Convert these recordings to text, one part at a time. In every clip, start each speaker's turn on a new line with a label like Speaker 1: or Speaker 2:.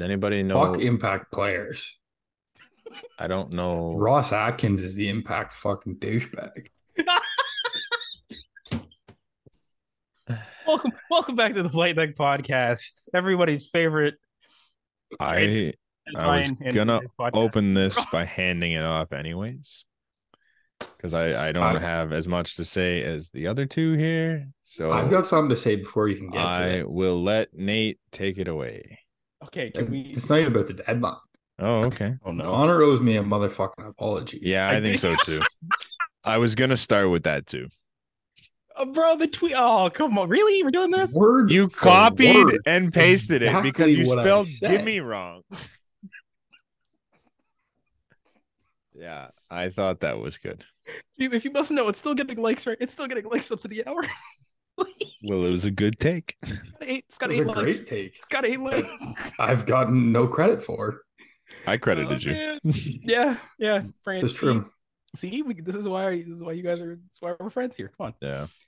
Speaker 1: anybody know?
Speaker 2: Fuck impact players.
Speaker 1: I don't know.
Speaker 2: Ross Atkins is the impact fucking douchebag.
Speaker 3: Welcome, welcome back to the Late Night Podcast. Everybody's favorite.
Speaker 1: I
Speaker 3: and
Speaker 1: I was
Speaker 3: mine and
Speaker 1: gonna
Speaker 3: today's podcast.
Speaker 1: open this by handing it off anyways, because I I don't
Speaker 2: I-
Speaker 1: have as much to say as the other two here. So
Speaker 2: I've got something to say before you can get to
Speaker 1: Oh. I
Speaker 2: it.
Speaker 1: will let Nate take it away.
Speaker 3: Okay, can we?
Speaker 2: It's not even about the deadline.
Speaker 1: Oh, okay.
Speaker 4: Oh no.
Speaker 2: Honor owes me a motherfucking apology.
Speaker 1: Yeah,
Speaker 3: I
Speaker 1: I think so
Speaker 3: did-
Speaker 1: too. I was gonna start with that too.
Speaker 3: Oh, bro, the tweet. Oh, come on, really? We're doing this?
Speaker 2: Word
Speaker 1: You
Speaker 2: for
Speaker 1: copied
Speaker 2: word.
Speaker 1: and pasted it because
Speaker 2: exactly
Speaker 1: you
Speaker 2: what I
Speaker 1: spelled
Speaker 2: said.
Speaker 1: "gimme" wrong. yeah, I thought that was good.
Speaker 3: You- If you must know, it's still getting likes. Right? It's still getting likes up to the hour. it's
Speaker 1: Well, it was a good take.
Speaker 3: got eight. It's
Speaker 2: That
Speaker 3: got
Speaker 2: was
Speaker 3: eight
Speaker 2: a
Speaker 3: likes.
Speaker 2: great take.
Speaker 3: It's got eight likes.
Speaker 2: I've gotten no credit for.
Speaker 1: I credited you.
Speaker 3: Oh, man. Yeah, yeah. Friends.
Speaker 2: It's true.
Speaker 3: See, we, this is why this is why you guys are. This is why we're friends here. Come
Speaker 1: Yeah.
Speaker 3: on.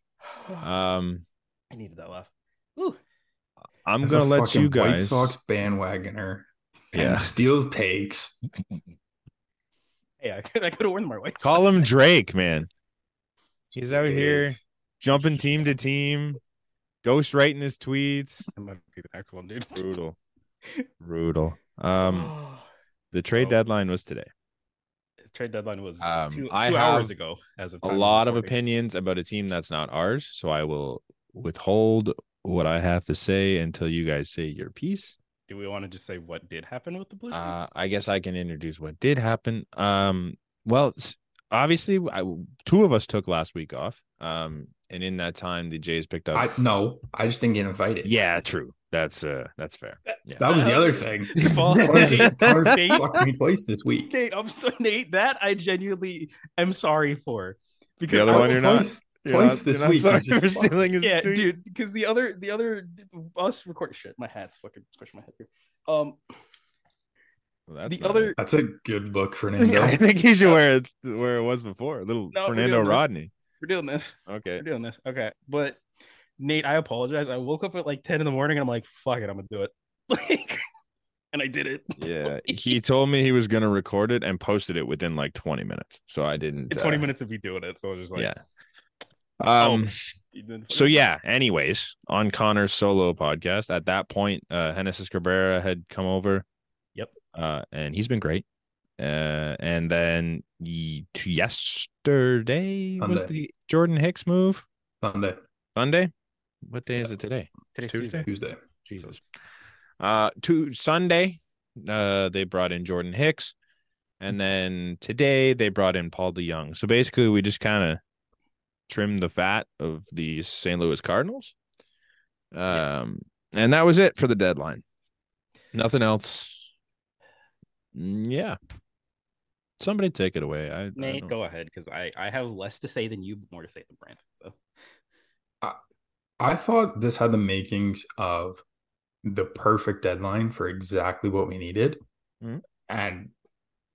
Speaker 1: Um,
Speaker 3: I needed that laugh. Ooh.
Speaker 1: I'm
Speaker 2: As a
Speaker 1: gonna let you
Speaker 2: fucking White
Speaker 1: guys.
Speaker 2: Sox bandwagoner.
Speaker 1: Yeah.
Speaker 2: And steals takes.
Speaker 3: Hey, I could, I could have worn my white.
Speaker 1: Call him Drake, man. He's out
Speaker 2: Takes.
Speaker 1: here jumping team to team, ghost writing his tweets.
Speaker 3: I'm gonna be the next one, dude.
Speaker 1: Brutal. Brutal. Um, the trade
Speaker 3: Oh.
Speaker 1: deadline was today.
Speaker 3: trade deadline was
Speaker 1: Um,
Speaker 3: two, two
Speaker 1: I
Speaker 3: hours
Speaker 1: have
Speaker 3: ago. As of
Speaker 1: a
Speaker 3: time
Speaker 1: lot of
Speaker 3: recording.
Speaker 1: opinions about a team that's not ours, so I will withhold what I have to say until you guys say your piece.
Speaker 3: Do we want to just say what did happen with the Blue Jays?
Speaker 1: Uh, I guess I can introduce what did happen. Um, well, s- obviously, I, two of us took last week off, um, and in that time, the Jays picked up.
Speaker 2: I no, I just didn't get invited.
Speaker 1: yeah, true. That's uh, that's fair. Yeah.
Speaker 2: That was the other thing.
Speaker 3: Jamal-
Speaker 2: Connor Connor
Speaker 3: Nate-
Speaker 2: fucked me twice this week.
Speaker 3: Nate, I'm so, Nate, that I genuinely am sorry for. Because
Speaker 1: The other
Speaker 3: I-
Speaker 1: one you're not-
Speaker 2: Twice- twice this week,
Speaker 1: sorry
Speaker 2: he's just
Speaker 1: for
Speaker 2: fucking-
Speaker 1: stealing his
Speaker 3: yeah,
Speaker 1: tweet.
Speaker 3: dude, because the other the other us record shit. My hat's fucking squishing my head here. Um,
Speaker 1: Well, that's
Speaker 3: the
Speaker 1: not
Speaker 3: other
Speaker 1: it.
Speaker 2: That's a good look, Fernando.
Speaker 1: I think he should wear it where it was before. a Little
Speaker 3: No, we're
Speaker 1: Fernando
Speaker 3: doing this.
Speaker 1: Rodney.
Speaker 3: we're doing this.
Speaker 1: Okay.
Speaker 3: We're doing this. Okay, but Nate, I apologize. I woke up at like ten in the morning and I'm like, fuck it, I'm gonna do it. Like, and I did it.
Speaker 1: Yeah, he told me he was going to record it and posted it within like 20 minutes. So I didn't.
Speaker 3: In 20
Speaker 1: uh,
Speaker 3: minutes of me doing it. So I was just like,
Speaker 1: yeah.
Speaker 3: oh,
Speaker 1: Um.
Speaker 3: you didn't-
Speaker 1: So yeah. Anyways, on Connor's solo podcast, at that point, uh, Hennessy Cabrera had come over.
Speaker 3: Yep.
Speaker 1: Uh, and he's been great. Uh, and then ye- to yesterday was
Speaker 2: Sunday.
Speaker 1: the Jordan Hicks move.
Speaker 2: Sunday,
Speaker 1: Sunday. What day is it today?
Speaker 3: Today's
Speaker 1: Tuesday?
Speaker 2: Tuesday.
Speaker 3: Jesus.
Speaker 1: Uh, to Sunday, uh, they brought in Jordan Hicks, and then today they brought in Paul DeYoung. So basically, we just kind of trimmed the fat of the St. Louis Cardinals. Um, and that was it for the deadline. Nothing else. Mm, Yeah. Somebody take it away. I, I
Speaker 3: Nate,
Speaker 1: don't-
Speaker 3: go ahead because I, I have less to say than you, but more to say than Brandon. So
Speaker 2: I thought this had the makings of the perfect deadline for exactly what we needed.
Speaker 1: Mhm.
Speaker 2: And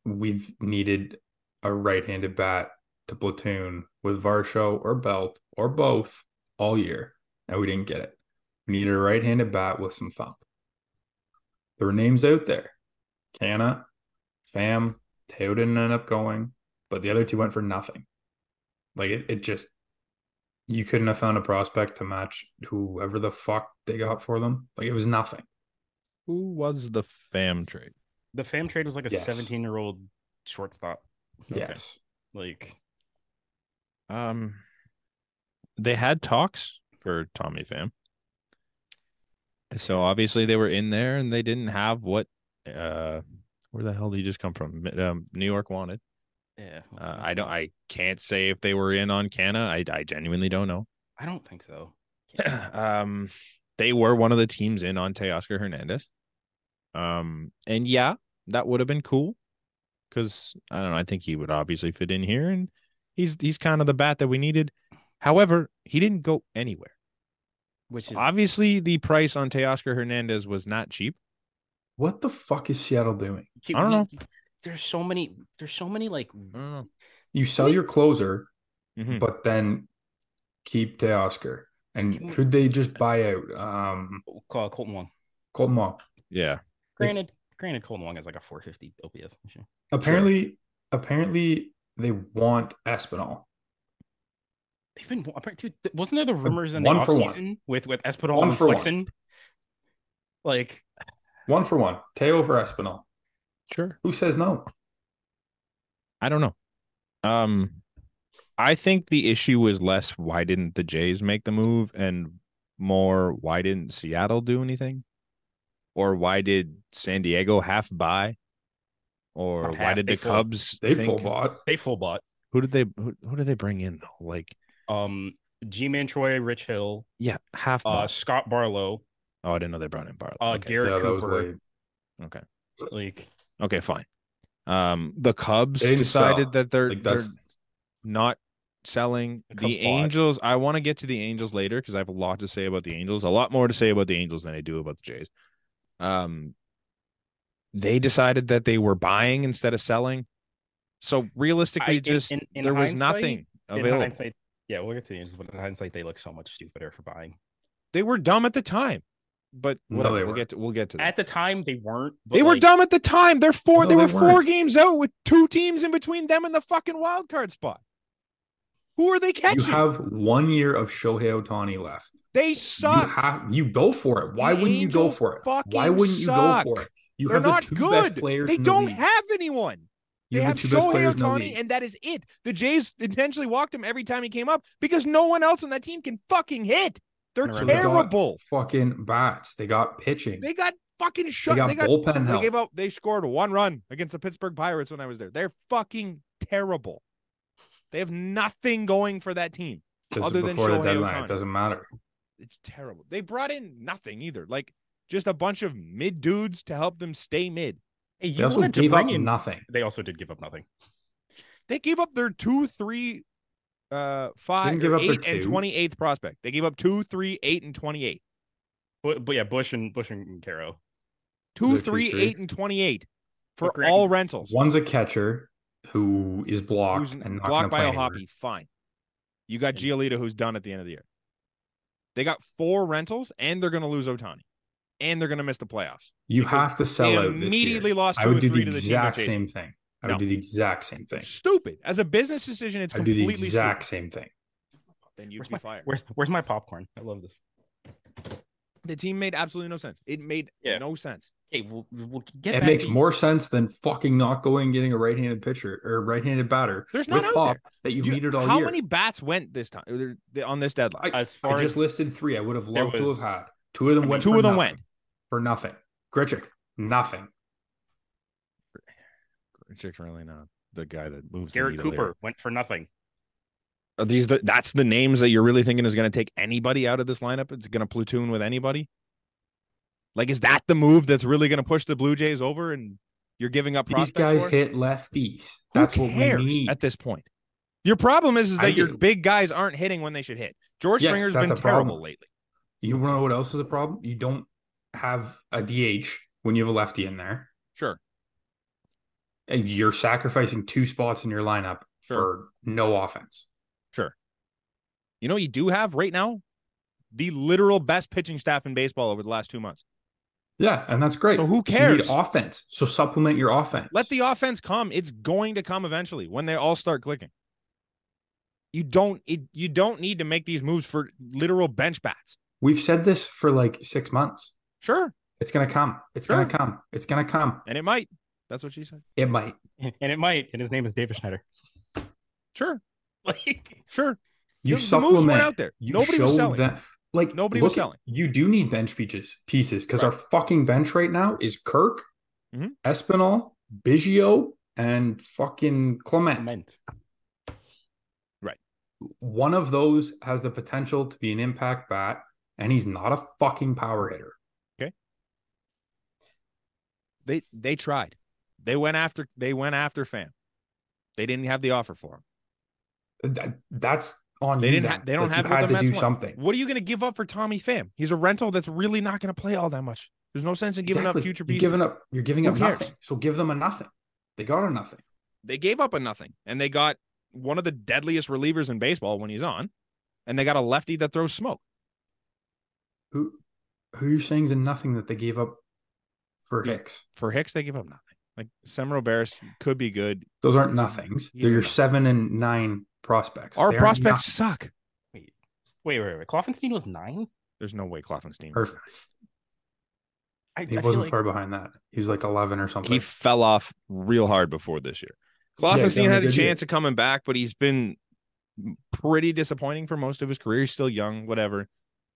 Speaker 2: we've needed a right handed bat to platoon with Varsho or Belt or both all year. And we didn't get it. We needed a right handed bat with some thump. There were names out there Canna, Fam, Teo didn't end up going, but the other two went for nothing. Like it, it just you couldn't have found a prospect to match whoever the fuck they got for them. Like it was nothing.
Speaker 1: Who was the fam trade?
Speaker 3: the fam trade was like a
Speaker 2: Yes.
Speaker 3: 17 year old shortstop.
Speaker 2: Yes.
Speaker 3: Like,
Speaker 1: Um, they had talks for Tommy Pham. So obviously they were in there and they didn't have what, uh, where the hell did he just come from? Mi- Um, New York wanted.
Speaker 3: yeah. what
Speaker 1: Uh,
Speaker 3: the
Speaker 1: I
Speaker 3: hell?
Speaker 1: don't, I can't say if they were in on Canna. I, I genuinely don't know.
Speaker 3: I don't think so.
Speaker 1: um, they were one of the teams in on Teoscar Hernandez. Um, and yeah, that would have been cool because I don't know. I think he would obviously fit in here, and he's he's kind of the bat that we needed. However, he didn't go anywhere.
Speaker 3: Which is
Speaker 1: Obviously, the price on Teoscar Hernandez was not cheap.
Speaker 2: What the fuck is Seattle doing?
Speaker 3: Dude,
Speaker 1: I don't
Speaker 3: we- There's so many. There's so many like.
Speaker 2: You sell your closer,
Speaker 1: Mhm.
Speaker 2: but then keep Teoscar. And
Speaker 3: Can we-
Speaker 2: who'd they just buy out? Um
Speaker 3: Call uh, Colton Wong.
Speaker 2: Colton Wong.
Speaker 1: Yeah,
Speaker 3: Granted, Granted, Colton Wong has like a 450 OPS. this year.
Speaker 2: Apparently, apparently they want Espinal.
Speaker 3: They've been dude. th- Wasn't there the rumors in the
Speaker 2: one for one.
Speaker 3: offseason with with Espinal
Speaker 2: One
Speaker 3: and
Speaker 2: for one.
Speaker 3: Flexen? Like
Speaker 2: One for one. Teo for Espinal.
Speaker 1: Sure.
Speaker 2: Who says no?
Speaker 1: I don't know. Um, I think the issue was less why didn't the Jays make the move and more why didn't Seattle do anything? Or why did San Diego half buy? Or
Speaker 3: Not
Speaker 1: why
Speaker 3: half,
Speaker 1: did
Speaker 3: they
Speaker 1: the
Speaker 3: full-
Speaker 1: Cubs
Speaker 2: They
Speaker 1: think-
Speaker 2: full bought.
Speaker 3: they full bought.
Speaker 1: Who did they who, who did they bring in though? Like
Speaker 3: Um, G Man Troy, Rich Hill,
Speaker 1: yeah, half
Speaker 3: uh,
Speaker 1: bought.
Speaker 3: Scott Barlow,
Speaker 1: Oh, I didn't know they brought in Barlow.
Speaker 3: uh,
Speaker 1: okay.
Speaker 3: Garrett
Speaker 2: yeah, that was
Speaker 3: Cooper.
Speaker 2: late.
Speaker 1: okay.
Speaker 3: Like
Speaker 1: Okay, fine. Um the Cubs
Speaker 2: They didn't sell.
Speaker 1: decided that they're,
Speaker 2: Like
Speaker 1: they're
Speaker 2: that's
Speaker 1: not selling
Speaker 3: The
Speaker 1: the,
Speaker 3: Cubs bought.
Speaker 1: Angels. I want to get to the Angels later because I have a lot to say about the Angels, a lot more to say about the Angels than I do about the Jays. Um, they decided that they were buying instead of selling. So realistically,
Speaker 3: I- in-
Speaker 1: just
Speaker 3: in- in
Speaker 1: there was
Speaker 3: hindsight-
Speaker 1: nothing
Speaker 3: in
Speaker 1: available.
Speaker 3: hindsight, yeah, we'll get to the Angels, but in hindsight, they look so much stupider for buying.
Speaker 1: They were dumb at the time, but
Speaker 2: No,
Speaker 1: whatever.
Speaker 2: they
Speaker 1: we'll
Speaker 2: weren't.
Speaker 1: get to we'll get to that.
Speaker 3: At the time, they weren't. But
Speaker 1: They were
Speaker 3: like,
Speaker 1: dumb at the time. They're four.
Speaker 2: No,
Speaker 1: they
Speaker 2: they
Speaker 1: were 4
Speaker 2: weren't.
Speaker 1: games out with two teams in between them and the fucking wild card spot. Who are they
Speaker 2: you
Speaker 1: catching?
Speaker 2: have one year of Shohei Otani left.
Speaker 1: they
Speaker 2: You,
Speaker 1: suck.
Speaker 2: have, you go for it. Why
Speaker 1: The
Speaker 2: wouldn't you go
Speaker 1: Angels
Speaker 2: for it?
Speaker 1: fucking
Speaker 2: Why wouldn't you
Speaker 1: suck.
Speaker 2: go for it? You
Speaker 1: They're
Speaker 2: have the
Speaker 1: not
Speaker 2: two
Speaker 1: good.
Speaker 2: best players.
Speaker 1: They
Speaker 2: in the
Speaker 1: don't
Speaker 2: league.
Speaker 1: have anyone.
Speaker 2: You
Speaker 1: they have
Speaker 2: the two best
Speaker 1: Shohei
Speaker 2: players in the league.
Speaker 1: Otani, and that is it. The Jays intentionally walked him every time he came up because no one else on that team can fucking hit. They're
Speaker 3: And around
Speaker 2: the-
Speaker 1: terrible.
Speaker 2: fucking bats. They got pitching.
Speaker 1: They got fucking
Speaker 2: They
Speaker 1: shut.
Speaker 2: got
Speaker 1: They got. They
Speaker 2: bullpen help.
Speaker 1: gave up. They scored one run against the Pittsburgh Pirates when I was there. They're fucking terrible. They have nothing going for that team.
Speaker 2: This is
Speaker 1: other than
Speaker 2: before the
Speaker 1: Shohei
Speaker 2: deadline.
Speaker 1: Ohtani.
Speaker 2: It doesn't matter.
Speaker 1: It's terrible. They brought in nothing either. Like just a bunch of mid dudes to help them stay mid.
Speaker 3: Hey,
Speaker 2: They
Speaker 3: you
Speaker 2: also
Speaker 3: wanted to
Speaker 2: gave up
Speaker 3: bring in.
Speaker 2: nothing.
Speaker 3: They also did give up nothing.
Speaker 1: They gave up their two, three, uh, five,
Speaker 2: Didn't give
Speaker 1: or
Speaker 2: up their
Speaker 1: eight, and
Speaker 2: two.
Speaker 1: twenty eighth prospect. They gave up two, three, eight, and twenty eight.
Speaker 3: But, but yeah, Bush and Bush and Caro.
Speaker 1: Two,
Speaker 2: Their two,
Speaker 1: three,
Speaker 2: three.
Speaker 1: eight, and twenty eight for
Speaker 3: But Grant-
Speaker 1: all rentals.
Speaker 2: One's a catcher who is blocked
Speaker 1: Who's
Speaker 2: and not
Speaker 1: blocked by
Speaker 2: gonna
Speaker 1: a
Speaker 2: play anywhere.
Speaker 1: hoppy? Fine. You got Giolito, who's done at the end of the year. They got four rentals, and they're going to lose Otani, and they're going to miss the playoffs.
Speaker 2: You
Speaker 1: because
Speaker 2: have to sell
Speaker 1: they
Speaker 2: out this year.
Speaker 1: immediately lost
Speaker 2: I
Speaker 1: two or
Speaker 2: would do
Speaker 1: three
Speaker 2: the
Speaker 1: to the team. they're
Speaker 2: exact
Speaker 1: chasing.
Speaker 2: same thing. I would
Speaker 1: No.
Speaker 2: do the exact same thing.
Speaker 1: Stupid as a business decision, it's
Speaker 2: I would do the
Speaker 1: completely
Speaker 2: exact same thing.
Speaker 1: stupid. Then you'd
Speaker 3: Where's
Speaker 1: be
Speaker 3: my,
Speaker 1: fired.
Speaker 3: where's where's my popcorn? I love this.
Speaker 1: The team made absolutely no sense. It made
Speaker 3: Yeah.
Speaker 1: no sense.
Speaker 3: Hey, we'll, we'll get
Speaker 2: It
Speaker 3: back
Speaker 2: makes
Speaker 3: to-
Speaker 2: more sense than fucking not going and getting a right-handed pitcher or right-handed batter
Speaker 1: There's
Speaker 2: with
Speaker 1: not out
Speaker 2: pop
Speaker 1: there.
Speaker 2: that you've
Speaker 1: You-
Speaker 2: needed all
Speaker 1: how
Speaker 2: year.
Speaker 1: many bats went this time or the- on this deadline?
Speaker 3: as
Speaker 2: I
Speaker 3: far
Speaker 2: just
Speaker 3: as
Speaker 2: listed three. I would have
Speaker 3: There
Speaker 2: loved to
Speaker 3: was-
Speaker 2: have had two of them
Speaker 3: I mean,
Speaker 2: went.
Speaker 1: Two
Speaker 2: for
Speaker 1: of them
Speaker 2: nothing.
Speaker 1: went.
Speaker 2: for nothing. Grichuk, nothing.
Speaker 1: Chick's really not the guy that moves. the
Speaker 3: Garrett
Speaker 1: needle
Speaker 3: Cooper
Speaker 1: there.
Speaker 3: went for nothing.
Speaker 1: Are these the, that's the names that you're really thinking is going to take anybody out of this lineup? It's going to platoon with anybody. Like, is that the move that's really going to push the Blue Jays over? And you're giving up
Speaker 2: These
Speaker 1: prospects
Speaker 2: guys
Speaker 1: for?
Speaker 2: hit lefties.
Speaker 1: Who
Speaker 2: That's what
Speaker 1: cares
Speaker 2: we need.
Speaker 1: at this point. Your problem is, is that
Speaker 2: I
Speaker 1: your
Speaker 2: do.
Speaker 1: big guys aren't hitting when they should hit. George
Speaker 2: Yes,
Speaker 1: Springer's
Speaker 2: that's
Speaker 1: been
Speaker 2: a problem.
Speaker 1: terrible lately.
Speaker 2: you want to know what else is a problem? You don't have a DH when you have a lefty in there.
Speaker 1: Sure,
Speaker 2: And You're sacrificing two spots in your lineup
Speaker 1: Sure.
Speaker 2: for no offense.
Speaker 1: sure. You know what you do have right now? The literal best pitching staff in baseball over the last two months.
Speaker 2: Yeah, and that's great.
Speaker 1: So who
Speaker 2: You need
Speaker 1: cares?
Speaker 2: offense. So supplement your offense.
Speaker 1: Let the offense come. It's going to come eventually when they all start clicking. You don't it, you don't need to make these moves for literal bench bats.
Speaker 2: We've said this for like six months.
Speaker 1: Sure,
Speaker 2: It's gonna come. It's gonna
Speaker 1: Sure.
Speaker 2: come. It's gonna come.
Speaker 1: and it might. That's what she said.
Speaker 2: It might.
Speaker 3: And it might, and his name is David Schneider.
Speaker 1: Sure,
Speaker 3: Like
Speaker 1: sure. the, the
Speaker 2: You
Speaker 1: moves
Speaker 2: supplement.
Speaker 1: weren't out there.
Speaker 2: You
Speaker 1: Nobody was
Speaker 2: show
Speaker 1: selling.
Speaker 2: That, like
Speaker 1: Nobody
Speaker 2: look
Speaker 1: was
Speaker 2: at-
Speaker 1: selling.
Speaker 2: You do need bench pieces pieces because our fucking bench right now is Kirk,
Speaker 1: Mhm.
Speaker 2: Espinal, Biggio, and fucking Clement.
Speaker 3: meant.
Speaker 2: One of those has the potential to be an impact bat, and he's not a fucking power hitter.
Speaker 1: They they tried. They went after they went after Fam. They didn't have the offer for him.
Speaker 2: That, that's on
Speaker 1: They
Speaker 2: you
Speaker 1: didn't
Speaker 2: then.
Speaker 1: ha- they don't
Speaker 2: Like,
Speaker 1: have
Speaker 2: you
Speaker 1: what
Speaker 2: had
Speaker 1: the
Speaker 2: to do
Speaker 1: Mets want.
Speaker 2: something.
Speaker 1: What are you going to give up for Tommy Pham? He's a rental that's really not going to play all that much. There's no sense in giving
Speaker 2: Exactly.
Speaker 1: up future
Speaker 2: You're
Speaker 1: pieces.
Speaker 2: giving up. You're giving
Speaker 1: Who
Speaker 2: up
Speaker 1: cares?
Speaker 2: nothing. So give them a nothing. They got a nothing.
Speaker 1: They gave up a nothing, and they got one of the deadliest relievers in baseball when he's on, and they got a lefty that throws smoke.
Speaker 2: Who who are you saying is a nothing that they gave up for
Speaker 1: Yeah.
Speaker 2: Hicks.
Speaker 1: For Hicks, they give up nothing. Like Semer Barris could be good.
Speaker 2: Those aren't nothings.
Speaker 1: He's
Speaker 2: They're
Speaker 1: a
Speaker 2: your
Speaker 1: nothing.
Speaker 2: seven and nine prospects.
Speaker 1: Our
Speaker 2: They aren't
Speaker 1: prospects suck.
Speaker 3: Wait, wait, wait. Klopfenstein was nine.
Speaker 1: There's no way Kloffenstein.
Speaker 2: nothing. Or-
Speaker 3: I,
Speaker 2: He
Speaker 3: I feel
Speaker 2: wasn't
Speaker 3: like-
Speaker 2: far behind that. He was like eleven or something.
Speaker 1: He fell off real hard before this year.
Speaker 2: Yeah, he's
Speaker 1: Klofenstein
Speaker 2: having a
Speaker 1: had a
Speaker 2: good year.
Speaker 1: chance of coming back, but he's been pretty disappointing for most of his career. He's still young, whatever.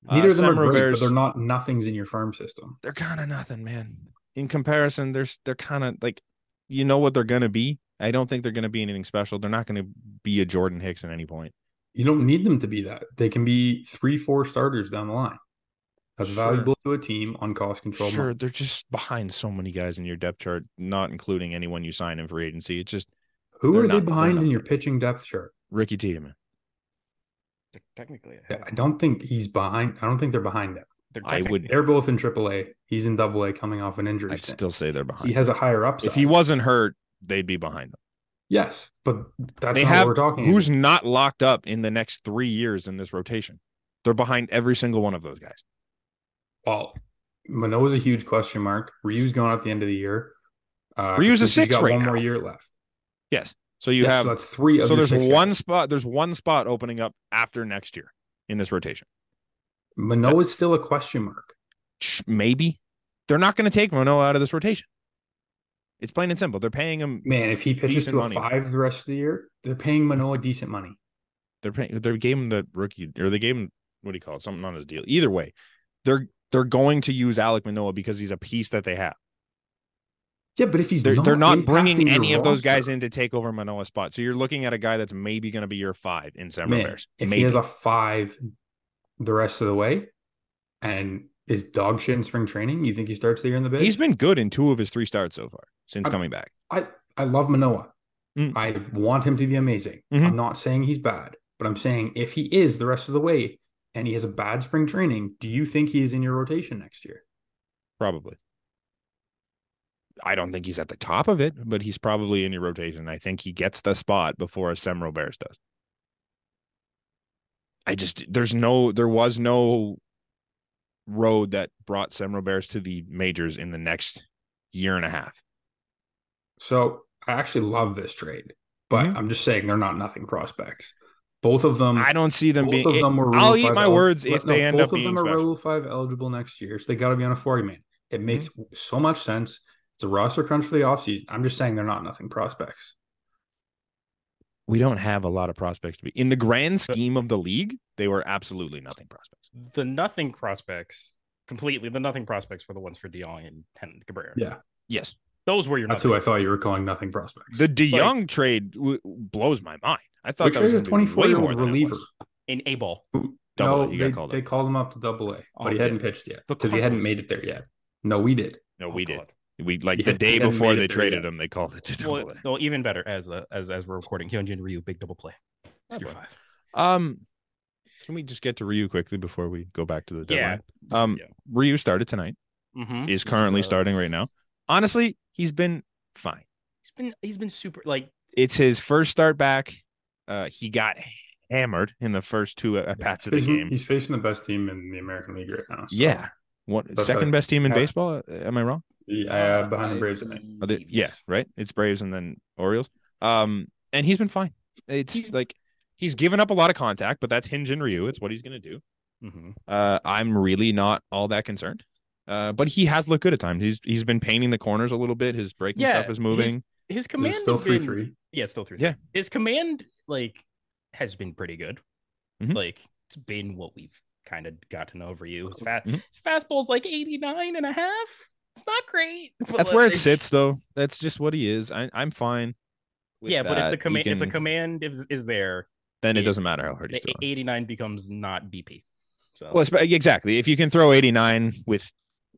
Speaker 1: Uh,
Speaker 2: Neither of them are
Speaker 1: Sam
Speaker 2: great,
Speaker 1: Robert's-
Speaker 2: but they're not nothings in your farm system.
Speaker 1: They're kind of nothing, man. In comparison, they're s- they're kind of like you know what they're gonna be. I don't think they're gonna be anything special. They're not gonna be a Jordan Hicks at any point.
Speaker 2: You don't need them to be that. They can be three, four starters down the line. That's
Speaker 1: Sure.
Speaker 2: valuable to a team on cost control.
Speaker 1: Sure,
Speaker 2: money.
Speaker 1: they're just behind so many guys in your depth chart, not including anyone you sign in free agency. It's just
Speaker 2: Who
Speaker 1: They're
Speaker 2: are
Speaker 1: not-
Speaker 2: they
Speaker 1: they're
Speaker 2: behind in your
Speaker 1: nothing.
Speaker 2: pitching depth chart?
Speaker 1: Ricky Tiedemann.
Speaker 3: They're technically, ahead
Speaker 2: Yeah,
Speaker 3: of
Speaker 2: I
Speaker 3: him.
Speaker 2: don't think he's behind. I don't think they're behind him.
Speaker 3: They're
Speaker 1: I would-
Speaker 3: technically-
Speaker 2: They're both in AAA. He's in AA coming off an injury.
Speaker 1: I'd
Speaker 2: stint.
Speaker 1: still say they're
Speaker 2: he
Speaker 1: behind.
Speaker 2: has a higher upside.
Speaker 1: If he wasn't hurt, they'd be behind.
Speaker 2: yes, but that's
Speaker 1: They
Speaker 2: not
Speaker 1: have-
Speaker 2: what we're talking.
Speaker 1: who's not locked up in the next three years in this rotation. They're behind every single one of those guys.
Speaker 2: Well, Manoa's a huge question mark. Ryu's gone at the end of the year. Uh,
Speaker 1: Ryu's a
Speaker 2: Kikuchi's
Speaker 1: six
Speaker 2: got
Speaker 1: right
Speaker 2: one
Speaker 1: now.
Speaker 2: more year left.
Speaker 1: Yes. So you
Speaker 2: Yes, so
Speaker 1: have
Speaker 2: that's three. Of
Speaker 1: so
Speaker 2: your
Speaker 1: there's
Speaker 2: six
Speaker 1: one
Speaker 2: guys.
Speaker 1: spot there's one spot opening up after next year in this rotation.
Speaker 2: Manoa's still a question mark.
Speaker 1: Sh- Maybe they're not going to take Manoa out of this rotation. It's plain and simple. They're paying him.
Speaker 2: Man, if he pitches
Speaker 1: Decent
Speaker 2: to a
Speaker 1: money.
Speaker 2: five the rest of the year, they're paying Manoa decent money.
Speaker 1: They're paying. They gave him the rookie or they gave him what do you call it? Something on his deal. Either way, they're they're going to use Alec Manoa because he's a piece that they have.
Speaker 2: Yeah, but if he's
Speaker 1: they're,
Speaker 2: not,
Speaker 1: they're not bringing
Speaker 2: impacting your
Speaker 1: any of those guys
Speaker 2: roster,
Speaker 1: in to take over Manoa's spot. So you're looking at a guy that's maybe going to be your five in Sam
Speaker 2: Man,
Speaker 1: Roberts.
Speaker 2: if
Speaker 1: Maybe.
Speaker 2: he has a five the rest of the way, and is dog shit in spring training, you think he starts the year in the big?
Speaker 1: He's been good in two of his three starts so far since
Speaker 2: I'm-
Speaker 1: coming back.
Speaker 2: I I love Manoa.
Speaker 1: Mm.
Speaker 2: I want him to be amazing.
Speaker 1: Mhm.
Speaker 2: I'm not saying he's bad, but I'm saying if he is the rest of the way and he has a bad spring training, do you think he is in your rotation next year?
Speaker 1: Probably. I don't think he's at the top of it, but he's probably in your rotation. I think he gets the spot before a Sem Roberts does. I just there's no there was no road that brought Sem Roberts to the majors in the next year and a half.
Speaker 2: So I actually love this trade, but
Speaker 1: Mhm.
Speaker 2: I'm just saying they're not nothing prospects. Both of them,
Speaker 1: I don't see them
Speaker 2: Um, both
Speaker 1: being.
Speaker 2: of them were.
Speaker 1: I'll
Speaker 2: Rule
Speaker 1: eat
Speaker 2: 5
Speaker 1: my
Speaker 2: el-
Speaker 1: words
Speaker 2: Well,
Speaker 1: if
Speaker 2: no,
Speaker 1: they end
Speaker 2: both
Speaker 1: up
Speaker 2: of
Speaker 1: being
Speaker 2: them are
Speaker 1: special. Mm-hmm.
Speaker 2: Rule Five eligible next year, so they got to be on a forty man. It makes so much sense. It's a roster crunch for the offseason. I'm just saying they're not nothing prospects.
Speaker 1: we don't have a lot of prospects to be in the grand scheme of the league. They were absolutely nothing prospects.
Speaker 3: the nothing prospects completely. The nothing prospects were the ones for DeYoung and Henton Cabrera.
Speaker 2: Yeah,
Speaker 1: Yes,
Speaker 3: Those were your.
Speaker 2: that's who I
Speaker 3: nothings.
Speaker 2: thought you were calling nothing prospects.
Speaker 1: the De
Speaker 3: Like-
Speaker 1: Young trade w- blows my mind. I thought
Speaker 2: We
Speaker 1: that was
Speaker 2: traded a
Speaker 1: gonna be way
Speaker 2: 24 year
Speaker 1: more
Speaker 2: old
Speaker 1: than it
Speaker 2: reliever.
Speaker 1: was.
Speaker 3: in A ball.
Speaker 1: Double
Speaker 2: no,
Speaker 1: A, you got
Speaker 2: they,
Speaker 1: called
Speaker 2: they
Speaker 1: up.
Speaker 2: called him up to double A,
Speaker 3: Oh,
Speaker 2: but he
Speaker 3: yeah.
Speaker 2: hadn't pitched yet
Speaker 3: The
Speaker 2: because he hadn't
Speaker 3: Cardinals.
Speaker 2: made it there yet. No, we did.
Speaker 1: No,
Speaker 3: Oh,
Speaker 1: we did.
Speaker 3: God.
Speaker 1: We like
Speaker 2: Yeah,
Speaker 1: the day
Speaker 2: we hadn't
Speaker 1: before
Speaker 2: made it
Speaker 1: they
Speaker 2: there
Speaker 1: traded
Speaker 2: yet.
Speaker 1: him. They called it to double
Speaker 3: Well, well, even better as uh, as as we're recording, Hyunjin Ryu big double play. That's your
Speaker 1: Okay.
Speaker 3: five.
Speaker 1: A. Um, can we just get to Ryu quickly before we go back to the
Speaker 3: Yeah.
Speaker 1: deadline? Um,
Speaker 3: Yeah.
Speaker 1: Ryu started tonight.
Speaker 2: Mm-hmm.
Speaker 3: Mhm.
Speaker 1: Is currently
Speaker 3: He's, uh,
Speaker 1: starting right now. Honestly, he's been fine.
Speaker 3: He's been he's been super like
Speaker 1: it's his first start back. Uh, he got hammered in the first two at bats
Speaker 2: He's
Speaker 1: of the
Speaker 2: facing-
Speaker 1: game.
Speaker 2: He's facing the best team in the American League right now. so-
Speaker 1: Yeah, what
Speaker 2: That's
Speaker 1: second
Speaker 2: right.
Speaker 1: best team in
Speaker 2: Yeah.
Speaker 1: baseball? uh, Am I wrong?
Speaker 2: Yeah, behind the Braves. I think.
Speaker 1: Are they- yeah, right. It's Braves and then Orioles. Um, and he's been fine. It's
Speaker 3: He's-
Speaker 1: like he's given up a lot of contact, but that's Hinjin Ryu. It's what he's gonna do.
Speaker 3: mhm.
Speaker 1: Uh, I'm really not all that concerned. Uh, but he has looked good at times. He's he's been painting the corners a little bit. His breaking
Speaker 3: Yeah,
Speaker 1: stuff is moving.
Speaker 3: his command
Speaker 2: It's still
Speaker 3: has
Speaker 2: three
Speaker 3: been-
Speaker 2: three.
Speaker 3: Yeah, it's still three.
Speaker 1: Yeah.
Speaker 3: his command like has been pretty good.
Speaker 1: Mhm.
Speaker 3: Like it's been what we've kind of gotten over you. His, fa-
Speaker 1: Mhm.
Speaker 3: his fastball's like 89 and a half. It's not great. but,
Speaker 1: That's where it
Speaker 3: like-
Speaker 1: sits, though. That's just what he is. I, I'm fine. with
Speaker 3: Yeah, but if
Speaker 1: that.
Speaker 3: the
Speaker 1: He
Speaker 3: command if the
Speaker 1: can-
Speaker 3: command is, is there,
Speaker 1: then it
Speaker 3: Yeah.
Speaker 1: doesn't matter how hard he's
Speaker 3: the
Speaker 1: throwing.
Speaker 3: 89 becomes not BP. So
Speaker 1: Well, espe- exactly. If you can throw 89 with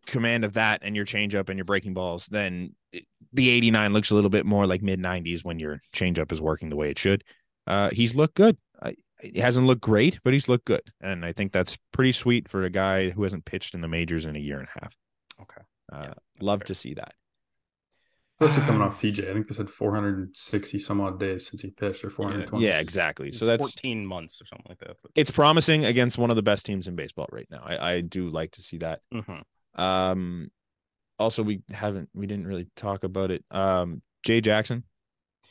Speaker 1: command of that and your changeup and your breaking balls, then it- the 89 looks a little bit more like mid 90s when your changeup is working the way it should. Uh, he's looked good. I, he hasn't looked great, but he's looked good, and I think that's pretty sweet for a guy who hasn't pitched in the majors in a year and a half.
Speaker 3: Okay.
Speaker 1: Uh,
Speaker 3: Yeah,
Speaker 1: love
Speaker 3: fair.
Speaker 1: to see that.
Speaker 2: Especially coming off PJ. I think they said 460 some odd days since he pitched or 420.
Speaker 1: Yeah, exactly.
Speaker 3: it's
Speaker 1: So that's
Speaker 3: 14 months or something like that. but-
Speaker 1: it's promising
Speaker 3: mm-hmm.
Speaker 1: against one of the best teams in baseball right now. I, I do like to see that.
Speaker 3: Mhm.
Speaker 1: Um, also we haven't we didn't really talk about it. Um, Jay Jackson.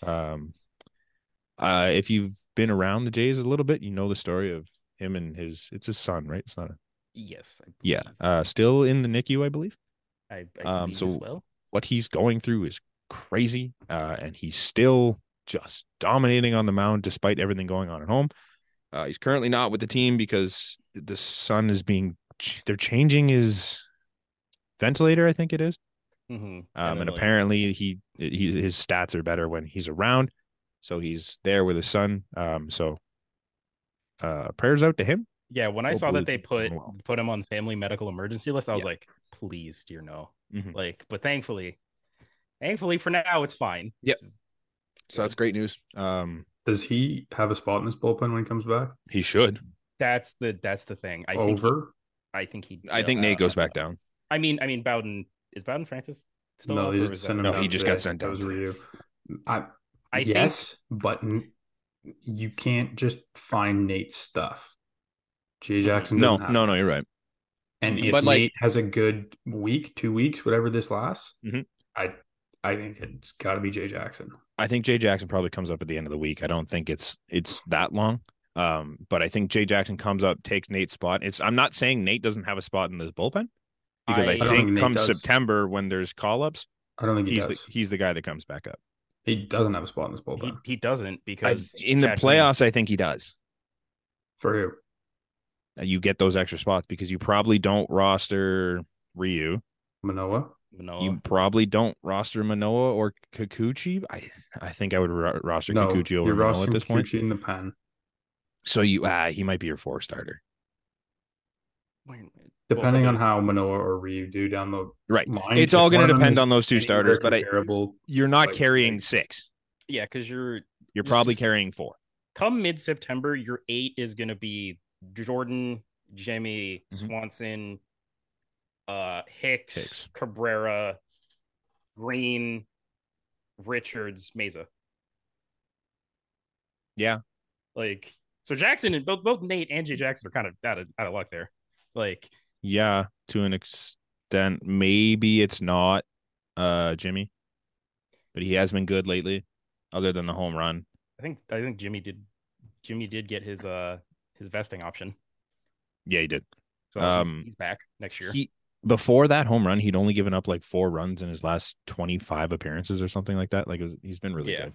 Speaker 1: Um, uh, if you've been around the Jays a little bit, you know the story of him and his. It's his son, right? It's not. A,
Speaker 3: Yes. I
Speaker 1: yeah.
Speaker 3: believe.
Speaker 1: Uh, still in the NICU, I believe.
Speaker 3: I, I
Speaker 1: um,
Speaker 3: believe
Speaker 1: so-
Speaker 3: as well.
Speaker 1: What he's going through is crazy, uh, and he's still just dominating on the mound despite everything going on at home. Uh, he's currently not with the team because the son is being. They're changing his ventilator. I think it is.
Speaker 3: Mhm.
Speaker 1: Um,
Speaker 3: Kinda
Speaker 1: and
Speaker 3: like-
Speaker 1: apparently he, he his stats are better when he's around, so he's there with his son. Um, so uh, prayers out to him.
Speaker 3: Yeah, when I saw
Speaker 1: hopefully
Speaker 3: that they
Speaker 1: he's doing
Speaker 3: put
Speaker 1: well.
Speaker 3: put him on the family medical emergency list, I was
Speaker 1: Yeah.
Speaker 3: like, please, dear no.
Speaker 1: Mhm.
Speaker 3: Like, but thankfully, thankfully for now it's fine.
Speaker 1: Yep.
Speaker 3: Which is-
Speaker 1: So that's great news. Um,
Speaker 2: Does he have a spot in his bullpen when he comes back?
Speaker 1: he should.
Speaker 3: That's the that's the thing. I think he-
Speaker 2: Over?
Speaker 3: I think he
Speaker 1: I
Speaker 3: no,
Speaker 1: think Nate
Speaker 3: don't
Speaker 1: goes
Speaker 3: know.
Speaker 1: back down.
Speaker 3: I mean I mean Bowden is Bowden Francis still
Speaker 2: no,
Speaker 3: up,
Speaker 2: they
Speaker 3: or
Speaker 2: just
Speaker 3: is
Speaker 2: sent
Speaker 3: that-
Speaker 2: him.
Speaker 1: No,
Speaker 2: down
Speaker 1: he just
Speaker 2: today.
Speaker 1: got sent
Speaker 2: That
Speaker 1: down
Speaker 2: was
Speaker 1: today.
Speaker 2: Ryu. I
Speaker 3: I think
Speaker 2: yes, but n- you can't just find Nate's stuff. Jay
Speaker 3: Mm-hmm.
Speaker 2: Jackson.
Speaker 1: No,
Speaker 2: doesn't have
Speaker 1: no,
Speaker 2: it.
Speaker 1: no. You're right.
Speaker 2: And if
Speaker 1: But, like-
Speaker 2: Nate has a good week, two weeks, whatever this lasts,
Speaker 1: Mhm.
Speaker 2: I I think it's got to be Jay Jackson.
Speaker 1: I think Jay Jackson probably comes up at the end of the week. I don't think it's it's that long. Um, but I think Jay Jackson comes up, takes Nate's spot. It's I'm not saying Nate doesn't have a spot in this bullpen because I,
Speaker 3: I- I don't
Speaker 2: think
Speaker 1: think
Speaker 2: Nate
Speaker 1: come
Speaker 2: does.
Speaker 1: September when there's call ups,
Speaker 2: I don't think he
Speaker 1: he's the,
Speaker 2: does.
Speaker 1: he's the guy that comes back up.
Speaker 2: He doesn't have a spot in this
Speaker 3: he,
Speaker 2: bullpen
Speaker 3: he doesn't
Speaker 1: I,
Speaker 3: because
Speaker 1: in the
Speaker 3: Jackson-
Speaker 1: playoffs, I think he does.
Speaker 2: for who?
Speaker 1: You get those extra spots because you probably don't roster Ryu.
Speaker 2: Manoa.
Speaker 3: Manoa.
Speaker 1: You probably don't roster Manoa or Kikuchi. I I think I would ro- roster
Speaker 2: No,
Speaker 1: Kikuchi over
Speaker 2: you're
Speaker 1: Manoa at
Speaker 2: rostering
Speaker 1: this point.
Speaker 2: Kikuchi in the pen.
Speaker 1: So you ah he might be your four starter.
Speaker 3: Wait a minute. Well, for
Speaker 2: Depending
Speaker 3: the-
Speaker 2: on how Manoa or Ryu do down the
Speaker 1: Right.
Speaker 2: line,
Speaker 1: it's all
Speaker 2: if
Speaker 1: going
Speaker 2: one
Speaker 1: to
Speaker 2: of them
Speaker 1: depend
Speaker 2: is
Speaker 1: on those two
Speaker 2: anywhere
Speaker 1: starters, but I,
Speaker 2: comparable,
Speaker 1: you're not
Speaker 2: like-
Speaker 1: carrying six.
Speaker 3: yeah, because you're
Speaker 1: You're
Speaker 3: It's
Speaker 1: probably
Speaker 3: just-
Speaker 1: carrying four.
Speaker 3: come mid September, your eight is going to be Jordan, Jimmy,
Speaker 1: Mhm.
Speaker 3: Swanson, uh, Hicks,
Speaker 1: Hicks.
Speaker 3: Cabrera, Green, Richards, Mesa.
Speaker 1: Yeah.
Speaker 3: Like, so Jackson and both, both Nate and Jay Jackson are kind of out of, out of luck there. Like,
Speaker 1: Yeah, to an extent. Maybe it's not uh Jimmy, but he has been good lately, other than the home run.
Speaker 3: I think, I think Jimmy did, Jimmy did get his, uh, his vesting option.
Speaker 1: Yeah, he did.
Speaker 3: So he's-
Speaker 1: Um,
Speaker 3: he's, back next year.
Speaker 1: He before that home run, he'd only given up like four runs in his last twenty five appearances or something like that. Like it was, he's been really
Speaker 3: Yeah.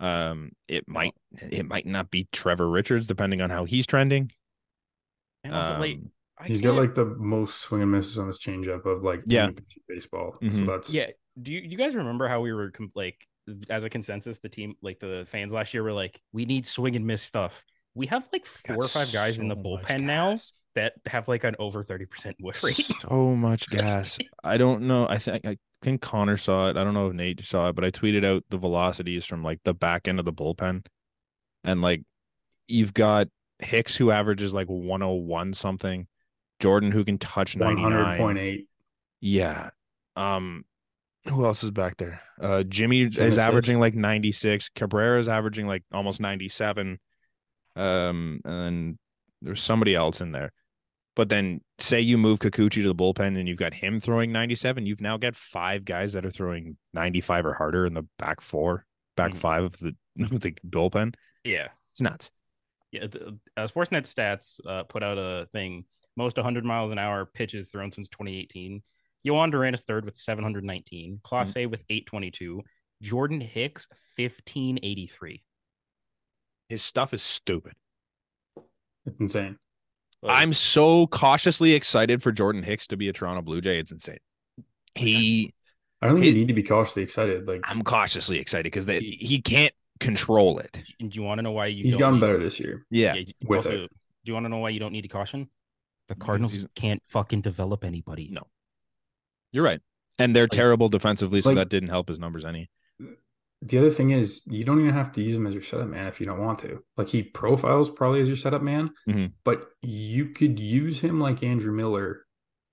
Speaker 1: good. Um, it might it might not be Trevor Richards depending on how he's trending.
Speaker 3: and also, like,
Speaker 1: Um,
Speaker 3: I
Speaker 2: he's
Speaker 3: can't-
Speaker 2: got like the most swing and misses on his changeup of like
Speaker 1: Yeah.
Speaker 2: any pitch in baseball. So
Speaker 1: Mhm.
Speaker 2: that's
Speaker 3: Yeah. Do you, do you guys remember how we were com- like, as a consensus, the team, like the fans last year were like, we need swing and miss stuff. We have like four
Speaker 1: got
Speaker 3: or five guys in the
Speaker 1: so much
Speaker 3: bullpen now
Speaker 1: gas.
Speaker 3: that have like an over 30% whiff rate.
Speaker 1: So much gas. I don't know. I think I think Connor saw it. I don't know if Nate saw it, but I tweeted out the velocities from like the back end of the bullpen, and like you've got Hicks who averages like one hundred one something, Jordan who can touch
Speaker 2: one
Speaker 1: ninety
Speaker 2: hundred
Speaker 1: nine.
Speaker 2: point eight.
Speaker 1: Yeah. Um who else is back there? Uh Jimmy is
Speaker 2: Genesis.
Speaker 1: averaging like 96, Cabrera's averaging like almost 97. Um and there's somebody else in there. But then say you move Kikuchi to the bullpen and you've got him throwing 97, you've now got five guys that are throwing 95 or harder in the back four, back
Speaker 3: Mhm.
Speaker 1: five of the of the bullpen.
Speaker 3: yeah.
Speaker 1: It's nuts.
Speaker 3: Yeah. The, uh, Sportsnet stats uh, put out a thing most 100 miles an hour pitches thrown since 2018. Yohan Duran is third with 719, Class A with 822, Jordan Hicks 1583.
Speaker 1: His stuff is stupid.
Speaker 2: It's insane.
Speaker 3: Like,
Speaker 1: I'm so cautiously excited for Jordan Hicks to be a Toronto Blue Jay. It's insane. He
Speaker 2: I don't think
Speaker 1: His-
Speaker 2: you need to be cautiously excited. Like
Speaker 1: I'm cautiously excited because that he can't control it.
Speaker 3: do you want to know why you
Speaker 2: he's
Speaker 3: don't
Speaker 2: gotten
Speaker 3: need-
Speaker 2: better this year.
Speaker 1: Yeah.
Speaker 3: Yeah, you-
Speaker 2: with
Speaker 3: also,
Speaker 2: it.
Speaker 3: do you want to know why you don't need to caution? The
Speaker 1: Because
Speaker 3: Cardinals
Speaker 1: he's-
Speaker 3: can't fucking develop anybody.
Speaker 1: No. You're right. And they're terrible defensively, so
Speaker 2: like-
Speaker 1: that didn't help his numbers any.
Speaker 2: The other thing is you don't even have to use him as your setup man if you don't want to. Like he profiles probably as your setup man,
Speaker 1: Mhm.
Speaker 2: but you could use him like Andrew Miller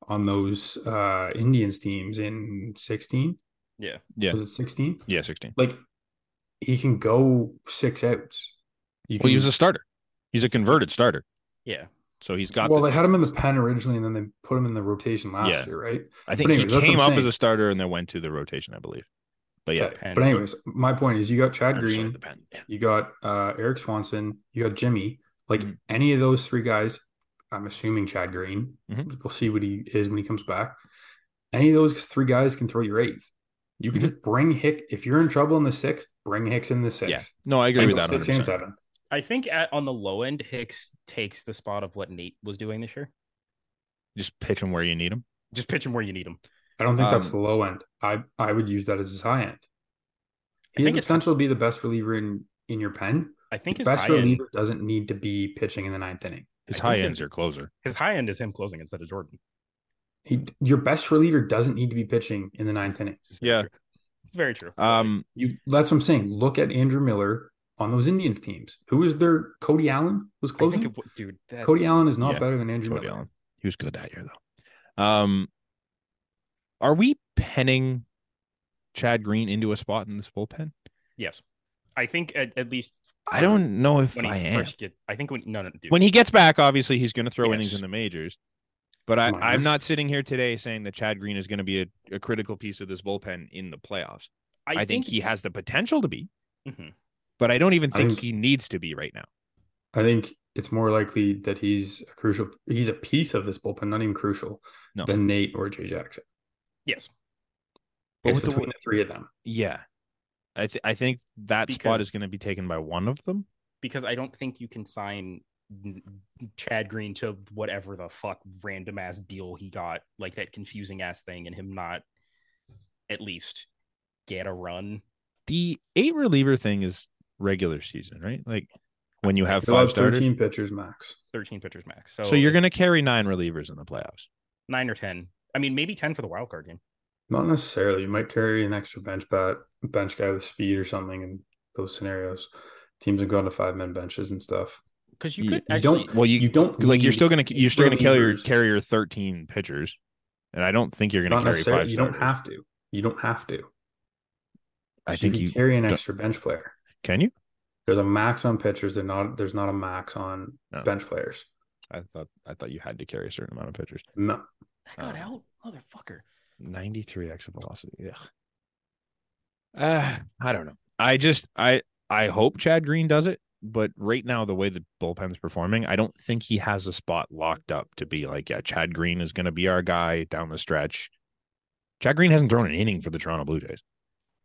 Speaker 2: on those uh Indians teams in sixteen.
Speaker 3: Yeah.
Speaker 1: Yeah.
Speaker 2: Was it sixteen?
Speaker 1: Yeah, 16.
Speaker 2: Like he can go six outs. You
Speaker 1: Well, he was a starter. He's a converted starter.
Speaker 3: Yeah.
Speaker 1: So he's got.
Speaker 2: well,
Speaker 1: the
Speaker 2: they had him in the
Speaker 1: distance.
Speaker 2: pen originally, and then they put him in the rotation last
Speaker 1: Yeah.
Speaker 2: year, right?
Speaker 1: I think
Speaker 2: but anyways, that's
Speaker 1: he
Speaker 2: what
Speaker 1: came
Speaker 2: I'm
Speaker 1: up as
Speaker 2: saying.
Speaker 1: a starter and then went to the rotation, I believe. But yeah,
Speaker 2: Okay.
Speaker 3: pen.
Speaker 2: But anyways, my point is, you got Chad
Speaker 1: I'm sorry,
Speaker 2: Green,
Speaker 1: the pen. Yeah.
Speaker 2: you got uh, Eric Swanson, you got Jimmy. Like
Speaker 3: Mm-hmm.
Speaker 1: Mhm.
Speaker 2: any of those three guys, I'm assuming Chad Green.
Speaker 3: Mm-hmm.
Speaker 1: Mhm.
Speaker 2: We'll see what he is when he comes back. Any of those three guys can throw your eighth. You
Speaker 3: Mm-hmm.
Speaker 2: could just bring Hick if you're in trouble in the sixth. Bring Hicks in the sixth.
Speaker 1: Yeah. No, I agree with that.
Speaker 2: Six and
Speaker 1: 100%.
Speaker 2: seven.
Speaker 3: I think at, on the low end, Hicks takes the spot of what Nate was doing this year.
Speaker 1: Just pitch him where you need him.
Speaker 3: Just pitch him where you need him.
Speaker 2: I don't think that's
Speaker 1: Um,
Speaker 2: the low end. I I would use that as his high end.
Speaker 3: I
Speaker 2: He has
Speaker 3: think
Speaker 2: the
Speaker 3: it's-
Speaker 2: potential to be the best reliever in in your pen.
Speaker 3: I think his
Speaker 2: best
Speaker 3: high end,
Speaker 2: reliever doesn't need to be pitching in the ninth inning.
Speaker 1: His
Speaker 3: I think
Speaker 1: high
Speaker 3: his-
Speaker 1: end's your closer.
Speaker 3: his high end is him closing instead of Jordan.
Speaker 2: He, your best reliever doesn't need to be pitching in the ninth inning.
Speaker 3: It's very
Speaker 1: Yeah.
Speaker 3: true. it's very true.
Speaker 1: Um,
Speaker 2: You that's what I'm saying. Look at Andrew Miller on those Indians teams. Who is their Cody Allen was
Speaker 3: I think
Speaker 2: closing?
Speaker 3: it, w- dude, that's,
Speaker 2: Cody Allen is not
Speaker 1: yeah,
Speaker 2: better than Andrew
Speaker 1: Cody
Speaker 2: Miller.
Speaker 1: Allen. He was good that year though. Um, are we penning Chad Green into a spot in this bullpen?
Speaker 3: yes, I think at, at least
Speaker 1: I don't know if
Speaker 3: when he
Speaker 1: I am.
Speaker 3: first get, I think when no no dude,
Speaker 1: When he gets back, obviously he's going to throw innings
Speaker 3: Yes.
Speaker 1: in the majors. But I, I'm
Speaker 2: Minors.
Speaker 1: not sitting here today saying that Chad Green is going to be a, a critical piece of this bullpen in the playoffs. I, think, he has the potential to be,
Speaker 3: Mhm.
Speaker 1: but I don't even
Speaker 2: I
Speaker 1: think
Speaker 2: think-
Speaker 1: he needs to be right now.
Speaker 2: I think it's more likely that he's a crucial. He's a piece of this bullpen, not even crucial,
Speaker 1: No.
Speaker 2: than Nate or Jay Jackson.
Speaker 3: yes
Speaker 1: But
Speaker 2: It's
Speaker 1: with the-
Speaker 2: between the, three of them.
Speaker 1: Yeah. I th- I think that spot is
Speaker 3: Because-
Speaker 1: going to be taken by one of them.
Speaker 3: because I don't think you can sign n- Chad Green to whatever the fuck random ass deal he got, like that confusing ass thing, and him not at least get a run.
Speaker 1: The eight reliever thing is regular season, right? Like when you have
Speaker 2: Fill out
Speaker 1: five starters.
Speaker 2: 13 pitchers max.
Speaker 3: Thirteen pitchers max. So,
Speaker 1: So you're going to carry nine relievers in the playoffs.
Speaker 3: nine or ten. I mean, maybe ten for the wild card game.
Speaker 2: Not necessarily. You might carry an extra bench bat, bench guy with speed or something in those scenarios. Teams have gone to five man benches and stuff.
Speaker 3: Because you
Speaker 1: You- Oh.
Speaker 3: could
Speaker 2: you
Speaker 3: actually.
Speaker 2: don't
Speaker 1: Well, you,
Speaker 2: You don't
Speaker 1: like you're
Speaker 2: need
Speaker 1: still going to you're still going to carry your
Speaker 2: relievers.
Speaker 1: carry your 13 pitchers, and I don't think you're going
Speaker 2: Not
Speaker 1: to carry
Speaker 2: necessarily.
Speaker 1: five.
Speaker 2: You don't
Speaker 1: starters.
Speaker 2: have to. You don't have to.
Speaker 1: I
Speaker 2: So
Speaker 1: think
Speaker 2: can
Speaker 1: you
Speaker 2: carry an
Speaker 1: don't-
Speaker 2: extra bench player.
Speaker 1: can you.
Speaker 2: There's a max on pitchers. There's not. There's not a max on
Speaker 1: No.
Speaker 2: bench players.
Speaker 1: I thought I thought you had to carry a certain amount of pitchers.
Speaker 2: No.
Speaker 3: that got
Speaker 1: uh,
Speaker 3: out, motherfucker.
Speaker 1: 93 exit velocity. Yeah. Uh, I don't know. I just I I hope Chad Green does it, but right now the way the bullpen's performing, I don't think he has a spot locked up to be like, yeah, Chad Green is going to be our guy down the stretch. Chad Green hasn't thrown an inning for the Toronto Blue Jays.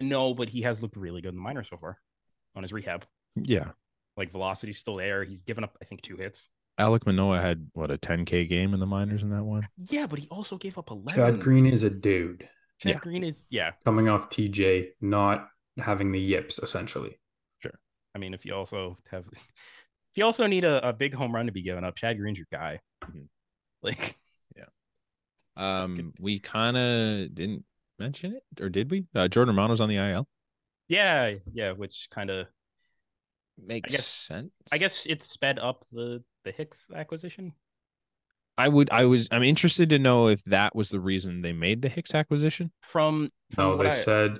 Speaker 3: No, but he has looked really good in the minors so far on his rehab.
Speaker 1: Yeah.
Speaker 3: Like velocity's still there. He's given up, I think, two hits.
Speaker 1: Alec Manoa had what a 10k game in the minors in that one.
Speaker 3: Yeah, but he also gave up eleven.
Speaker 2: Chad Green is a dude
Speaker 3: Chad
Speaker 1: Yeah.
Speaker 3: Green is yeah.
Speaker 2: coming off TJ, not having the yips essentially.
Speaker 3: I mean, if you also have, if you also need a, a big home run to be given up, Chad Green's your guy.
Speaker 1: Mhm.
Speaker 3: Like,
Speaker 1: Um, we kind of didn't mention it, or did we? Uh, Jordan Romano's on the IL.
Speaker 3: yeah, yeah. Which kind of,
Speaker 1: Makes
Speaker 3: guess-
Speaker 1: sense.
Speaker 3: I guess, it sped up the the Hicks acquisition.
Speaker 1: I would I was I'm interested to know if that was the reason they made the Hicks acquisition.
Speaker 3: From, from
Speaker 2: No,
Speaker 3: what
Speaker 2: they
Speaker 3: I-
Speaker 2: said.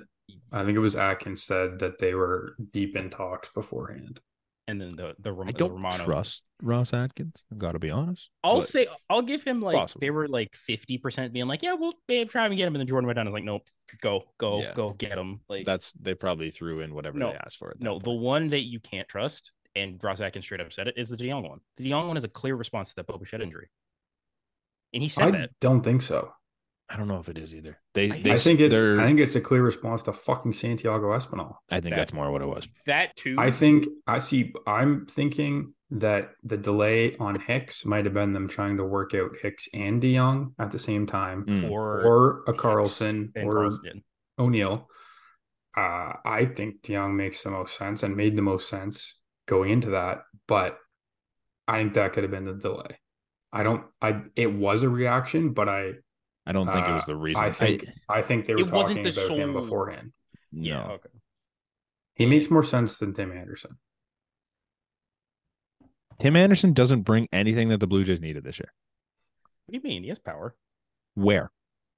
Speaker 2: I think it was Atkins said that they were deep in talks beforehand.
Speaker 3: and then the the, Rom-
Speaker 1: I
Speaker 3: the
Speaker 1: don't
Speaker 3: Romano.
Speaker 1: trust Ross Atkins. I've got to be honest.
Speaker 3: I'll
Speaker 1: But
Speaker 3: say I'll give him like
Speaker 1: possible.
Speaker 3: they were like fifty percent being like, yeah, we'll babe, try and get him, and then Jordan went down. and was like, nope, go, go,
Speaker 1: Yeah.
Speaker 3: go, get him. Like
Speaker 1: that's they probably threw in whatever
Speaker 3: No,
Speaker 1: they asked for. at that
Speaker 3: No, the
Speaker 1: point.
Speaker 3: one that you can't trust, and Ross Atkins straight up said it, is the DeYoung one. The DeYoung one is a clear response to that Bobuchet injury. And he said
Speaker 2: I
Speaker 3: that.
Speaker 2: don't think so.
Speaker 1: I don't know if it is either. They
Speaker 3: I-
Speaker 1: they
Speaker 2: I think it's.
Speaker 1: they're-
Speaker 2: I think it's a clear response to fucking Santiago Espinal.
Speaker 3: that-
Speaker 1: that's more what it was.
Speaker 3: That too.
Speaker 2: I think I see. I'm thinking that the delay on Hicks might have been them trying to work out Hicks and DeYoung at the same time,
Speaker 1: Mm.
Speaker 3: or,
Speaker 2: or a
Speaker 3: Hicks
Speaker 2: Carlson
Speaker 3: and
Speaker 2: or
Speaker 3: Carlson.
Speaker 2: O'Neill. Uh, I think DeYoung makes the most sense and made the most sense going into that, but I think that could have been the delay. I don't. I it was a reaction, but I
Speaker 1: I don't think it was
Speaker 2: uh,
Speaker 1: the reason.
Speaker 2: I think I, think they were
Speaker 3: It wasn't
Speaker 2: talking
Speaker 3: the
Speaker 2: about him
Speaker 3: sole-
Speaker 2: beforehand.
Speaker 1: no.
Speaker 3: Yeah. Okay.
Speaker 2: He makes more sense than Tim Anderson.
Speaker 1: Tim Anderson doesn't bring anything that the Blue Jays needed this year.
Speaker 3: What do you mean? He has power.
Speaker 1: Where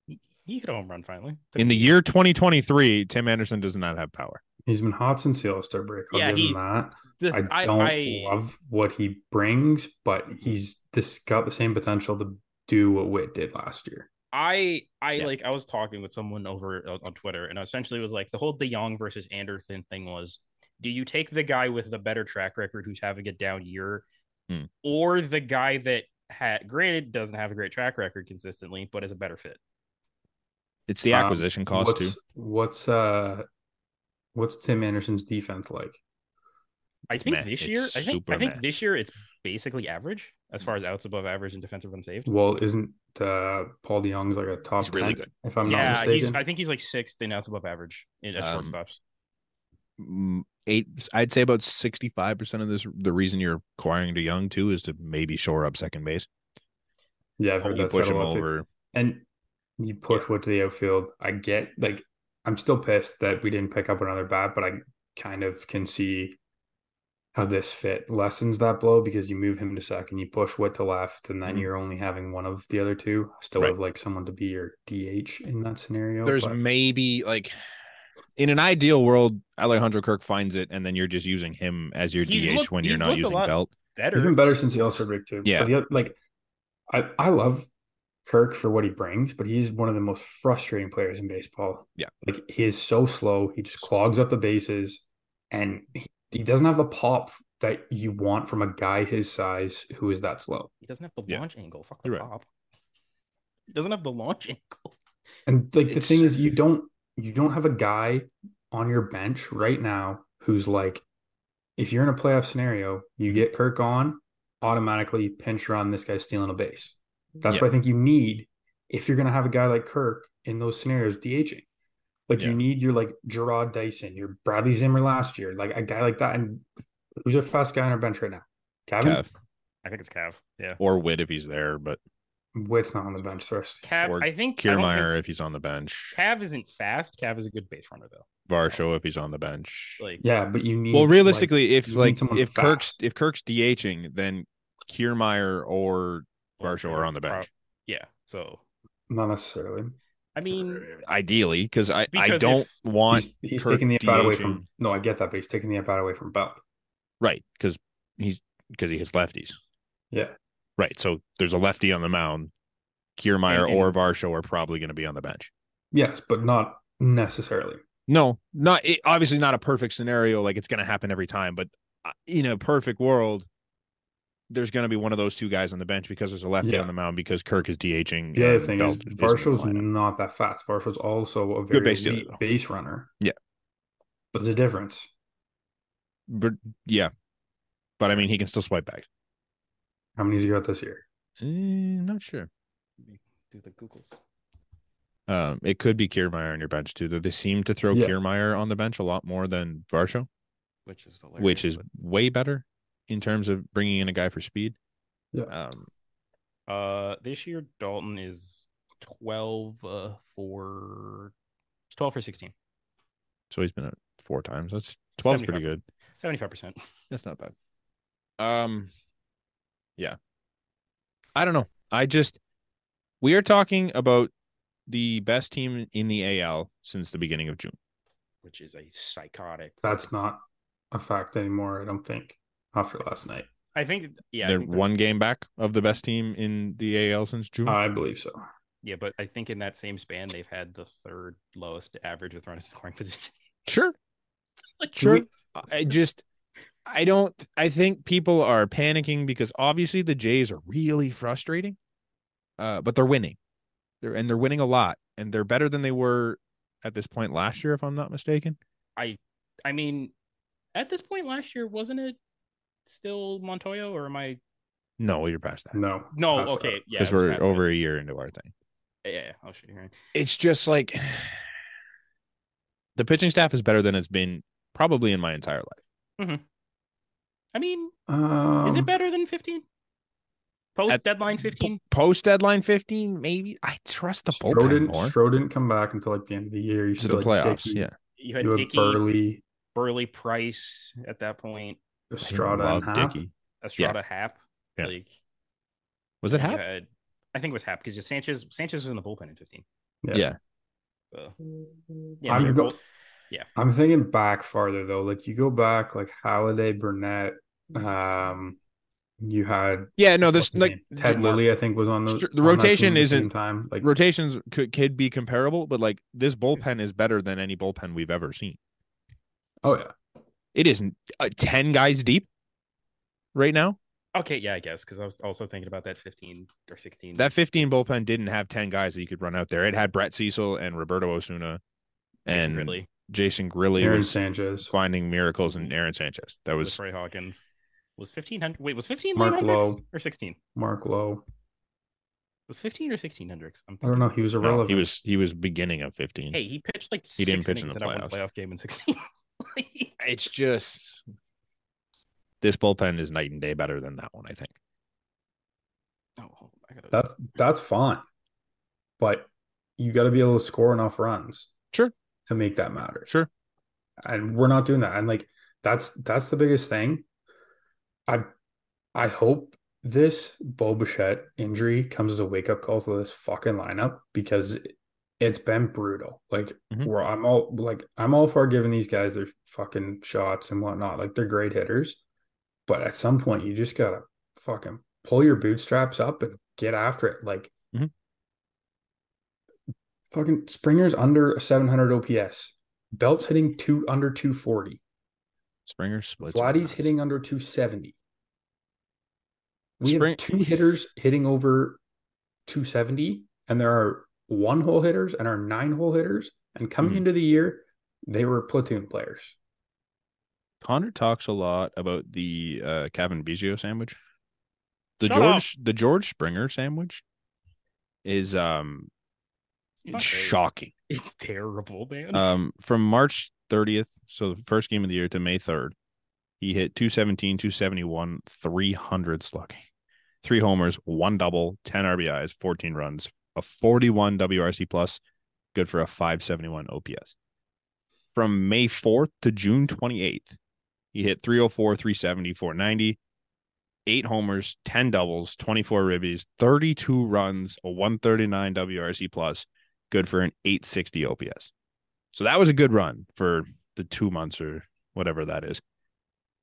Speaker 3: He, he hit a home run finally.
Speaker 1: in the year 2023, Tim Anderson does not have power.
Speaker 2: He's been hot since the All Star break. I'll
Speaker 3: Yeah,
Speaker 2: give
Speaker 3: he-
Speaker 2: him that.
Speaker 3: This-
Speaker 2: I don't love what he brings, but he's this got the same potential to do what Witt did last year.
Speaker 3: I I
Speaker 1: Yeah.
Speaker 3: like I was talking with someone over on, on Twitter, and I essentially was like the whole DeYoung versus Anderson thing was: do you take the guy with the better track record who's having a down year,
Speaker 1: Hmm.
Speaker 3: or the guy that had granted doesn't have a great track record consistently, but is a better fit?
Speaker 1: It's the
Speaker 2: Um,
Speaker 1: acquisition cost too.
Speaker 2: what's what's uh what's Tim Anderson's defense like?
Speaker 3: I
Speaker 1: It's
Speaker 3: think
Speaker 1: meh.
Speaker 3: this
Speaker 1: It's
Speaker 3: year, I think I
Speaker 1: super
Speaker 3: think
Speaker 1: meh.
Speaker 3: this year it's basically average as far as outs above average and defensive unsaved.
Speaker 2: Well, isn't uh Paul DeYoung's like a top
Speaker 1: He's really
Speaker 2: 10,
Speaker 1: good.
Speaker 2: if I'm
Speaker 3: yeah,
Speaker 2: not
Speaker 3: he's,
Speaker 2: mistaken?
Speaker 3: I think he's like sixth in outs above average in at
Speaker 1: Um,
Speaker 3: shortstops.
Speaker 1: Mm, Eight, I'd say about sixty-five percent of this. The reason you're acquiring DeYoung too is to maybe shore up second base.
Speaker 2: yeah, I've heard
Speaker 1: You
Speaker 2: that
Speaker 1: push
Speaker 2: said a
Speaker 1: him
Speaker 2: lot too.
Speaker 1: over.
Speaker 2: and you push what to the outfield. I get like I'm still pissed that we didn't pick up another bat, but I kind of can see how this fit lessens that blow because you move him to second, you push what to left, and then
Speaker 1: Mhm.
Speaker 2: you're only having one of the other two. I still
Speaker 1: Right.
Speaker 2: have like someone to be your DH in that scenario.
Speaker 1: There's
Speaker 2: but
Speaker 1: maybe like, in an ideal world, Alejandro Kirk finds it, and then you're just using him as your
Speaker 3: He's
Speaker 1: DH
Speaker 3: looked-
Speaker 1: when you're
Speaker 3: he's
Speaker 1: not
Speaker 3: looked a
Speaker 1: using
Speaker 3: lot
Speaker 1: Belt.
Speaker 2: he's
Speaker 3: Better,
Speaker 2: been better since the All Star break too.
Speaker 1: Yeah.
Speaker 2: but the, oth- like I I love Kirk for what he brings, but he's one of the most frustrating players in baseball.
Speaker 1: Yeah.
Speaker 2: Like he is so slow. He just clogs up the bases and he, he doesn't have the pop that you want from a guy his size who is that slow.
Speaker 3: he doesn't have the
Speaker 1: Yeah.
Speaker 3: launch angle. Fuck the
Speaker 1: You're right.
Speaker 3: pop. He doesn't have the launch angle.
Speaker 2: And like the
Speaker 1: It's-
Speaker 2: thing is you don't you don't have a guy on your bench right now who's like if you're in a playoff scenario, you get Kirk on, automatically pinch run, this guy's stealing a base. That's
Speaker 1: Yeah.
Speaker 2: what I think you need if you're going to have a guy like Kirk in those scenarios DHing. Like
Speaker 1: Yeah.
Speaker 2: you need your like Gerard Dyson, your Bradley Zimmer last year, like a guy like that. And who's our fast guy on our bench right now? Kevin.
Speaker 1: Kev
Speaker 3: I think it's Cav. Yeah.
Speaker 1: or Witt if he's there, but
Speaker 2: Witt's not on the bench first.
Speaker 3: Cav,
Speaker 1: Or
Speaker 3: I think I don't
Speaker 1: Kiermaier
Speaker 3: think-
Speaker 1: if he's on the bench,
Speaker 3: Cav isn't fast. Cav is a good base runner though.
Speaker 1: Varsho if he's on the bench.
Speaker 3: Like
Speaker 2: Yeah, but you need
Speaker 1: Well,
Speaker 2: like,
Speaker 1: realistically, if
Speaker 2: you need
Speaker 1: like
Speaker 2: someone
Speaker 1: if Kirk's
Speaker 2: fast.
Speaker 1: if Kirk's DHing, then Kiermeyer or Varsho are on the bench.
Speaker 3: Yeah. So
Speaker 2: not necessarily.
Speaker 3: I mean,
Speaker 1: Ideally, because I I
Speaker 3: Because
Speaker 1: don't
Speaker 3: if-
Speaker 1: want
Speaker 2: He's, he's
Speaker 1: Kirk
Speaker 2: taking the bat away
Speaker 1: DHing.
Speaker 2: from no, I get that, but he's taking the bat away from Belt.
Speaker 1: right because he's because he hits lefties.
Speaker 2: Yeah.
Speaker 1: Right, so there's a lefty on the mound. Kiermeyer
Speaker 3: And- and-
Speaker 1: or Varsho are probably going to be on the bench.
Speaker 2: Yes, but not necessarily.
Speaker 1: No, not it, obviously not a perfect scenario. Like it's going to happen every time, but uh, in a perfect world, there's going to be one of those two guys on the bench because there's a lefty
Speaker 2: Yeah.
Speaker 1: on the mound because Kirk is DHing.
Speaker 2: The other
Speaker 1: and
Speaker 2: thing
Speaker 1: Belt
Speaker 2: is
Speaker 1: isn't in the
Speaker 2: Varsho's
Speaker 1: lineup.
Speaker 2: not that fast. Varsho's also a very
Speaker 1: base
Speaker 2: base,
Speaker 1: stealer, though.
Speaker 2: base runner.
Speaker 1: Yeah.
Speaker 2: But there's a difference.
Speaker 1: But yeah, but I mean, he can still swipe back.
Speaker 2: How many has he got this year?
Speaker 1: Mm, not sure.
Speaker 3: do the Googles.
Speaker 1: Um, it could be Kiermeyer on your bench too. Though they seem to throw
Speaker 2: Yeah.
Speaker 1: Kiermaier on the bench a lot more than Varsho,
Speaker 3: Which is hilarious.
Speaker 1: which is
Speaker 3: but-
Speaker 1: way better in terms of bringing in a guy for speed.
Speaker 2: Yeah.
Speaker 1: Um,
Speaker 3: Uh, this year Dalton is 12 uh, for 12 for 16,
Speaker 1: so he's been at four times. That's 12's pretty good.
Speaker 3: 75. 75%.
Speaker 1: That's not bad. Um, yeah. I don't know. I just we are talking about the best team in the AL since the beginning of June.
Speaker 3: Which is a psychotic.
Speaker 2: That's not a fact anymore, I don't think, after last night.
Speaker 3: I think, yeah, I
Speaker 1: They're
Speaker 3: think that-
Speaker 1: one game back of the best team in the AL since June.
Speaker 2: I believe so.
Speaker 3: yeah, but I think in that same span, they've had the third lowest average with runners in scoring position.
Speaker 1: sure,
Speaker 3: Like,
Speaker 1: sure. I just I don't I think people are panicking because obviously the Jays are really frustrating. Uh but they're winning. They're and they're winning a lot and they're better than they were at this point last year if I'm not mistaken.
Speaker 3: I mean, at this point last year, wasn't it still Montoya or am I?
Speaker 1: No, you're past that.
Speaker 2: No.
Speaker 3: No,
Speaker 2: Pass
Speaker 3: okay,
Speaker 2: that.
Speaker 3: yeah,
Speaker 1: Because
Speaker 3: it was
Speaker 1: we're
Speaker 3: past
Speaker 1: over
Speaker 3: that.
Speaker 1: a year into our thing.
Speaker 3: Yeah, yeah, yeah. Oh shit, you're right.
Speaker 1: It's just like the pitching staff is better than it's been probably in my entire life.
Speaker 3: I mean,
Speaker 2: Um,
Speaker 3: is it better than 15? Post deadline 15?
Speaker 1: Post deadline 15, maybe I trust the
Speaker 2: Stroh
Speaker 1: bullpen
Speaker 2: didn't,
Speaker 1: more
Speaker 2: Stroh didn't come back until like the end of the year. You
Speaker 1: to
Speaker 2: still
Speaker 1: the
Speaker 2: had
Speaker 1: playoffs.
Speaker 2: Dickey,
Speaker 1: Yeah.
Speaker 3: You had
Speaker 2: You have
Speaker 3: Dickey, Burley.
Speaker 2: Burley,
Speaker 3: Price at that point,
Speaker 2: Estrada, and
Speaker 1: Love
Speaker 2: Happ.
Speaker 1: Dickey.
Speaker 3: Estrada, Hap.
Speaker 1: Yeah.
Speaker 3: Like,
Speaker 1: Was it
Speaker 3: you
Speaker 1: Hap?
Speaker 3: had- I think it was Hap because Sanchez Sanchez was in the bullpen in 15.
Speaker 1: Yeah.
Speaker 3: So,
Speaker 2: I'm
Speaker 3: your
Speaker 2: go-
Speaker 3: bull-
Speaker 2: I'm thinking back farther though. Like you go back like Halliday, Burnett. Um, you had
Speaker 1: Yeah, no, this
Speaker 2: what's his
Speaker 1: like
Speaker 2: name? Ted Lilly, I think, was on the,
Speaker 1: Str- the
Speaker 2: on that team
Speaker 1: rotation
Speaker 2: at the same
Speaker 1: isn't-
Speaker 2: time. Like
Speaker 1: rotations could could be comparable, but like this bullpen is better than any bullpen we've ever seen.
Speaker 2: oh yeah,
Speaker 1: It isn't uh, ten guys deep right now.
Speaker 3: Okay, yeah, I guess because I was also thinking about that 15 or 16.
Speaker 1: That fifteen bullpen didn't have ten guys that you could run out there. It had Brett Cecil and Roberto Osuna
Speaker 3: Jason
Speaker 1: and
Speaker 3: Ridley,
Speaker 1: Jason Grilly oh,
Speaker 2: Aaron Mm-hmm.
Speaker 1: was
Speaker 2: Sanchez,
Speaker 1: finding miracles and Aaron Sanchez. That was
Speaker 3: Trey Hawkins was 1500. Wait, was 15
Speaker 2: Mark
Speaker 3: Liam Hendricks
Speaker 2: Lowe.
Speaker 3: or 16?
Speaker 2: Mark Lowe.
Speaker 3: Was 15 or 16 Hendricks? I'm
Speaker 2: I don't know. He was
Speaker 1: no,
Speaker 2: irrelevant.
Speaker 1: he was he was beginning of fifteen.
Speaker 3: Hey, he pitched like
Speaker 1: He didn't
Speaker 3: six
Speaker 1: pitch in
Speaker 3: innings
Speaker 1: the
Speaker 3: in that one
Speaker 1: playoffs.
Speaker 3: playoff game in 16. Like,
Speaker 1: it's just this bullpen is night and day better than that one. I think.
Speaker 3: oh, hold on, I gotta-
Speaker 2: That's that's fine, but you got to be able to score enough runs,
Speaker 1: Sure.
Speaker 2: to make that matter.
Speaker 1: Sure.
Speaker 2: and we're not doing that and like that's that's the biggest thing i i hope this Bo Bichette injury comes as a wake up call to this fucking lineup because it's been brutal. Like
Speaker 1: Mhm.
Speaker 2: where I'm all like I'm all for giving these guys their fucking shots and whatnot. Like they're great hitters, but at some point you just gotta fucking pull your bootstraps up and get after it. Like
Speaker 1: Mhm.
Speaker 2: fucking Springer's under a 700 OPS. Belt's hitting two under 240.
Speaker 1: Springer splits. are
Speaker 2: Vladdy's
Speaker 1: nuts.
Speaker 2: hitting under 270. We
Speaker 1: Spring-
Speaker 2: have two hitters hitting over 270, and there are one hole hitters and our nine hole hitters. And coming
Speaker 1: Mhm.
Speaker 2: into the year, they were platoon players.
Speaker 1: Connor talks a lot about the uh Kevin Biggio sandwich. The
Speaker 3: Shut
Speaker 1: George the George Springer sandwich is um
Speaker 3: it's not great.
Speaker 1: shocking.
Speaker 3: It's terrible, man.
Speaker 1: Um from March 30th, so the first game of the year to May 3rd, he hit 217, 271, 300 slugging. 3 homers, 1 double, 10 RBIs, 14 runs, a 41 WRC plus, good for a 571 OPS. From May 4th to June 28th, he hit 304, 370, 490, eight homers, 10 doubles, 24 ribbies, 32 runs, a 139 WRC plus, good for an 860 OPS. So that was a good run for the two months or whatever that is.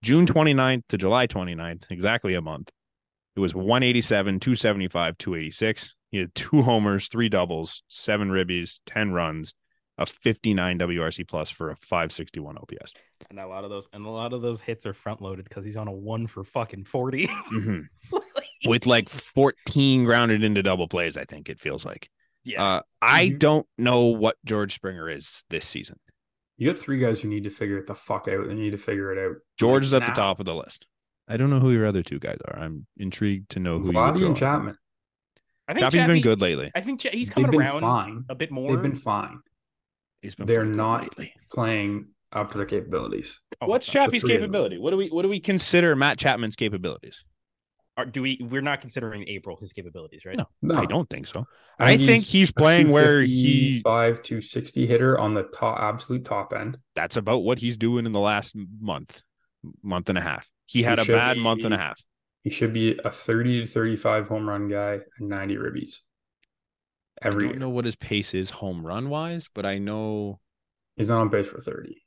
Speaker 1: June 29th to July 29th, exactly a month. It was 187, 275, 286. He had two homers, three doubles, seven ribbies, 10 runs, a 59 WRC plus for a 561 OPS.
Speaker 3: and a lot of those and a lot of those hits are front loaded because he's on a one for fucking 40.
Speaker 1: Mhm. With like 14 grounded into double plays, I think it feels like.
Speaker 3: yeah,
Speaker 1: Uh, I
Speaker 2: Mhm.
Speaker 1: don't know what George Springer is this season.
Speaker 2: You have three guys who need to figure it the fuck out. They need to figure it out.
Speaker 1: George is at
Speaker 2: Now.
Speaker 1: the top of the list. I don't know who your other two guys are. I'm intrigued to know who you
Speaker 2: Vladdy
Speaker 1: would
Speaker 2: and
Speaker 1: throw in.
Speaker 2: Chapman.
Speaker 3: I think
Speaker 1: Chappie's
Speaker 3: Chappie-
Speaker 1: been good lately.
Speaker 3: I think Ch- he's
Speaker 2: They've
Speaker 3: coming
Speaker 2: been
Speaker 3: around
Speaker 2: fine.
Speaker 3: a bit more.
Speaker 2: They've been fine
Speaker 1: He's been
Speaker 2: They're
Speaker 1: pretty good
Speaker 2: not-
Speaker 1: lately.
Speaker 2: playing up to their capabilities.
Speaker 3: Oh,
Speaker 1: What's
Speaker 3: sorry.
Speaker 1: Chappie's
Speaker 2: three of them.
Speaker 1: capability? What do we what do we consider Matt Chapman's capabilities?
Speaker 3: Are, do we? We're not considering April his capabilities, right?
Speaker 1: No.
Speaker 2: No,
Speaker 1: I don't think so. I think he's playing where he-
Speaker 2: five to sixty hitter on the top absolute top end.
Speaker 1: That's about what he's doing in the last month, month and a half. He had a
Speaker 2: should
Speaker 1: bad month and a
Speaker 2: be-
Speaker 1: half.
Speaker 2: He should be a 30 to 35 home run guy and 90 ribbies every
Speaker 1: I
Speaker 2: year.
Speaker 1: don't know what his pace is home run wise, but I know
Speaker 2: He's not on base for 30.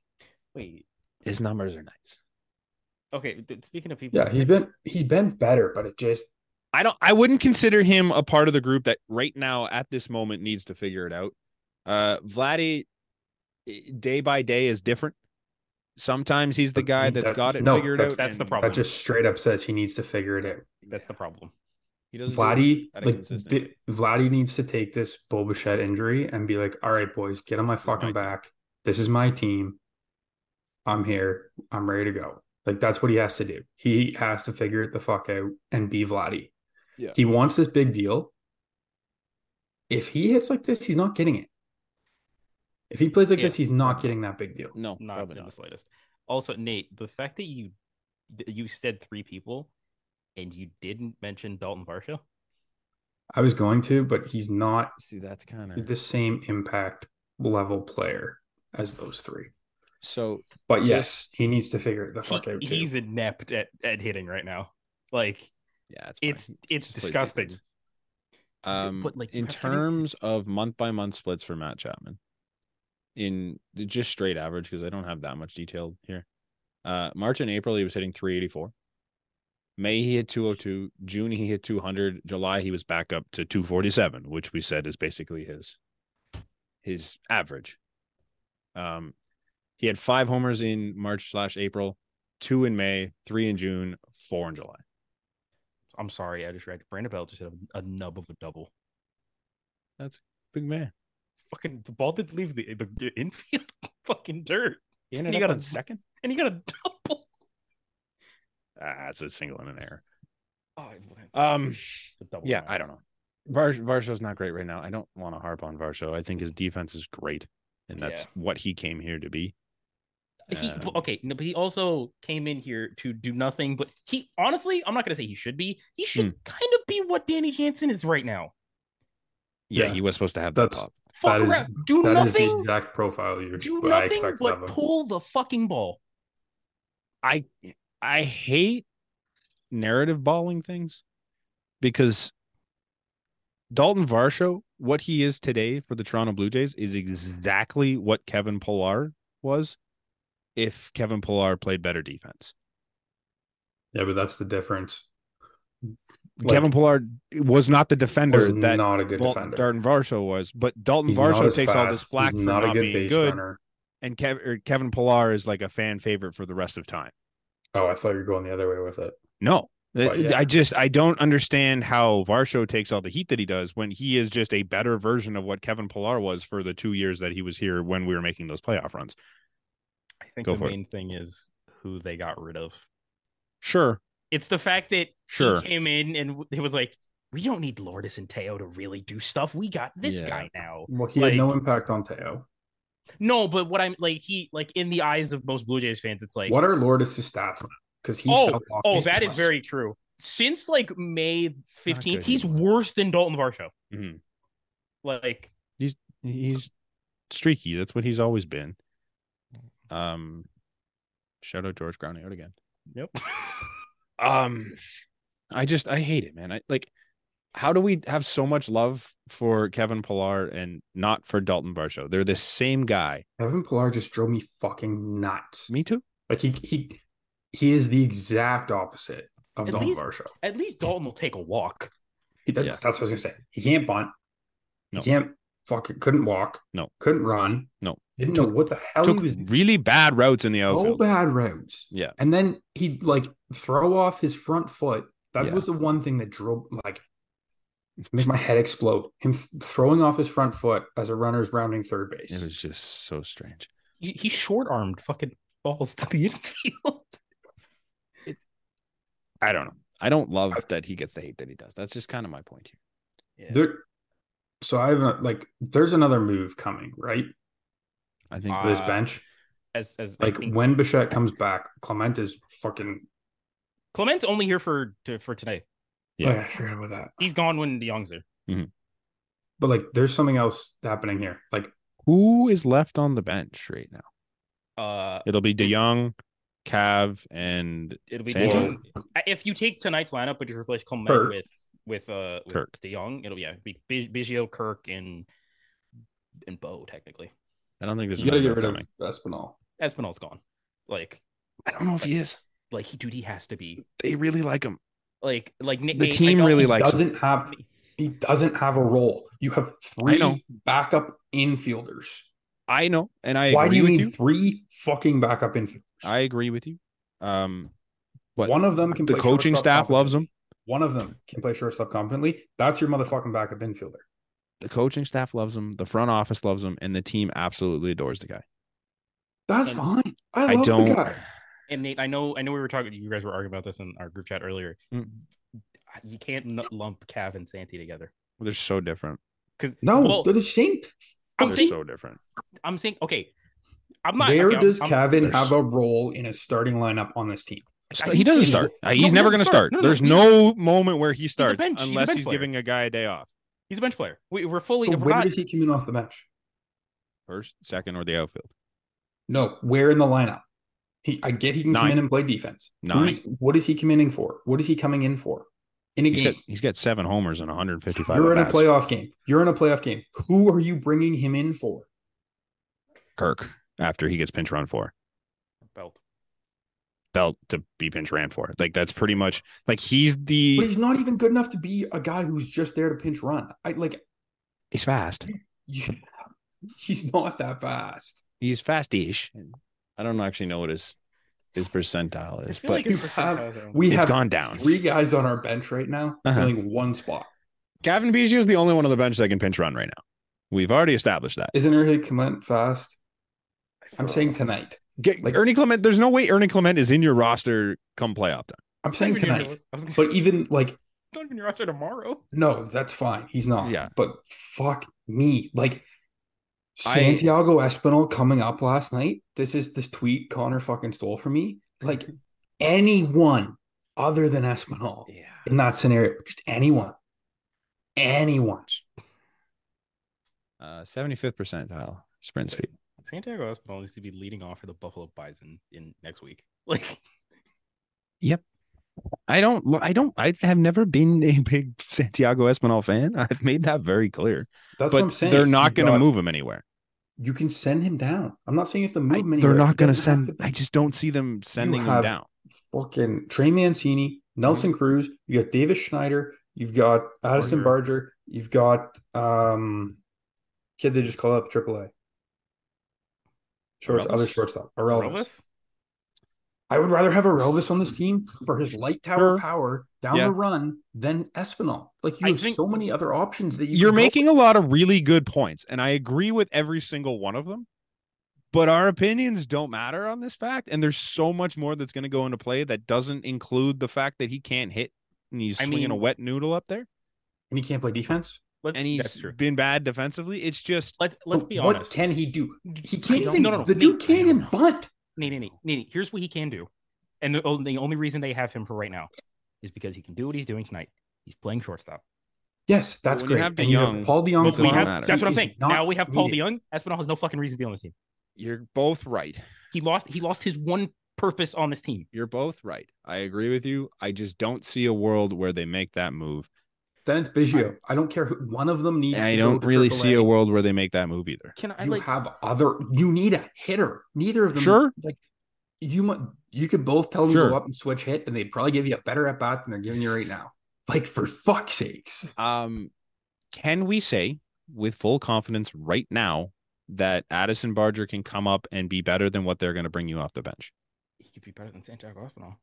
Speaker 3: Wait.
Speaker 1: his numbers are nice.
Speaker 3: Okay. th- Speaking of people,
Speaker 2: Yeah, he's been he's been better, but it just
Speaker 1: I don't I wouldn't consider him a part of the group that right now at this moment needs to figure it out. Uh Vladdy eh, day by day is different. Sometimes he's the
Speaker 2: But
Speaker 1: guy
Speaker 2: he-
Speaker 1: that's
Speaker 2: that-
Speaker 1: got it
Speaker 2: no,
Speaker 1: figured
Speaker 2: that's-
Speaker 1: out.
Speaker 3: that's the
Speaker 1: and
Speaker 3: problem.
Speaker 2: that just straight up says he needs to figure it out.
Speaker 3: that's the problem.
Speaker 1: He doesn't do it
Speaker 2: Vladdy,
Speaker 1: at a
Speaker 2: like
Speaker 1: consistent
Speaker 2: th- Vladdy needs to take this Bobuchet injury and be like, all right, boys, get on my
Speaker 1: This is my
Speaker 2: fucking
Speaker 1: team."
Speaker 2: back. This is my team. I'm here. I'm ready to go. Like that's what he has to do. He has to figure it the fuck out and be Vladdy.
Speaker 1: Yeah.
Speaker 2: He wants this big deal. If he hits like this, he's not getting it. If he plays like
Speaker 3: Yeah.
Speaker 2: this, he's not getting that big deal.
Speaker 1: No,
Speaker 3: Not
Speaker 1: probably
Speaker 3: in the slightest. Also, Nate, the fact that you that you said three people and you didn't mention Dalton Varsha.
Speaker 2: I was going to, but he's not
Speaker 1: See, that's kind
Speaker 2: the same impact level player as those three.
Speaker 1: so.
Speaker 2: But yes,
Speaker 1: Just-
Speaker 2: he needs to figure it the fuck out.
Speaker 3: He-
Speaker 2: too.
Speaker 3: he's inept at, at hitting right now. Like
Speaker 1: Yeah, it's
Speaker 3: it's
Speaker 1: fine.
Speaker 3: it's
Speaker 1: Just play
Speaker 3: disgusting.
Speaker 1: defense. Um,
Speaker 3: But, like, you
Speaker 1: in
Speaker 3: have to do-
Speaker 1: terms of month by month splits for Matt Chapman, in just straight average because I don't have that much detail here. Uh, March and April, he was hitting 384. May, he hit 202. June, he hit 200. July, he was back up to 247, which we said is basically his his average. Um, he had five homers in March slash April, two in May, three in June, four in July.
Speaker 3: I'm sorry, I just read Brandon Bell just hit a, a nub of a double.
Speaker 1: Big man.
Speaker 3: It's fucking the ball didn't leave the, the infield fucking dirt,
Speaker 1: He ended
Speaker 3: He
Speaker 1: up
Speaker 3: got
Speaker 1: on
Speaker 3: a-
Speaker 1: second.
Speaker 3: and he got a double.
Speaker 1: Ah, it's a single and an error.
Speaker 3: Oh, it's a-
Speaker 1: Um,
Speaker 3: it's a double.
Speaker 1: Yeah, I don't know. Var- Varsho's not great right now. I don't want to harp on Varsho. I think his defense is great, and that's what he came here to be.
Speaker 3: He but-
Speaker 1: Um,
Speaker 3: okay, no, but he also came in here to do nothing. But he honestly, I'm not gonna say he should be. He should
Speaker 2: Hmm.
Speaker 3: kind of be what Danny Jansen is right now.
Speaker 1: Yeah,
Speaker 2: Yeah.
Speaker 1: he was supposed to have that
Speaker 2: That's
Speaker 1: pop.
Speaker 3: Fuck
Speaker 2: That is-
Speaker 3: around, do
Speaker 2: That is the
Speaker 3: nothing,
Speaker 2: exact profile you're
Speaker 3: do
Speaker 2: I
Speaker 3: nothing
Speaker 2: expected of
Speaker 3: but
Speaker 2: him.
Speaker 3: pull the fucking ball.
Speaker 1: I I hate narrative balling things because Dalton Varsho, what he is today for the Toronto Blue Jays, is exactly what Kevin Pillar was. If Kevin Pillar played better defense,
Speaker 2: Yeah, but that's the difference.
Speaker 1: Kevin Pillar was not the defender
Speaker 2: was
Speaker 1: that
Speaker 2: not a good
Speaker 1: Dal-
Speaker 2: defender.
Speaker 1: Dalton Varsho was, but Dalton
Speaker 2: He's not
Speaker 1: Varsho
Speaker 2: as
Speaker 1: takes all this
Speaker 2: fast.
Speaker 1: flack
Speaker 2: He's
Speaker 1: for
Speaker 2: not
Speaker 1: not,
Speaker 2: a good
Speaker 1: being
Speaker 2: base
Speaker 1: good,
Speaker 2: runner.
Speaker 1: and Kev- or Kevin Pillar is like a fan favorite for the rest of time.
Speaker 2: Oh, I thought you were going the other way with it.
Speaker 1: No,
Speaker 2: Well,
Speaker 1: Th-
Speaker 2: yeah.
Speaker 1: I just I don't understand how Varsho takes all the heat that he does when he is just a better version of what Kevin Pillar was for the two years that he was here when we were making those playoff runs.
Speaker 3: I think
Speaker 1: Go
Speaker 3: the
Speaker 1: for it.
Speaker 3: main thing is who they got rid of.
Speaker 1: Sure,
Speaker 3: It's the fact that
Speaker 1: sure,
Speaker 3: he came in and w- he was like, "We don't need Lourdes and Teo to really do stuff. We got this
Speaker 1: Yeah.
Speaker 3: guy now."
Speaker 2: Well, he
Speaker 3: Like-
Speaker 2: had no impact on Teo.
Speaker 3: No, but what I'm like, he like in the eyes of most Blue Jays fans, it's like,
Speaker 2: what are Lourdes' stats? Because he
Speaker 3: oh,
Speaker 2: fell off
Speaker 3: oh,
Speaker 2: his
Speaker 3: that is
Speaker 2: plus.
Speaker 3: very true. Since like May
Speaker 1: It's not
Speaker 3: 15th,
Speaker 1: good
Speaker 3: he's
Speaker 1: anymore.
Speaker 3: worse than Dalton Varsho.
Speaker 1: Mhm.
Speaker 3: Like,
Speaker 1: he's streaky. That's what he's always been. Um, shout out George Ground out again.
Speaker 3: yep.
Speaker 1: um i just i hate it man i like how do we have so much love for kevin pillar and not for dalton varsho they're the same guy
Speaker 2: Evan Pillar just drove me fucking nuts.
Speaker 1: me too
Speaker 2: Like he he he is the exact opposite of
Speaker 3: At
Speaker 2: Dalton
Speaker 3: least-
Speaker 2: Varsho.
Speaker 3: At least Dalton will take a walk.
Speaker 2: He, that,
Speaker 1: Yeah.
Speaker 2: That's what I was gonna say. He can't bunt.
Speaker 1: No.
Speaker 2: He can't fucking couldn't walk.
Speaker 1: No.
Speaker 2: Couldn't run.
Speaker 1: No.
Speaker 2: Didn't
Speaker 1: Took-
Speaker 2: know what the hell
Speaker 1: took
Speaker 2: he was Oh,
Speaker 1: really bad routes in the
Speaker 2: so
Speaker 1: outfield
Speaker 2: bad routes.
Speaker 1: Yeah.
Speaker 2: And then he'd like throw off his front foot. That
Speaker 1: Yeah.
Speaker 2: was the one thing that drove like made my head explode. Him th- throwing off his front foot as a runner's rounding third base.
Speaker 1: it was just so strange
Speaker 3: He, he short armed fucking balls to the infield.
Speaker 1: i don't know i don't love that he gets the hate that he does that's just kind of my point here
Speaker 2: there so I have a, like there's another move coming, right?
Speaker 1: i think
Speaker 2: For this
Speaker 3: Uh,
Speaker 2: bench.
Speaker 3: As as I
Speaker 2: Like
Speaker 3: think-
Speaker 2: when Bichette comes back, Clement is fucking
Speaker 3: Clement's only here for to, for today.
Speaker 1: Yeah.
Speaker 2: yeah. I forgot about that.
Speaker 3: He's gone when the Young's there.
Speaker 2: But like there's something else happening here. Like
Speaker 1: who is left on the bench right now
Speaker 3: Uh,
Speaker 1: it'll be de jong cav and
Speaker 3: it'll be
Speaker 1: Sancho?
Speaker 3: I- if you take tonight's lineup, but you replace Clement
Speaker 2: Kirk.
Speaker 3: with with uh with
Speaker 1: Kirk.
Speaker 3: De Jong, it'll yeah be Bi- Biggio, Kirk, and and Bo technically.
Speaker 1: i don't think there's
Speaker 2: you gotta get
Speaker 1: another
Speaker 2: rid of
Speaker 1: coming.
Speaker 2: Espinal.
Speaker 3: Espinal's gone. Like
Speaker 1: i don't know if he is
Speaker 3: like he dude he has to be
Speaker 1: they really like him
Speaker 3: like like Nick.
Speaker 1: The
Speaker 3: Gage-
Speaker 1: team
Speaker 3: I don't-
Speaker 1: really
Speaker 3: he
Speaker 1: likes him.
Speaker 2: Doesn't have he doesn't have a role. You have
Speaker 1: I know.
Speaker 2: three backup infielders.
Speaker 1: i know and i
Speaker 2: Why
Speaker 1: agree
Speaker 2: do you
Speaker 1: with
Speaker 2: need
Speaker 1: you
Speaker 2: three fucking backup infielders?
Speaker 1: I agree with you. Um, but
Speaker 2: one of them can.
Speaker 1: the
Speaker 2: play
Speaker 1: coaching
Speaker 2: shortstop
Speaker 1: staff loves
Speaker 2: competently.
Speaker 1: him.
Speaker 2: One of them can play shortstop competently. That's your motherfucking backup infielder.
Speaker 1: The coaching staff loves him. The front office loves him, and the team absolutely adores the guy.
Speaker 2: That's
Speaker 3: And-
Speaker 2: fine.
Speaker 1: I
Speaker 2: I, love
Speaker 1: don't-
Speaker 2: The guy.
Speaker 3: And Nate, I know I know we were talking. You guys were arguing about this in our group chat earlier.
Speaker 1: Mm.
Speaker 3: You can't n- lump Cav and Santi together
Speaker 1: They're so different.
Speaker 3: because
Speaker 2: No,
Speaker 3: well,
Speaker 2: they're the same.
Speaker 3: I'm
Speaker 1: They're
Speaker 3: saying
Speaker 1: so different.
Speaker 3: I'm saying okay. I'm not.
Speaker 2: Where
Speaker 3: okay, I'm-
Speaker 2: does
Speaker 3: I'm-
Speaker 2: Kevin
Speaker 1: there's-
Speaker 2: have a role in a starting lineup on this team?
Speaker 3: I
Speaker 1: he
Speaker 3: didn't
Speaker 1: doesn't
Speaker 3: say-
Speaker 1: start. Uh,
Speaker 3: No,
Speaker 1: He's
Speaker 3: he
Speaker 1: never going to
Speaker 3: doesn't
Speaker 1: start.
Speaker 3: start. No, no,
Speaker 1: There's
Speaker 3: he-
Speaker 1: no moment where he starts
Speaker 3: bench- he's a
Speaker 1: unless
Speaker 3: bench
Speaker 1: he's
Speaker 3: player.
Speaker 1: giving a guy a day off.
Speaker 3: He's a bench player. We, we're fully.
Speaker 2: So
Speaker 3: we're
Speaker 2: where
Speaker 3: not-
Speaker 2: does he come in off the bench?
Speaker 1: First, second, or the outfield.
Speaker 2: No, where in the lineup? He, I get he can
Speaker 1: Nine.
Speaker 2: come in and play defense.
Speaker 1: Nine.
Speaker 2: Who's- what is he committing for? What is he coming in for? In a
Speaker 1: He's
Speaker 2: game,
Speaker 1: got, he's got seven homers and 155.
Speaker 2: you're in a
Speaker 1: at-bats.
Speaker 2: playoff game. You're in a playoff game. Who are you bringing him in for?
Speaker 1: Kirk after he gets pinch run for.
Speaker 3: Belt.
Speaker 1: Belt to be pinch ran for. Like that's pretty much like he's the
Speaker 2: But he's not even good enough to be a guy who's just there to pinch run. I like
Speaker 1: he's fast.
Speaker 2: you- he's not that fast.
Speaker 1: He's fastish. I don't actually know what his his percentile
Speaker 3: I
Speaker 1: is,
Speaker 3: feel
Speaker 1: but
Speaker 3: like his
Speaker 2: You have-
Speaker 3: percentile is-
Speaker 2: We
Speaker 1: It's
Speaker 2: have
Speaker 1: gone down.
Speaker 2: Three guys on our bench right now,
Speaker 1: Uh-huh.
Speaker 2: filling one spot.
Speaker 1: Gavin Biggio is the only one on the bench that can pinch run right now. We've already established that.
Speaker 2: Isn't Ernie Clement fast? I'm saying tonight.
Speaker 1: Get,
Speaker 2: Like-
Speaker 1: Ernie Clement, there's no way Ernie Clement is in your roster come playoff time.
Speaker 2: I'm saying
Speaker 3: Not even your-
Speaker 2: tonight.
Speaker 3: I was gonna say,
Speaker 2: But even like,
Speaker 3: not even your roster tomorrow.
Speaker 2: no, that's fine. He's not.
Speaker 1: Yeah.
Speaker 2: But fuck me. Like
Speaker 1: I-
Speaker 2: Santiago Espinal coming up last night. This is this tweet Connor fucking stole from me. Like anyone other than Espinal
Speaker 1: Yeah.
Speaker 2: in that scenario, just anyone. Anyone.
Speaker 1: Uh, 75th percentile sprint speed.
Speaker 3: Santiago Espinal needs to be leading off for the Buffalo Bison in next week. Like
Speaker 1: I don't. I don't. I have never been a big Santiago Espinal fan. I've made that very clear.
Speaker 2: That's what I'm
Speaker 1: but
Speaker 2: saying.
Speaker 1: they're not
Speaker 2: You
Speaker 1: going to
Speaker 2: got-
Speaker 1: move him anywhere.
Speaker 2: You can send him down. I'm not saying you have to move
Speaker 1: I-
Speaker 2: him anywhere.
Speaker 1: they're not
Speaker 2: It
Speaker 1: going to
Speaker 2: doesn't have
Speaker 1: send. I just don't see them sending him
Speaker 2: have-
Speaker 1: down.
Speaker 2: fucking Trey Mancini, Nelson
Speaker 3: Mm-hmm.
Speaker 2: Cruz, you got Davis Schneider, you've got Addison Barger, you've got um kid they just called up AAA. Shorts,
Speaker 1: Arelis?
Speaker 2: other shortstop. Arelis.
Speaker 3: Relvis?
Speaker 2: I would rather have Arelis on this team for his light tower
Speaker 1: Sure.
Speaker 2: power down
Speaker 1: Yeah.
Speaker 2: the run than Espinal. Like you
Speaker 3: I
Speaker 2: have
Speaker 3: think-
Speaker 2: so many other options that you
Speaker 1: You're
Speaker 2: can go
Speaker 1: making a lot of really good points, and I agree with every single one of them. But our opinions don't matter on this fact, and there's so much more that's going to go into play that doesn't include the fact that he can't hit and he's
Speaker 3: I
Speaker 1: swinging a
Speaker 3: mean-
Speaker 1: wet noodle up there,
Speaker 2: and he can't play defense.
Speaker 3: let's,
Speaker 1: and
Speaker 3: that's
Speaker 1: he's
Speaker 3: true.
Speaker 1: been bad defensively. It's just
Speaker 3: Let's let's be
Speaker 2: what
Speaker 3: honest.
Speaker 2: can he do? He
Speaker 3: I
Speaker 2: can't
Speaker 3: don't-
Speaker 2: even
Speaker 3: no, no, no.
Speaker 2: the dude can't
Speaker 3: No, no,
Speaker 2: even
Speaker 3: no.
Speaker 2: bunt.
Speaker 3: Nee, nee, nee, nee, nee. Here's what he can do. And the only, the only reason they have him for right now is because he can do what he's doing tonight. He's playing shortstop.
Speaker 2: Yes, that's
Speaker 1: when you
Speaker 2: great.
Speaker 1: have
Speaker 2: And you have
Speaker 1: DeYoung,
Speaker 2: Paul DeYoung
Speaker 1: But
Speaker 3: But
Speaker 1: doesn't
Speaker 3: we
Speaker 2: tomorrow.
Speaker 3: have,
Speaker 1: matter.
Speaker 3: that's what I'm
Speaker 2: He
Speaker 3: saying.
Speaker 2: is not
Speaker 3: Now we have Paul
Speaker 2: needed.
Speaker 3: DeYoung. Espinal has no fucking reason to be on this team.
Speaker 1: You're both right.
Speaker 3: He lost. He lost his one purpose on this team.
Speaker 1: You're both right. I agree with you. I just don't see a world where they make that move.
Speaker 2: Then it's Biggio. I, don't care who one of them needs.
Speaker 1: And
Speaker 2: to
Speaker 1: I
Speaker 2: go
Speaker 1: don't
Speaker 2: to
Speaker 1: really see a
Speaker 2: AAA.
Speaker 1: world where they make that move either.
Speaker 3: Can I
Speaker 2: You
Speaker 3: like?
Speaker 2: have other. You need a hitter. Neither of them.
Speaker 1: Sure.
Speaker 2: Like you, mu- you could both tell them to
Speaker 1: Sure.
Speaker 2: go up and switch hit, and they'd probably give you a better at bat than they're giving you right now. Like for fuck's sakes.
Speaker 1: Um, can we say with full confidence right now that Addison Barger can come up and be better than what they're going to bring you off the bench?
Speaker 3: He could be better than Santiago Espinal.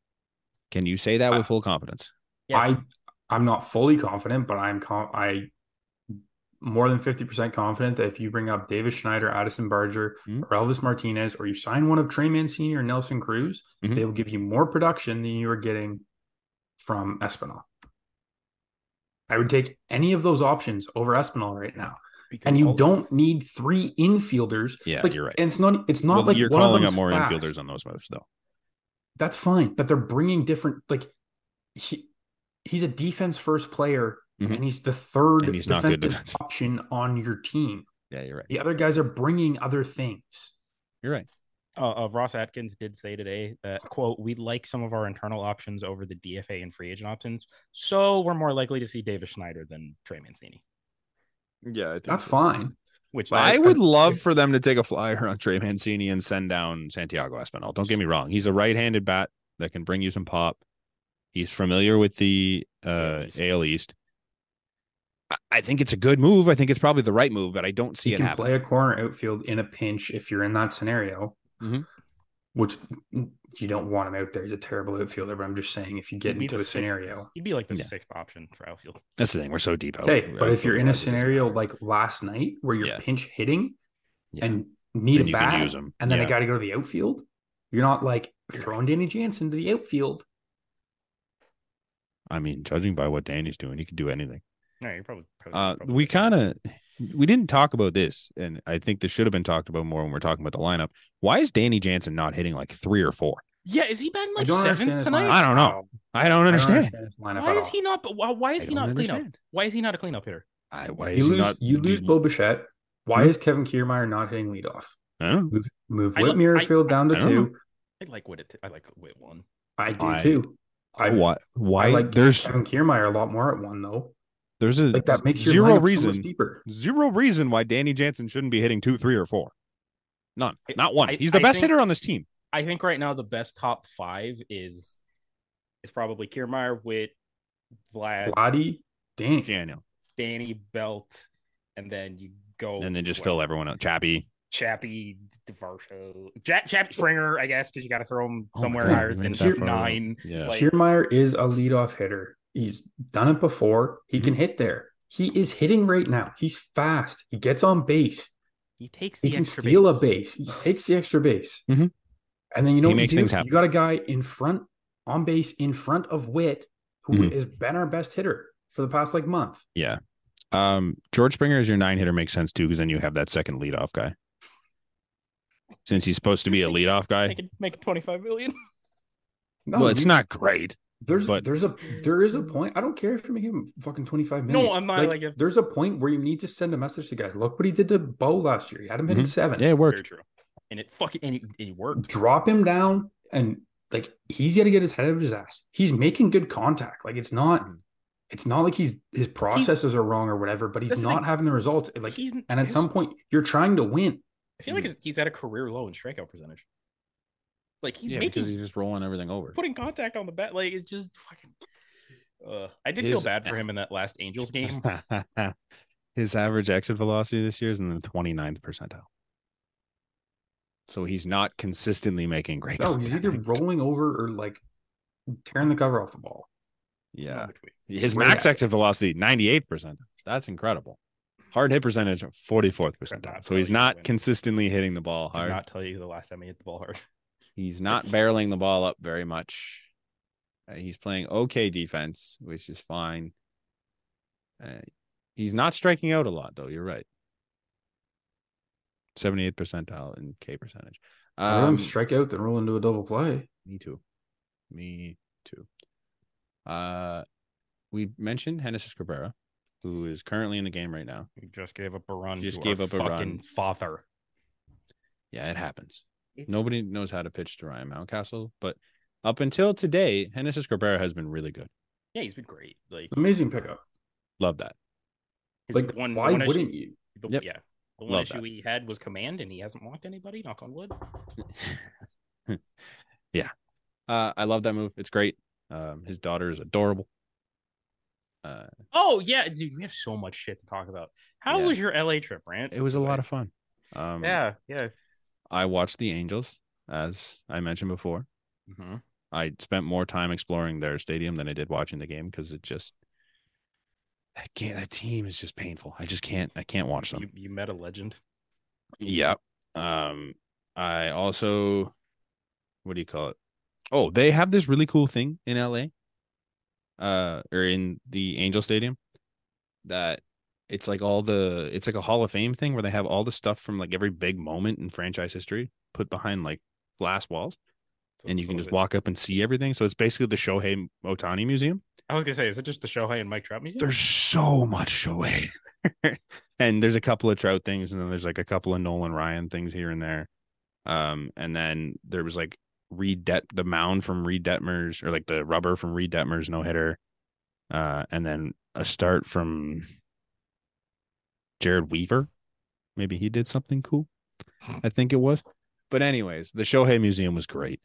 Speaker 1: Can you say that
Speaker 2: I-
Speaker 1: with full confidence?
Speaker 3: Yes.
Speaker 2: I, I'm not fully confident, but I'm com- I more than fifty percent confident that if you bring up Davis Schneider, Addison Barger,
Speaker 1: Mhm.
Speaker 2: or Elvis Martinez, or you sign one of Trey Mancini or Nelson Cruz,
Speaker 1: Mhm.
Speaker 2: they will give you more production than you are getting from Espinal. I would take any of those options over Espinal right now,
Speaker 3: because
Speaker 2: and you
Speaker 3: all-
Speaker 2: don't need three infielders.
Speaker 1: Yeah,
Speaker 2: Like,
Speaker 1: you're right.
Speaker 2: And it's not. It's not
Speaker 1: Well,
Speaker 2: like
Speaker 1: you're
Speaker 2: one
Speaker 1: calling
Speaker 2: of
Speaker 1: up
Speaker 2: them's
Speaker 1: more
Speaker 2: fast
Speaker 1: infielders on those moves, though.
Speaker 2: that's fine. But they're bringing different. Like he, he's a defense first player,
Speaker 1: Mhm.
Speaker 2: and he's the third
Speaker 1: And he's not good
Speaker 2: defensive
Speaker 1: defense.
Speaker 2: option on your team.
Speaker 1: Yeah, you're right.
Speaker 2: The other guys are bringing other things.
Speaker 1: You're right.
Speaker 3: uh, uh, Ross Atkins did say today that quote we like some of our internal options over the DFA and free agent options, so we're more likely to see Davis Schneider than Trey Mancini.
Speaker 1: Yeah, I think
Speaker 2: That's fine.
Speaker 3: Which
Speaker 2: Well, I-
Speaker 1: I would love for them to take a flyer on Trey Mancini and send down Santiago Espinal. Don't get me wrong; he's a right-handed bat that can bring you some pop. He's familiar with the uh,
Speaker 3: AL East.
Speaker 1: AL East. I- I think it's a good move. I think it's probably the right move, but I don't see
Speaker 2: you
Speaker 1: it
Speaker 2: can
Speaker 1: happen.
Speaker 2: play a corner outfield in a pinch if you're in that scenario,
Speaker 1: Mhm.
Speaker 2: which you don't want him out there. He's a terrible outfielder, but I'm just saying if you get
Speaker 3: He'd be
Speaker 2: into
Speaker 3: the
Speaker 2: a
Speaker 3: sixth.
Speaker 2: scenario.
Speaker 3: he'd be like the
Speaker 1: Yeah.
Speaker 3: sixth option for outfield.
Speaker 1: That's the thing. We're so deep. out.
Speaker 2: Okay, but if you're in a
Speaker 1: Otherwise, it doesn't
Speaker 2: scenario
Speaker 1: matter.
Speaker 2: like last night where you're
Speaker 1: Yeah.
Speaker 2: pinch hitting
Speaker 1: Yeah.
Speaker 2: and need
Speaker 1: Then
Speaker 2: a
Speaker 1: you can
Speaker 2: bat,
Speaker 1: use him.
Speaker 2: and then
Speaker 1: Yeah.
Speaker 2: a guy to go to the outfield. You're not like throwing Danny Jansen to the outfield.
Speaker 1: I mean, judging by what Danny's doing, he could do anything.
Speaker 3: No, you're probably. probably,
Speaker 1: Uh,
Speaker 3: probably
Speaker 1: we
Speaker 3: right.
Speaker 1: kind of we didn't talk about this, and I think this should have been talked about more when we're talking about the lineup. Why is Danny Jansen not hitting like three or four?
Speaker 3: Yeah, is he batting
Speaker 2: I
Speaker 3: like
Speaker 2: don't
Speaker 3: seventh
Speaker 2: understand this
Speaker 3: tonight?
Speaker 2: lineup.
Speaker 1: I don't know. I don't understand.
Speaker 2: this lineup
Speaker 3: Why
Speaker 2: at
Speaker 3: is
Speaker 2: all.
Speaker 3: he not? but Why, why is
Speaker 1: I don't
Speaker 3: he not a cleanup?
Speaker 1: understand.
Speaker 3: Why is he not a cleanup hitter?
Speaker 1: I, why
Speaker 2: You
Speaker 1: is
Speaker 2: lose.
Speaker 1: he not?
Speaker 2: you lose
Speaker 1: using-
Speaker 2: Bo Bichette. Why
Speaker 1: Hmm?
Speaker 2: is Kevin Kiermaier not hitting leadoff?
Speaker 1: I don't know.
Speaker 2: Move, move
Speaker 3: I
Speaker 2: Whit
Speaker 3: don't-
Speaker 2: Merrifield down to
Speaker 1: I don't
Speaker 2: two.
Speaker 3: I like Witt. at- I like Witt one.
Speaker 2: I do
Speaker 1: I-
Speaker 2: too. I,
Speaker 1: I, why? Why?
Speaker 2: I like
Speaker 1: there's
Speaker 2: Kevin Kiermaier a lot more at one though.
Speaker 1: there's a
Speaker 2: Like that makes your
Speaker 1: zero
Speaker 2: lineup so much
Speaker 1: reason
Speaker 2: deeper.
Speaker 1: zero reason why Danny Jansen shouldn't be hitting two, three, or four. None.
Speaker 3: I-
Speaker 1: Not one.
Speaker 3: I-
Speaker 1: He's the
Speaker 3: I
Speaker 1: best
Speaker 3: think-
Speaker 1: hitter on this team.
Speaker 3: I think right now the best top five is is probably Kiermaier, Witt, Vlad,
Speaker 2: Vladdy, Danny.
Speaker 1: Daniel.
Speaker 3: Danny Belt, and then you go
Speaker 1: And then just
Speaker 3: what,
Speaker 1: fill everyone out. Chappie.
Speaker 3: Chappie, Devarsho, Jack Chappie Springer, I guess, because you got to throw him
Speaker 1: Oh my
Speaker 3: somewhere
Speaker 1: God,
Speaker 3: higher
Speaker 1: you
Speaker 3: than
Speaker 1: went that far.
Speaker 3: nine.
Speaker 1: Yeah.
Speaker 3: Like-
Speaker 2: Kiermaier is a leadoff hitter. He's done it before. He
Speaker 1: Hmm?
Speaker 2: can hit there. He is hitting right now. He's fast. He gets on base.
Speaker 3: He takes
Speaker 2: He
Speaker 3: the
Speaker 2: can
Speaker 3: extra
Speaker 2: steal
Speaker 3: base.
Speaker 2: a base. He takes the extra base.
Speaker 1: Mhm.
Speaker 2: And then you know
Speaker 1: He
Speaker 2: what you
Speaker 1: makes
Speaker 2: do?
Speaker 1: things happen.
Speaker 2: You got a guy in front on base in front of Witt, who
Speaker 1: Mhm.
Speaker 2: has been our best hitter for the past like month.
Speaker 1: Yeah. Um, George Springer as your nine hitter makes sense too, because then you have that second leadoff guy. Since he's supposed to be a leadoff
Speaker 3: They
Speaker 1: guy.
Speaker 3: could make twenty five million.
Speaker 2: No,
Speaker 1: Well, it's
Speaker 2: you-
Speaker 1: not great.
Speaker 2: There's
Speaker 1: but-
Speaker 2: there's a there is a point. I don't care if you make him fucking 25
Speaker 3: No,
Speaker 2: million.
Speaker 3: I'm not, like, if-
Speaker 2: there's a point where you need to send a message to guys. Look what he did to Bo last year. He had him hitting
Speaker 1: Mhm.
Speaker 2: seven.
Speaker 1: Yeah, it
Speaker 3: Very
Speaker 1: worked.
Speaker 3: true. And it fucking and it, it worked.
Speaker 2: drop him down and like he's got to get his head out of his ass. He's making good contact. Like it's not, it's not like he's his processes are wrong or whatever. But
Speaker 3: That's
Speaker 2: he's
Speaker 3: the
Speaker 2: not
Speaker 3: thing.
Speaker 2: having the results. Like
Speaker 3: he's
Speaker 2: and at
Speaker 3: his-
Speaker 2: some point you're trying to win.
Speaker 3: I feel like he's, he's at a career low in strikeout percentage. Like he's
Speaker 1: yeah,
Speaker 3: making
Speaker 1: because he's just rolling everything over.
Speaker 3: putting contact on the bat. Like it's just fucking. Uh, I did feel
Speaker 1: His-
Speaker 3: bad for him in that last Angels game.
Speaker 1: His average exit velocity this year is in the 29th percentile. So he's not consistently making great.
Speaker 3: Oh,
Speaker 2: No, he's either
Speaker 1: contact.
Speaker 2: rolling over or like tearing the cover off the ball.
Speaker 3: It's
Speaker 1: Yeah.
Speaker 3: in between.
Speaker 1: His
Speaker 2: Way
Speaker 1: max
Speaker 2: out.
Speaker 1: exit velocity, 98 percent. That's incredible. Hard hit percentage, 44th
Speaker 3: Could
Speaker 1: percentile.
Speaker 3: not
Speaker 1: So he's
Speaker 3: tell you
Speaker 1: not
Speaker 3: when-
Speaker 1: consistently hitting the ball
Speaker 3: I
Speaker 1: hard.
Speaker 3: did not tell you the last time he hit the ball hard.
Speaker 1: He's not barreling the ball up very much. Uh, he's playing okay defense, which is fine. Uh, he's not striking out a lot, though. You're right. 78 percentile in K percentage.
Speaker 2: Let him
Speaker 1: Um,
Speaker 2: strike out then roll into a double play.
Speaker 1: me too. Me too. Uh, we mentioned Hennessy Cabrera, who is currently in the game right now.
Speaker 3: He just gave up a run.
Speaker 1: Just
Speaker 3: to
Speaker 1: gave
Speaker 3: our
Speaker 1: up a
Speaker 3: fucking
Speaker 1: run.
Speaker 3: Father.
Speaker 1: Yeah, it happens.
Speaker 3: It's-
Speaker 1: Nobody knows how to pitch to Ryan Mountcastle, but up until today, Hennessy Cabrera has been really good.
Speaker 3: Yeah, he's been great. Like,
Speaker 2: Amazing pickup.
Speaker 1: Love that.
Speaker 3: his
Speaker 2: Like
Speaker 3: one, the
Speaker 2: why
Speaker 3: one issue-
Speaker 2: wouldn't you?
Speaker 3: the-
Speaker 1: Yep.
Speaker 3: Yeah. The one
Speaker 1: Love
Speaker 3: issue
Speaker 1: that.
Speaker 3: he had was command, and he hasn't walked anybody. Knock on wood.
Speaker 1: yeah. Uh, I love that move. It's great. Um, his daughter is adorable. Uh,
Speaker 3: Oh yeah, dude, we have so much shit to talk about. How
Speaker 1: Yeah.
Speaker 3: was your LA trip, Rant?
Speaker 1: it was a
Speaker 3: Because
Speaker 1: lot
Speaker 3: I-
Speaker 1: of fun. Um,
Speaker 3: Yeah, yeah.
Speaker 1: I watched the Angels, as I mentioned before.
Speaker 3: Mhm.
Speaker 1: I spent more time exploring their stadium than I did watching the game because it just that can't that team is just painful. I just can't I can't watch them.
Speaker 3: You, you met a legend.
Speaker 1: Yep. Um, I also, what do you call it? Oh, they have this really cool thing in LA, uh, or in the Angel Stadium, that it's like all the it's like a Hall of Fame thing where they have all the stuff from like every big moment in franchise history put behind like glass walls,
Speaker 3: So
Speaker 1: and
Speaker 3: it's
Speaker 1: you
Speaker 3: a
Speaker 1: can
Speaker 3: little
Speaker 1: just
Speaker 3: bit-
Speaker 1: walk up and see everything. So it's basically the Shohei Otani Museum.
Speaker 3: I was gonna say, is it just the Shohei and Mike Trout music?
Speaker 1: There's so much Shohei, and there's a couple of Trout things, and then there's like a couple of Nolan Ryan things here and there. Um, and then there was like Reed Det the mound from Reed Detmers, or like the rubber from Reed Detmers no hitter, uh, and then a start from Jared Weaver. Maybe he did something cool. I think it was. But anyways, the Shohei Museum was great.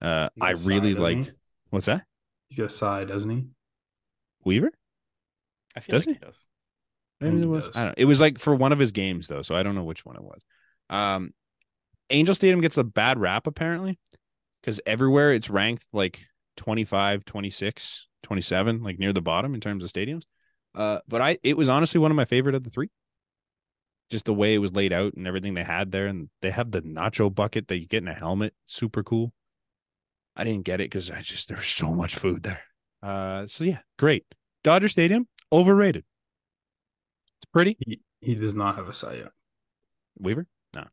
Speaker 1: Uh,
Speaker 2: He's
Speaker 1: I
Speaker 2: got a
Speaker 1: really
Speaker 2: side, doesn't
Speaker 1: liked.
Speaker 2: he?
Speaker 1: What's that?
Speaker 2: He's got a side, doesn't he?
Speaker 1: Weaver?
Speaker 3: I feel
Speaker 1: Does
Speaker 3: like he does.
Speaker 2: think
Speaker 1: Maybe it
Speaker 2: he
Speaker 1: was.
Speaker 2: does.
Speaker 1: I don't. It was like for one of his games though, so I don't know which one it was. Um, Angel Stadium gets a bad rap apparently because everywhere it's ranked like 25, 26, 27, like near the bottom in terms of stadiums. Uh, but I it was honestly one of my favorite of the three. Just the way it was laid out and everything they had there, and they have the nacho bucket that you get in a helmet, super cool. I didn't get it because I just there was so much food there. Uh, so yeah, great. Dodger Stadium overrated. It's pretty.
Speaker 2: He, he does not have a side yet.
Speaker 1: Weaver? No.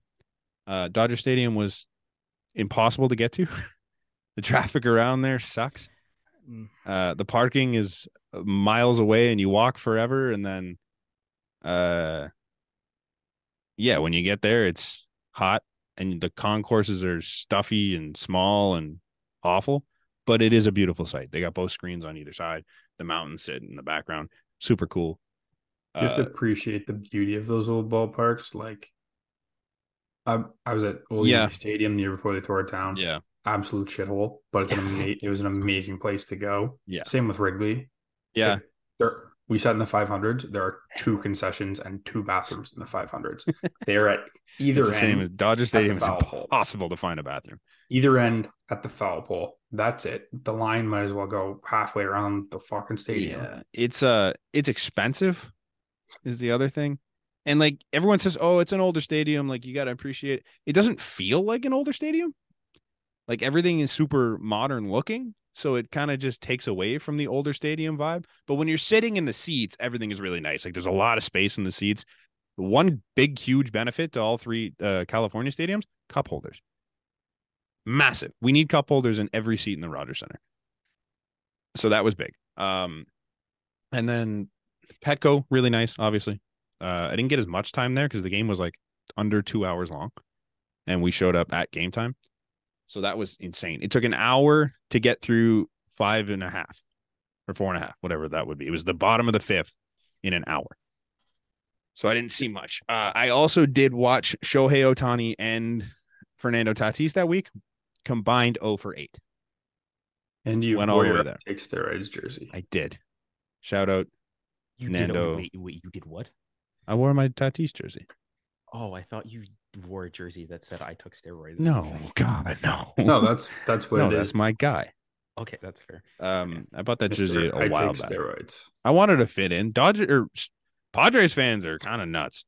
Speaker 1: Uh, Dodger Stadium was impossible to get to. the traffic around there sucks.
Speaker 3: Mm.
Speaker 1: Uh, the parking is miles away and you walk forever. And then, uh, yeah, when you get there, it's hot and the concourses are stuffy and small and awful, but it is a beautiful sight. They got both screens on either side, the mountains sit in the background. Super cool.
Speaker 2: You have to
Speaker 1: Uh,
Speaker 2: appreciate the beauty of those old ballparks. Like I, I was at Old
Speaker 1: Yeah.
Speaker 2: Yankee Stadium the year before they tore it down.
Speaker 5: Yeah.
Speaker 2: Absolute shithole, but it's an ama- it was an amazing place to go.
Speaker 5: Yeah.
Speaker 2: Same with Wrigley.
Speaker 1: Yeah.
Speaker 2: There, we sat in the 500s. There are two concessions and two bathrooms in the 500s. They're at either
Speaker 1: It's the same
Speaker 2: end,
Speaker 1: as Dodger Stadium. It's
Speaker 2: foul pole.
Speaker 1: impossible to find a bathroom.
Speaker 2: either end at the foul pole. That's it. The line might as well go halfway around the fucking stadium.
Speaker 1: Yeah, it's uh, it's expensive, is the other thing, and like everyone says, oh, it's an older stadium. Like you got to appreciate it. It doesn't feel like an older stadium. Like everything is super modern looking, so it kind of just takes away from the older stadium vibe. But when you're sitting in the seats, everything is really nice. Like there's a lot of space in the seats. One big, huge benefit to all three uh, California stadiums: cup holders. Massive. We need cup holders in every seat in the Rogers Center so that was big. Um, and then Petco, really nice, obviously. Uh, I didn't get as much time there because the game was like under two hours long, and we showed up at game time, so that was insane. It took an hour to get through five and a half or four and a half, whatever that would be. It was the bottom of the fifth in an hour. So I didn't see much. Uh, I also did watch Shohei Otani and Fernando Tatis that week, combined 0 for 8.
Speaker 2: And you
Speaker 1: Went
Speaker 2: went
Speaker 1: all
Speaker 2: all
Speaker 1: the way
Speaker 2: your
Speaker 1: there.
Speaker 2: take steroids jersey.
Speaker 1: I did. Shout out
Speaker 3: You
Speaker 1: Nando.
Speaker 3: did wait, wait, wait, you did what?
Speaker 1: I wore my Tatis jersey.
Speaker 3: Oh, I thought you wore a jersey that said I took steroids.
Speaker 1: No, God, no.
Speaker 2: No, that's that's what
Speaker 1: no,
Speaker 2: it
Speaker 1: that's
Speaker 2: is.
Speaker 1: my guy.
Speaker 3: Okay, that's fair.
Speaker 1: Um, I bought that
Speaker 2: Mr.
Speaker 1: jersey a
Speaker 2: I
Speaker 1: while
Speaker 2: take
Speaker 1: back.
Speaker 2: steroids.
Speaker 1: I wanted to fit in. Dodger or Padres fans are kind of nuts.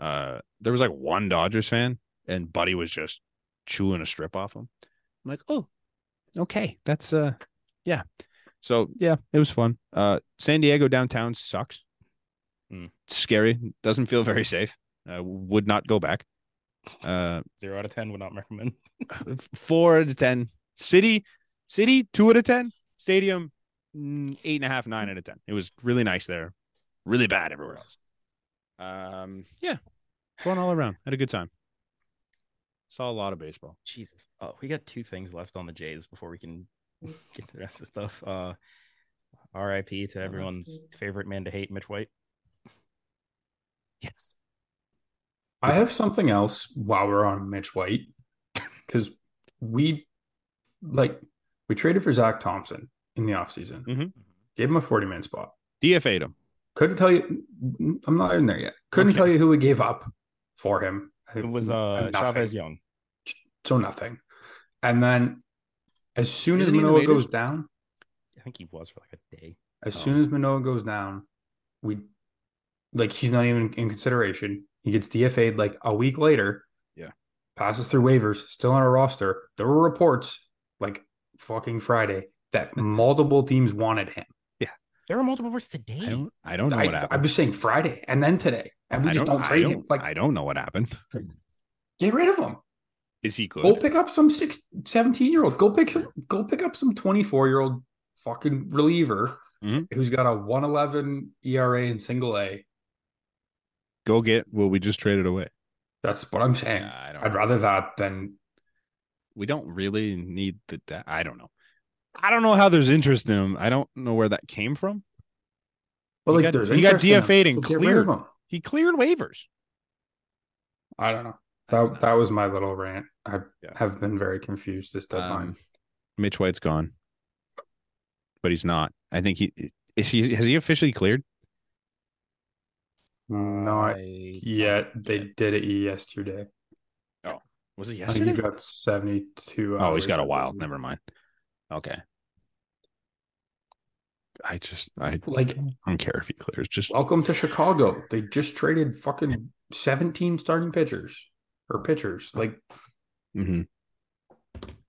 Speaker 1: Uh, there was like one Dodgers fan, and Buddy was just chewing a strip off him. I'm like, oh, okay, that's uh, yeah. So yeah, it was fun. Uh, San Diego downtown sucks.
Speaker 3: Hmm.
Speaker 1: Scary. Doesn't feel very safe. Uh, would not go back. Uh,
Speaker 3: Zero out of ten would not recommend.
Speaker 1: f- four out of ten. City, city, two out of ten. Stadium, mm, eight and a half, nine out of ten. It was really nice there. Really bad everywhere else. Um, yeah, fun all around. Had a good time. Saw a lot of baseball.
Speaker 3: Jesus. Oh, we got two things left on the Jays before we can get to the rest of the stuff. Uh R.I.P. to everyone's favorite man to hate, Mitch White. Yes.
Speaker 2: I have something else while we're on Mitch White because we like we traded for Zach Thompson in the offseason,
Speaker 1: Mhm.
Speaker 2: gave him a 40 man spot.
Speaker 1: DFA'd him.
Speaker 2: Couldn't tell you, I'm not in there yet. Couldn't
Speaker 1: Okay.
Speaker 2: tell you who we gave up for him.
Speaker 3: It
Speaker 1: Mm,
Speaker 3: was uh
Speaker 2: Nothing.
Speaker 3: Chavez Young.
Speaker 2: so nothing. And then as soon
Speaker 1: Isn't
Speaker 2: as
Speaker 1: he the
Speaker 2: Manoa
Speaker 1: Mariners?
Speaker 2: goes down,
Speaker 3: I think he was for like a day.
Speaker 2: as
Speaker 3: Oh.
Speaker 2: soon as Manoa goes down, we like he's not even in consideration. He gets DFA'd like a week later.
Speaker 1: Yeah.
Speaker 2: Passes through waivers, still on our roster. There were reports like fucking Friday that multiple teams wanted him.
Speaker 3: There were multiple words
Speaker 1: I
Speaker 3: today.
Speaker 1: don't. I don't know what
Speaker 2: I,
Speaker 1: happened.
Speaker 2: I'm just saying Friday and then today. And we
Speaker 1: I
Speaker 2: just
Speaker 1: don't.
Speaker 2: don't,
Speaker 1: I
Speaker 2: trade
Speaker 1: don't,
Speaker 2: him. Like
Speaker 1: I don't know what happened.
Speaker 2: get rid of him.
Speaker 1: Is he good?
Speaker 2: Go pick up some six, 17 year old. Go pick some go pick up some 24 year old fucking reliever
Speaker 1: Mhm.
Speaker 2: who's got a 111 ERA in single A.
Speaker 1: Go get what we just traded away.
Speaker 2: That's what I'm saying.
Speaker 1: Yeah, I don't.
Speaker 2: I'd rather that than
Speaker 1: we don't really need the da- I don't know. I don't know how there's interest in him. I don't know where that came from.
Speaker 2: well,
Speaker 1: He
Speaker 2: like
Speaker 1: got-
Speaker 2: there's
Speaker 1: he got
Speaker 2: interest in him,
Speaker 1: DFA'd and
Speaker 2: so get rid of
Speaker 1: cleared.
Speaker 2: him.
Speaker 1: He cleared waivers.
Speaker 2: I don't know.
Speaker 1: That's
Speaker 2: That, that
Speaker 1: nuts.
Speaker 2: was my little rant. I
Speaker 1: Yeah.
Speaker 2: have been very confused this deadline.
Speaker 1: Um, Mitch White's gone, but he's not. I think he is. He has he officially cleared? Um,
Speaker 2: Not yet. They did it yesterday.
Speaker 1: Was it
Speaker 2: I think he got 72.
Speaker 1: Oh, he's
Speaker 2: hours,
Speaker 1: got a
Speaker 2: I
Speaker 1: while.
Speaker 2: believe.
Speaker 1: Never mind. Okay. I just I
Speaker 2: Like,
Speaker 1: don't care if he clears. Just
Speaker 2: welcome to Chicago. They just traded fucking 17 starting pitchers or pitchers. Like,
Speaker 1: mhm.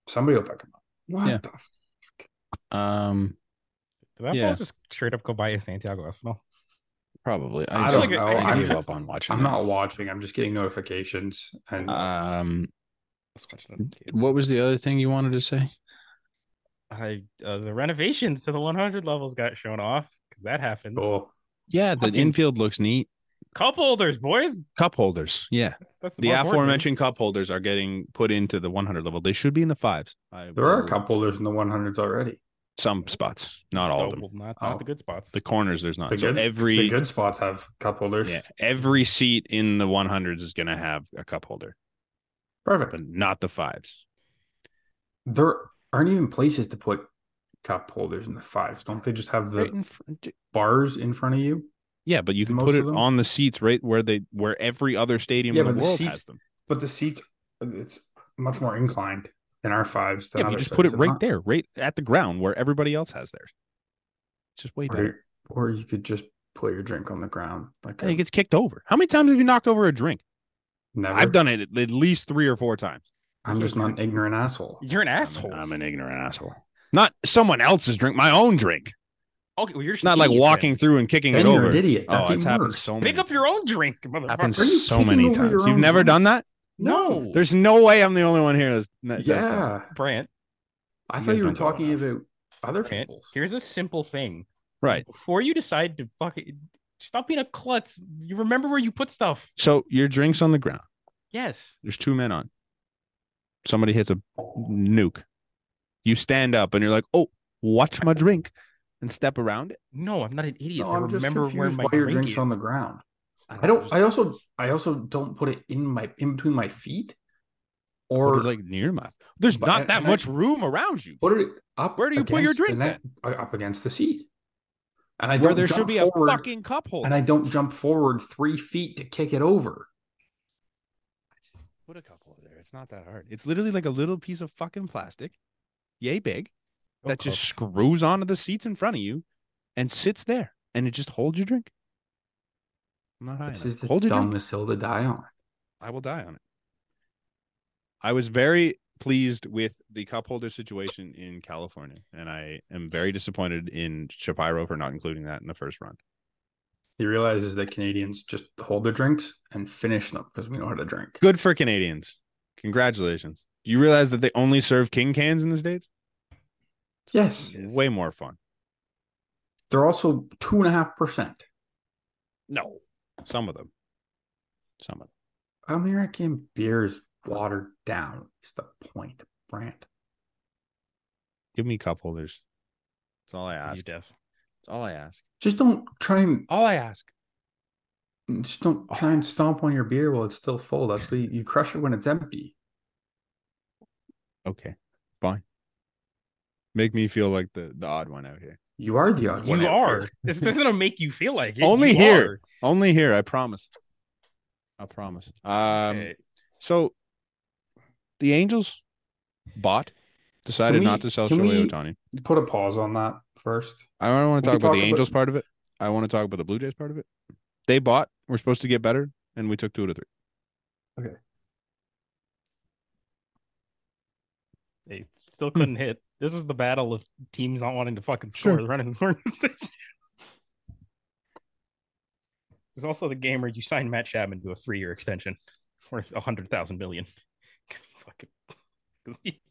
Speaker 2: somebody will pick him up. What
Speaker 1: Yeah.
Speaker 2: the f-
Speaker 1: um
Speaker 3: Did that
Speaker 1: Yeah.
Speaker 3: ball just straight up go by a Santiago Espinal?
Speaker 1: probably.
Speaker 2: I
Speaker 1: I,
Speaker 2: don't
Speaker 1: just,
Speaker 2: know.
Speaker 1: I
Speaker 2: I'm-
Speaker 1: gave up on watching.
Speaker 2: I'm
Speaker 1: that.
Speaker 2: not watching. I'm just getting notifications. And
Speaker 1: Um,
Speaker 3: I was watching it.
Speaker 1: what was the other thing you wanted to say?
Speaker 3: I uh, the renovations to the 100 levels got shown off because that happens.
Speaker 2: oh,
Speaker 1: Yeah, the
Speaker 3: Fucking-
Speaker 1: infield looks neat.
Speaker 3: Cup holders, boys.
Speaker 1: Cup holders. Yeah.
Speaker 3: That's, that's
Speaker 1: The
Speaker 3: more important.
Speaker 1: aforementioned cup holders are getting put into the 100 level. They should be in the fives. I
Speaker 2: there are
Speaker 1: will-
Speaker 2: a cup holders in the 100s already.
Speaker 1: Some spots, not all of
Speaker 3: No,
Speaker 1: them.
Speaker 3: well, Not, not
Speaker 2: Oh.
Speaker 3: the good spots.
Speaker 1: The corners, there's not.
Speaker 2: The
Speaker 1: so
Speaker 2: good-
Speaker 1: every
Speaker 2: The good spots have cup holders.
Speaker 1: yeah, every seat in the 100s is going to have a cup holder.
Speaker 2: Perfect.
Speaker 1: but not the fives.
Speaker 2: There aren't even places to put cup holders in the fives. Don't they just have the
Speaker 1: Right in front-
Speaker 2: bars in front of you?
Speaker 1: Yeah, but you can
Speaker 2: Most
Speaker 1: put
Speaker 2: of
Speaker 1: it
Speaker 2: them?
Speaker 1: on the seats right where they where every other stadium
Speaker 2: Yeah,
Speaker 1: in the
Speaker 2: but the
Speaker 1: world
Speaker 2: seats-
Speaker 1: has them.
Speaker 2: But the seats, it's much more inclined than our fives. Than
Speaker 1: Yeah, but you
Speaker 2: other
Speaker 1: just put it
Speaker 2: fives. It's
Speaker 1: right
Speaker 2: not-
Speaker 1: there, right at the ground where everybody else has theirs. It's just way better.
Speaker 2: Or, or you could just put your drink on the ground. Like
Speaker 1: And
Speaker 2: a-
Speaker 1: it gets kicked over. How many times have you knocked over a drink?
Speaker 2: never.
Speaker 1: I've done it at least three or four times.
Speaker 2: I'm just not an ignorant asshole.
Speaker 3: You're an
Speaker 1: I'm an-
Speaker 3: asshole.
Speaker 1: I'm an, ignorant asshole. Not someone else's drink, my own drink.
Speaker 3: okay, well, you're just
Speaker 1: It's not like
Speaker 3: idiot then.
Speaker 1: walking through and kicking
Speaker 2: Then
Speaker 1: it
Speaker 2: you're
Speaker 1: over.
Speaker 2: an idiot. That's
Speaker 1: oh, it's
Speaker 2: even
Speaker 1: happened
Speaker 2: worse.
Speaker 1: so many.
Speaker 3: Pick up your own drink,
Speaker 1: happens
Speaker 2: Are you
Speaker 3: motherfucker.
Speaker 1: so
Speaker 2: kicking
Speaker 1: many
Speaker 2: over your
Speaker 1: times. You've
Speaker 2: own
Speaker 1: never
Speaker 2: drink?
Speaker 1: done that.
Speaker 3: No,
Speaker 1: There's no way I'm the only one here. That's, that- that's done it.
Speaker 2: yeah,
Speaker 3: Brant.
Speaker 2: I
Speaker 1: You
Speaker 2: thought
Speaker 1: guys
Speaker 2: you were
Speaker 1: don't go
Speaker 2: talking
Speaker 1: enough.
Speaker 2: about other
Speaker 3: Brant,
Speaker 2: people's.
Speaker 3: Here's a simple thing.
Speaker 1: right.
Speaker 3: Before you decide to fucking stop being a klutz, you remember where you put stuff.
Speaker 1: So your drink's on the ground.
Speaker 3: Yes.
Speaker 1: There's two men on. Somebody hits a nuke. You stand up and you're like, "Oh, watch my drink," and step around it.
Speaker 3: No, I'm not an idiot.
Speaker 2: No,
Speaker 3: I
Speaker 2: I'm just
Speaker 3: remember
Speaker 2: confused
Speaker 3: where my
Speaker 2: why your
Speaker 3: drink
Speaker 2: drink's
Speaker 3: is.
Speaker 2: on the ground.
Speaker 1: don't,
Speaker 2: I don't. I also. I also don't put it in my in between my feet, or
Speaker 1: put it like near my. There's
Speaker 2: But-
Speaker 1: not
Speaker 2: and-
Speaker 1: that
Speaker 2: and I-
Speaker 1: much room around you.
Speaker 2: put it up.
Speaker 1: Where do you put your
Speaker 2: against the
Speaker 1: drink
Speaker 2: net- uh, Up against the seat, and I
Speaker 1: Where
Speaker 2: don't
Speaker 1: there
Speaker 2: jump
Speaker 1: should be
Speaker 2: forward,
Speaker 1: a fucking cup holder.
Speaker 2: and I don't jump forward three feet to kick it over.
Speaker 1: Put a cup holder there. It's not that hard. It's literally like a little piece of fucking plastic, yay big,
Speaker 3: No
Speaker 1: that just
Speaker 3: clubs.
Speaker 1: screws onto the seats in front of you, and sits there, and it just holds your drink. I'm not high
Speaker 2: This
Speaker 1: enough.
Speaker 2: is the
Speaker 1: Hold your drink.
Speaker 2: dumbest hill to die on.
Speaker 1: I will die on it. I was very pleased with the cup holder situation in California, and I am very disappointed in Shapiro for not including that in the first round.
Speaker 2: He realizes that Canadians just hold their drinks and finish them because we know how to drink.
Speaker 1: Good for Canadians. Congratulations. Do you realize that they only serve king cans in the States?
Speaker 2: Yes,
Speaker 1: Way more fun.
Speaker 2: they're also two and a half percent
Speaker 1: No. Some of them. Some of them.
Speaker 2: American beer is watered down. Is the point, Brant?
Speaker 1: Give me cup holders. That's all I
Speaker 3: Are You
Speaker 1: ask.
Speaker 3: deaf.
Speaker 1: That's all I ask.
Speaker 2: Just don't try and
Speaker 1: All I ask.
Speaker 2: just don't try and stomp on your beer while it's still full. That's the you crush it when it's empty.
Speaker 1: Okay. Fine. Make me feel like the, the odd one out here.
Speaker 2: You are the odd one.
Speaker 3: You
Speaker 2: out
Speaker 3: are.
Speaker 2: here.
Speaker 3: This doesn't make you feel like it.
Speaker 1: Only
Speaker 3: You
Speaker 1: here.
Speaker 3: are.
Speaker 1: Only here, I promise. I promise. Um,
Speaker 3: Okay.
Speaker 1: So the Angels bought, decided
Speaker 2: Can
Speaker 1: not
Speaker 2: we-
Speaker 1: to sell
Speaker 2: can
Speaker 1: Shohei
Speaker 2: we-
Speaker 1: Otani.
Speaker 2: Put a pause on that first.
Speaker 1: I don't want
Speaker 2: we
Speaker 1: to talk
Speaker 2: can
Speaker 1: about the
Speaker 2: talk about-
Speaker 1: Angels part of it. I want to talk about the Blue Jays part of it. They bought. We're supposed to get better, and we took two to three.
Speaker 3: They still couldn't hit. This was the battle of teams not wanting to fucking score.
Speaker 1: Sure.
Speaker 3: The running scoring position. There's also the game where you signed Matt Chapman to a three-year extension worth a hundred thousand million because he fucking because he,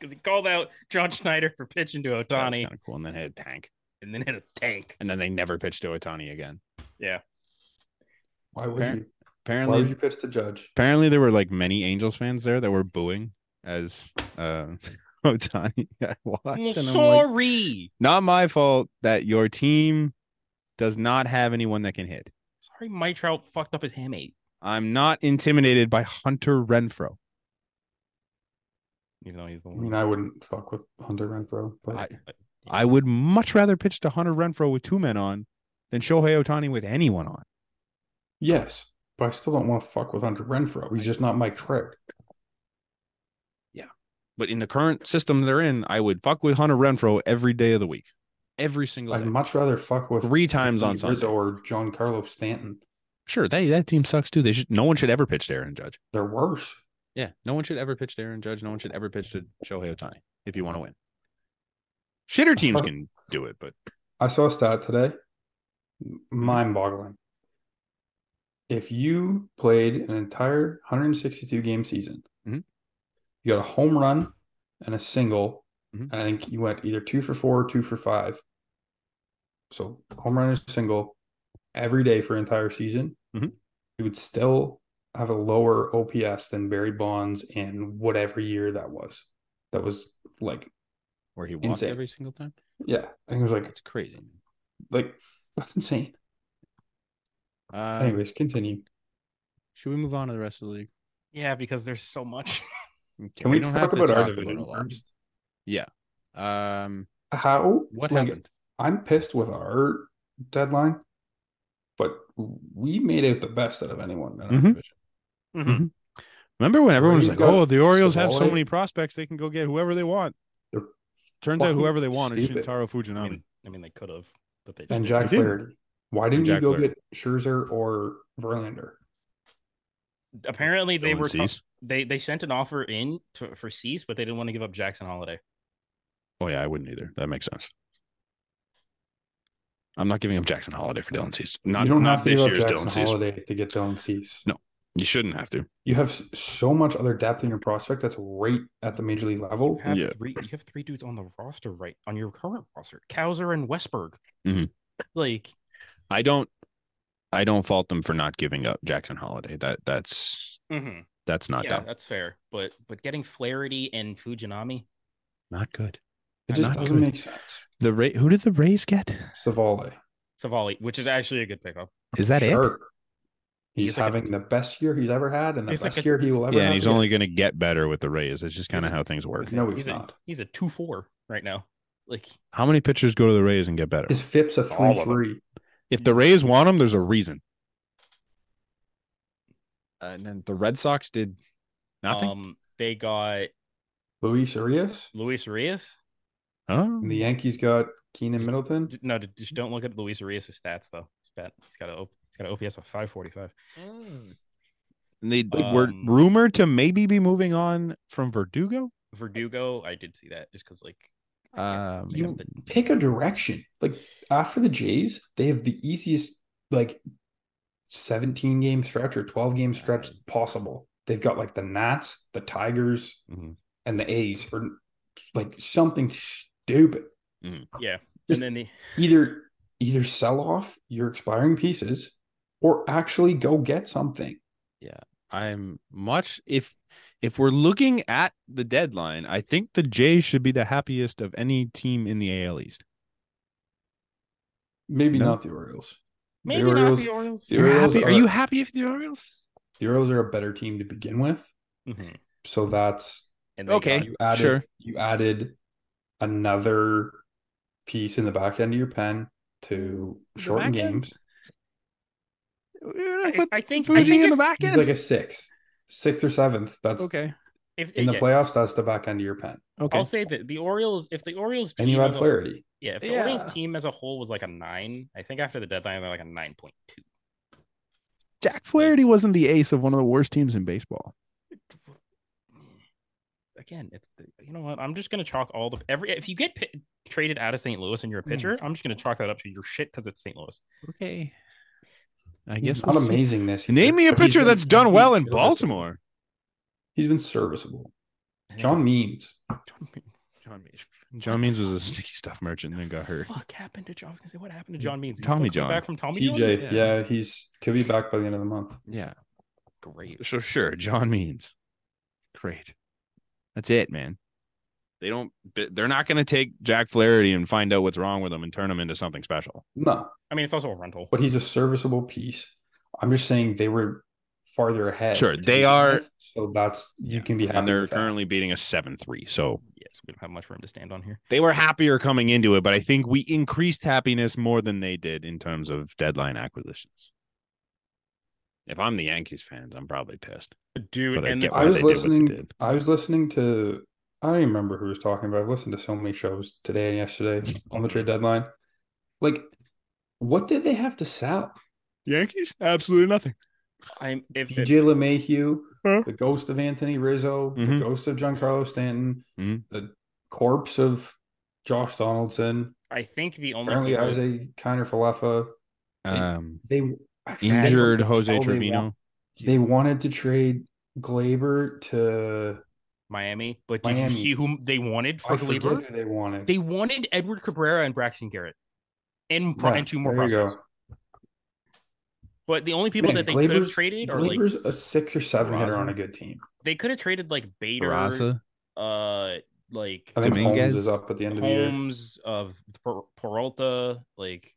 Speaker 3: 'cause he called out John Schneider for pitching to Otani
Speaker 1: kind of cool. And then hit a tank,
Speaker 3: and then hit a tank.
Speaker 1: and then they never pitched to Otani again.
Speaker 2: Why would
Speaker 1: Appar-
Speaker 2: you? Why
Speaker 1: Apparently,
Speaker 2: would you pitch to Judge?
Speaker 1: apparently there were like many Angels fans there that were booing as uh, Otani got walked. and I'm
Speaker 3: Well,
Speaker 1: like,
Speaker 3: sorry,
Speaker 1: not my fault that your team does not have anyone that can hit.
Speaker 3: sorry, Mike Trout fucked up his hamate.
Speaker 1: I'm not intimidated by Hunter Renfro.
Speaker 3: Even though he's the
Speaker 2: I
Speaker 3: one.
Speaker 2: mean, I wouldn't fuck with Hunter Renfro, but
Speaker 1: I, I would much rather pitch to Hunter Renfro with two men on than Shohei Otani with anyone on.
Speaker 2: yes, but I still don't want to fuck with Hunter Renfro. He's just not Mike Trout.
Speaker 1: But in the current system they're in, I would fuck with Hunter Renfro every day of the week, every single
Speaker 2: I'd
Speaker 1: day,
Speaker 2: much rather fuck with
Speaker 1: three times on
Speaker 2: Pete
Speaker 1: Sunday.
Speaker 2: Rizzo or John Carlos Stanton.
Speaker 1: Sure, that that team sucks too. They should. No one should ever pitch to Aaron Judge.
Speaker 2: They're worse.
Speaker 1: Yeah, no one should ever pitch to Aaron Judge. No one should ever pitch to Shohei Otani if you want to win. Shitter teams can do it, but
Speaker 2: I saw a stat today, mind boggling. If you played an entire 162 game season,
Speaker 1: Mhm.
Speaker 2: you got a home run and a single,
Speaker 1: Mhm.
Speaker 2: and I think you went either two for four or two for five. So home run and single every day for an entire season,
Speaker 1: Mhm.
Speaker 2: you would still have a lower OPS than Barry Bonds in whatever year that was. That was like,
Speaker 1: where he walked
Speaker 2: Insane.
Speaker 1: every single time,
Speaker 2: yeah, I think it was like
Speaker 1: it's crazy.
Speaker 2: like that's insane.
Speaker 1: Uh,
Speaker 2: Anyways, continue.
Speaker 1: Um, Should we move on to the rest of the league?
Speaker 3: Yeah, because there's so much.
Speaker 2: Can we,
Speaker 6: don't
Speaker 2: talk
Speaker 6: have to
Speaker 2: about our
Speaker 6: talk about
Speaker 2: division
Speaker 6: a lot.
Speaker 2: first?
Speaker 6: Um,
Speaker 2: How?
Speaker 6: what
Speaker 2: like,
Speaker 6: happened?
Speaker 2: I'm pissed with our deadline, but we made out the best out of anyone in our
Speaker 1: Mhm.
Speaker 2: division.
Speaker 3: Mhm.
Speaker 1: Remember when everyone was
Speaker 2: Orioles
Speaker 1: like,
Speaker 2: got
Speaker 1: "Oh, the Orioles have so
Speaker 2: Savale.
Speaker 1: many prospects; they can go get whoever they want."
Speaker 2: They're
Speaker 1: Turns out,
Speaker 2: fucking
Speaker 1: whoever they want is
Speaker 2: stupid.
Speaker 1: Shintaro
Speaker 3: I
Speaker 1: Fujinami.
Speaker 3: mean, I mean, they could have, but they just
Speaker 2: And
Speaker 3: didn't.
Speaker 2: Jack
Speaker 1: They didn't.
Speaker 2: Flaherty. Why didn't you
Speaker 5: Jack
Speaker 2: go
Speaker 5: Flaherty.
Speaker 2: get Scherzer or Verlander?
Speaker 3: apparently they
Speaker 5: Dylan
Speaker 3: were ta-
Speaker 5: Cease.
Speaker 3: they they sent an offer in to, for Cease, but they didn't want to give up Jackson Holiday.
Speaker 1: Oh yeah, I wouldn't either. That makes sense. I'm not giving up Jackson Holiday for Dylan Cease. Not
Speaker 2: you don't
Speaker 1: not
Speaker 2: have to
Speaker 1: this
Speaker 2: give up
Speaker 1: year's
Speaker 2: Jackson
Speaker 1: Dylan Cease.
Speaker 2: Holiday to get Dylan Cease.
Speaker 1: You shouldn't have to.
Speaker 2: You have s- so much other depth in your prospect that's right at the major league
Speaker 3: You
Speaker 2: level.
Speaker 3: have
Speaker 1: Yeah.
Speaker 3: three. You have three dudes on the roster right on your current roster: Kowser and Westberg.
Speaker 1: Mhm.
Speaker 3: Like
Speaker 1: I don't. I don't fault them for not giving up Jackson Holiday. That that's
Speaker 3: mhm.
Speaker 1: that's not
Speaker 3: yeah,
Speaker 1: that
Speaker 3: that's fair. But but getting Flaherty and Fujinami,
Speaker 1: not good.
Speaker 2: It
Speaker 1: That's
Speaker 2: just
Speaker 1: not
Speaker 2: doesn't
Speaker 1: good.
Speaker 2: make sense.
Speaker 1: The Ray, who did the Rays get?
Speaker 2: Savale.
Speaker 3: Savali, which is actually a good pickup.
Speaker 1: Is that it?
Speaker 2: sure. He's,
Speaker 3: He's like a-
Speaker 2: having the best year he's ever had and the
Speaker 3: He's like
Speaker 2: best
Speaker 3: a-
Speaker 2: year he will ever
Speaker 1: Yeah,
Speaker 2: have
Speaker 1: and he's
Speaker 2: again.
Speaker 1: only going to get better with the Rays. It's just kind of
Speaker 3: He's-
Speaker 1: how things work.
Speaker 2: No, he's
Speaker 3: he's a,
Speaker 2: not.
Speaker 3: He's a two four right now. Like
Speaker 1: How many pitchers go to the Rays and get better?
Speaker 2: His FIP's a
Speaker 1: All of them.
Speaker 2: 3-3.
Speaker 1: If the Rays want him, there's a reason. Uh, And then the Red Sox did nothing.
Speaker 3: um, they got
Speaker 2: Luis Arias.
Speaker 3: Luis Arias.
Speaker 1: oh,
Speaker 2: And the Yankees got Keenan Middleton.
Speaker 3: J- No, d- just don't look at Luis Arias' stats though. He's got he's got a O- he's got an OPS of five forty five.
Speaker 1: and they like, were
Speaker 3: um,
Speaker 1: rumored to maybe be moving on from Verdugo.
Speaker 3: Verdugo, I did see that just because like I guess 'cause
Speaker 1: Um,
Speaker 3: they have
Speaker 2: you-
Speaker 3: the-
Speaker 2: Pick a direction. Like after the Jays, they have the easiest like 17 game stretch or 12 game stretch possible. They've got like the Nats, the Tigers,
Speaker 1: Mhm.
Speaker 2: and the A's or like something stupid.
Speaker 3: yeah,
Speaker 2: Just-
Speaker 3: and then the
Speaker 2: Either either sell off your expiring pieces or actually go get something.
Speaker 1: I'm much if if we're looking at the deadline, I think the Jays should be the happiest of any team in the AL East.
Speaker 2: Maybe
Speaker 1: No.
Speaker 2: not the Orioles.
Speaker 3: maybe
Speaker 2: the
Speaker 3: not
Speaker 2: Orioles,
Speaker 3: the Orioles.
Speaker 2: the Orioles
Speaker 1: happy?
Speaker 2: are,
Speaker 1: Are you happy if the Orioles?
Speaker 2: the Orioles are a better team to begin with.
Speaker 3: Mhm.
Speaker 2: So that's uh,
Speaker 3: And they
Speaker 1: Okay.
Speaker 3: got-
Speaker 2: you added
Speaker 1: sure.
Speaker 2: you added another piece in the back end of your pen to
Speaker 1: The
Speaker 2: shorten
Speaker 1: back end?
Speaker 2: games.
Speaker 3: I, I think I
Speaker 1: Fuji
Speaker 3: think
Speaker 1: in the
Speaker 3: if,
Speaker 1: back
Speaker 2: He's
Speaker 1: end.
Speaker 2: like a six, sixth or seventh. That's
Speaker 1: okay.
Speaker 3: if,
Speaker 2: in the
Speaker 3: yeah,
Speaker 2: playoffs. That's the back end of your pen,
Speaker 1: Okay.
Speaker 3: I'll say that the Orioles, if the Orioles
Speaker 2: and you
Speaker 3: team
Speaker 2: add
Speaker 3: as a-
Speaker 2: Flaherty.
Speaker 3: yeah, if the
Speaker 2: Yeah.
Speaker 3: Orioles team as a whole was like a nine, I think after the deadline they're like a nine point two.
Speaker 1: Jack Flaherty wasn't the ace of one of the worst teams in baseball.
Speaker 3: Again, it's the, you know what I'm just gonna chalk all the every if you get pi- traded out of St. Louis and
Speaker 1: Hmm.
Speaker 3: you're a pitcher, I'm just gonna chalk that up to your shit because it's St. Louis.
Speaker 1: Okay. I
Speaker 2: He's
Speaker 1: guess
Speaker 2: not
Speaker 1: we'll see.
Speaker 2: amazing this year.
Speaker 1: Name me a
Speaker 2: but he's
Speaker 1: pitcher
Speaker 2: been-
Speaker 1: that's done
Speaker 2: he's
Speaker 1: well in
Speaker 2: serviceable.
Speaker 1: Baltimore.
Speaker 2: He's been serviceable. John Means.
Speaker 3: John Means.
Speaker 1: John Means. John Means was a sticky stuff merchant and then got hurt.
Speaker 3: Fuck happened to John? I was gonna say what happened to John Means. He's
Speaker 1: Tommy
Speaker 3: still
Speaker 1: John.
Speaker 3: coming back from Tommy John.
Speaker 2: TJ. Yeah. he's could be back by the end of the month.
Speaker 1: Yeah.
Speaker 3: Great.
Speaker 1: So sure, John Means. Great. That's it, man. They don't. They're not going to take Jack Flaherty and find out what's wrong with him and turn him into something special.
Speaker 2: No,
Speaker 3: I mean, it's also a rental.
Speaker 2: but he's a serviceable piece. I'm just saying they were farther ahead.
Speaker 1: Sure,
Speaker 2: to
Speaker 1: they
Speaker 2: begin
Speaker 1: are-
Speaker 2: with, So that's you can be happy.
Speaker 1: And they're
Speaker 2: with that.
Speaker 1: currently beating a seven-three. So
Speaker 3: Yes, we don't have much room to stand on here.
Speaker 1: they were happier coming into it, but I think we increased happiness more than they did in terms of deadline acquisitions. If I'm the Yankees fans, I'm probably pissed.
Speaker 3: Dude,
Speaker 1: But I
Speaker 3: and
Speaker 1: get
Speaker 3: this
Speaker 2: I
Speaker 1: why
Speaker 2: was
Speaker 1: they did what they
Speaker 2: listening.
Speaker 1: did.
Speaker 2: I was listening to. I don't even remember who was talking about. it. I've listened to so many shows today and yesterday on the trade deadline. Like, what did they have to sell?
Speaker 1: Yankees? Absolutely nothing.
Speaker 3: I'm if it-
Speaker 2: DJ LeMahieu,
Speaker 1: Huh?
Speaker 2: the ghost of Anthony Rizzo, the
Speaker 1: Mhm.
Speaker 2: ghost of Giancarlo Stanton,
Speaker 1: Mhm.
Speaker 2: the corpse of Josh Donaldson.
Speaker 3: I think the
Speaker 1: Oh
Speaker 3: only
Speaker 2: Apparently,
Speaker 3: people-
Speaker 2: Isaiah Kiner Falefa.
Speaker 1: Um,
Speaker 2: They I forget
Speaker 1: injured
Speaker 2: what the
Speaker 1: Jose
Speaker 2: hell they
Speaker 1: Trevino.
Speaker 2: want- They wanted to trade Glaber to.
Speaker 3: Miami, but did you
Speaker 2: Miami.
Speaker 3: see whom they wanted for
Speaker 2: I forget
Speaker 3: Glaber?
Speaker 2: who they wanted.
Speaker 3: They wanted Edward Cabrera and Braxton Garrett, and, pro-
Speaker 2: Yeah,
Speaker 3: and two more
Speaker 2: there you
Speaker 3: prospects. But the only people
Speaker 2: Man,
Speaker 3: that they could have
Speaker 2: Glaber's-
Speaker 3: traded are like
Speaker 2: Glaber's a six or seven hitter
Speaker 1: Peraza.
Speaker 2: on a good team.
Speaker 3: they could have traded like Bader, uh, like
Speaker 2: I think
Speaker 1: Dominguez.
Speaker 2: Holmes is up at the end of the year.
Speaker 3: Holmes of Per- Peralta. Like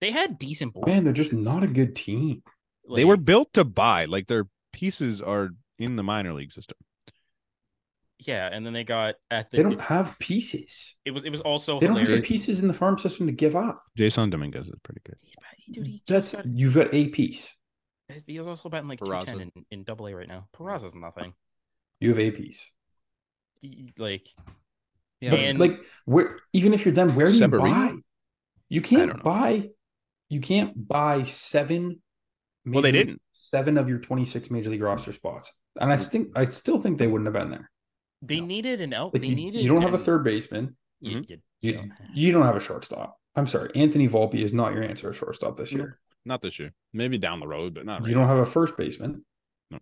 Speaker 3: they had decent.
Speaker 2: Man, they're just not a good team.
Speaker 1: They were built to buy. Like their pieces are in the minor league system.
Speaker 3: Yeah, and then they got at the
Speaker 2: They don't have pieces.
Speaker 3: it was it was also
Speaker 2: They don't have the
Speaker 3: hilarious.
Speaker 2: pieces in the farm system to give up.
Speaker 1: Jason Dominguez is pretty good.
Speaker 3: He's bat- he- dude, he
Speaker 2: Mm. That's
Speaker 3: just
Speaker 2: you've got a piece.
Speaker 3: got- he's also batting like
Speaker 6: Peraza.
Speaker 3: 210 in, in double A right now. Peraza's nothing.
Speaker 2: You have a piece.
Speaker 3: He- Like
Speaker 6: Yeah.
Speaker 2: But
Speaker 3: And-
Speaker 2: like, where even if you're them, where do you
Speaker 1: Severino?
Speaker 2: buy? You
Speaker 1: don't know.
Speaker 2: can't buy. You can't buy seven.
Speaker 1: Well, they
Speaker 2: major-
Speaker 1: didn't.
Speaker 2: seven of your 26 major league roster spots, and I think I still think they wouldn't have been there.
Speaker 3: they
Speaker 2: No.
Speaker 3: needed an out.
Speaker 2: Like
Speaker 3: they
Speaker 2: you,
Speaker 3: needed.
Speaker 2: you don't have a
Speaker 3: an-
Speaker 2: third baseman.
Speaker 3: You,
Speaker 1: Mhm.
Speaker 3: you- you
Speaker 2: You,
Speaker 3: don't-
Speaker 2: you don't have a shortstop. I'm sorry, Anthony Volpe is not your answer at shortstop this
Speaker 1: Nope.
Speaker 2: year.
Speaker 1: Not this year. Maybe down the road, but not right.
Speaker 2: You don't have a first baseman.
Speaker 1: No.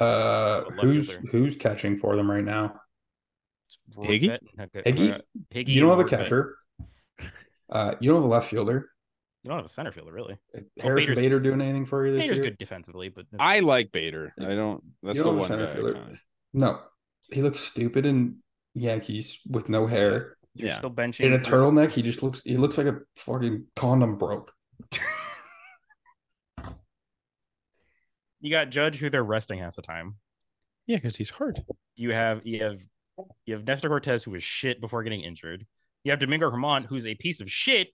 Speaker 2: Uh,
Speaker 3: A left
Speaker 2: who's
Speaker 3: fielder.
Speaker 2: who's catching for them right now?
Speaker 3: Rourke
Speaker 1: Higgy?
Speaker 3: and I've got-
Speaker 2: Higgy?
Speaker 3: uh, Higgy
Speaker 2: You don't have
Speaker 3: and
Speaker 2: a
Speaker 3: Rourke.
Speaker 2: catcher. Uh, you don't have a left fielder.
Speaker 3: You don't have a center fielder really.
Speaker 2: Harrison
Speaker 3: Bader's-
Speaker 2: Bader doing anything for you this
Speaker 3: Oh, Bader's
Speaker 2: year?
Speaker 3: good defensively, but it's-
Speaker 1: I like Bader. I don't. That's
Speaker 2: You
Speaker 1: the
Speaker 2: don't
Speaker 1: one
Speaker 2: have a
Speaker 1: guy. I
Speaker 2: center fielder.
Speaker 1: kinda-
Speaker 2: No, he looks stupid in Yankees with no hair.
Speaker 3: you're
Speaker 1: Yeah.
Speaker 3: still benching
Speaker 2: in a turtleneck. He just looks. He looks like a fucking condom broke.
Speaker 3: You got Judge who they're resting half the time.
Speaker 1: Yeah, because he's hurt.
Speaker 3: You have you have you have Nestor Cortez who was shit before getting injured. You have Domingo Herman who's a piece of shit.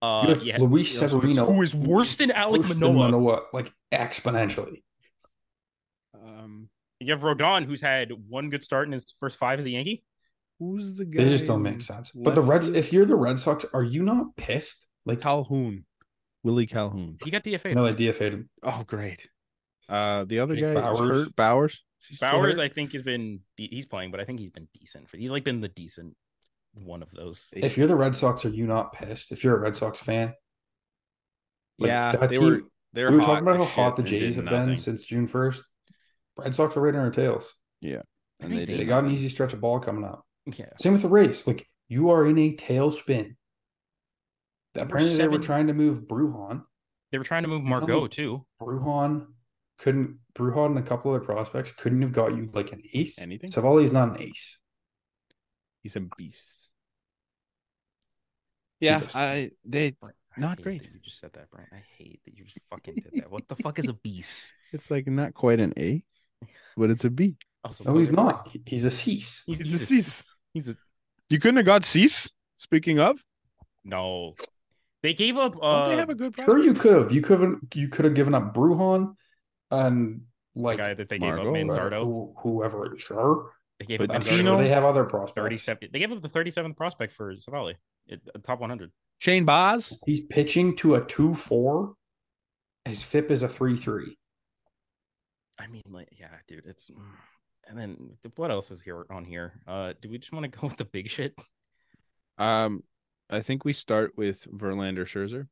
Speaker 3: Uh,
Speaker 2: You have
Speaker 3: yeah,
Speaker 2: Luis
Speaker 1: he also looks-
Speaker 2: Severino,
Speaker 3: who is worse than Alec
Speaker 2: worse than
Speaker 3: Manoa.
Speaker 2: like exponentially.
Speaker 6: Um,
Speaker 3: You have Rodon who's had one good start in his first five as a Yankee.
Speaker 1: Who's the guy?
Speaker 2: They just don't make sense. But the Reds, if you're the Red Sox, are you not pissed? Like,
Speaker 1: Calhoun, Willie Calhoun.
Speaker 3: He got DFA.
Speaker 2: no, they DFA'd.
Speaker 1: Oh, great. Uh, the other
Speaker 2: Jake
Speaker 1: guy Bowers.
Speaker 2: Bowers.
Speaker 1: Hurt. Bowers. Is he still
Speaker 3: Bowers,
Speaker 1: hurt?
Speaker 3: I think, has been de- he's playing, but I think he's been decent for. He's like been the decent one of those.
Speaker 2: If you're the Red Sox, are you not pissed? If you're a Red Sox fan, Like,
Speaker 1: yeah,
Speaker 2: that
Speaker 1: they
Speaker 2: team-
Speaker 1: were. They were,
Speaker 2: we were
Speaker 1: hot
Speaker 2: talking about how
Speaker 1: as
Speaker 2: hot
Speaker 1: shit
Speaker 2: the
Speaker 1: and did
Speaker 2: Jays have
Speaker 1: nothing.
Speaker 2: been since June first. Red Sox are right on our tails.
Speaker 3: I
Speaker 1: And they
Speaker 3: think
Speaker 1: did
Speaker 2: They
Speaker 1: it.
Speaker 2: got an easy stretch of ball coming up.
Speaker 3: Yeah,
Speaker 2: Same with the race. Like you are in a tailspin. Apparently, they were
Speaker 3: seven.
Speaker 2: trying to move Bruhan.
Speaker 3: they were trying to move
Speaker 2: He's only-
Speaker 3: Margot too.
Speaker 2: Bruhan couldn't. Bruhan and a couple other prospects couldn't have got you like an ace.
Speaker 1: Anything?
Speaker 2: Savali is not an ace.
Speaker 1: He's a beast.
Speaker 2: Yeah,
Speaker 1: Yeah,
Speaker 2: Jesus.
Speaker 1: I they.
Speaker 3: Brent,
Speaker 1: Not
Speaker 3: hate
Speaker 1: great.
Speaker 3: that you just said that, Brent. I hate that you just fucking did that. What the fuck is a beast?
Speaker 1: It's like not quite an A, but it's a B.
Speaker 3: Also,
Speaker 2: No, he's not. He- He's a cease.
Speaker 3: He's,
Speaker 1: It's
Speaker 3: he's,
Speaker 1: a
Speaker 3: a,
Speaker 1: Cease.
Speaker 3: he's a
Speaker 1: You couldn't have got Cease. Speaking of,
Speaker 3: no. They gave up.
Speaker 1: don't
Speaker 3: Uh,
Speaker 1: they have a good?
Speaker 2: Sure, you could have. You could have. You could have given up Bruhan and like
Speaker 3: guy that they
Speaker 1: Margot,
Speaker 3: gave up
Speaker 2: uh,
Speaker 3: Manzardo.
Speaker 2: who- whoever. Sure,
Speaker 3: They gave
Speaker 1: But
Speaker 3: up
Speaker 2: I'm
Speaker 1: Manzardo-
Speaker 2: sure
Speaker 3: Manzardo.
Speaker 2: they have other prospects.
Speaker 3: Thirty-seven. They gave up the thirty-seventh prospect for Savali, it, uh, top one hundred.
Speaker 1: Shane Boz.
Speaker 2: He's pitching to a two four. His FIP is a three three.
Speaker 3: I mean, like, yeah, dude, it's. mm. And then what else is here on here? Uh, do we just want to go with the big shit?
Speaker 1: Um, I think we start with Verlander Scherzer.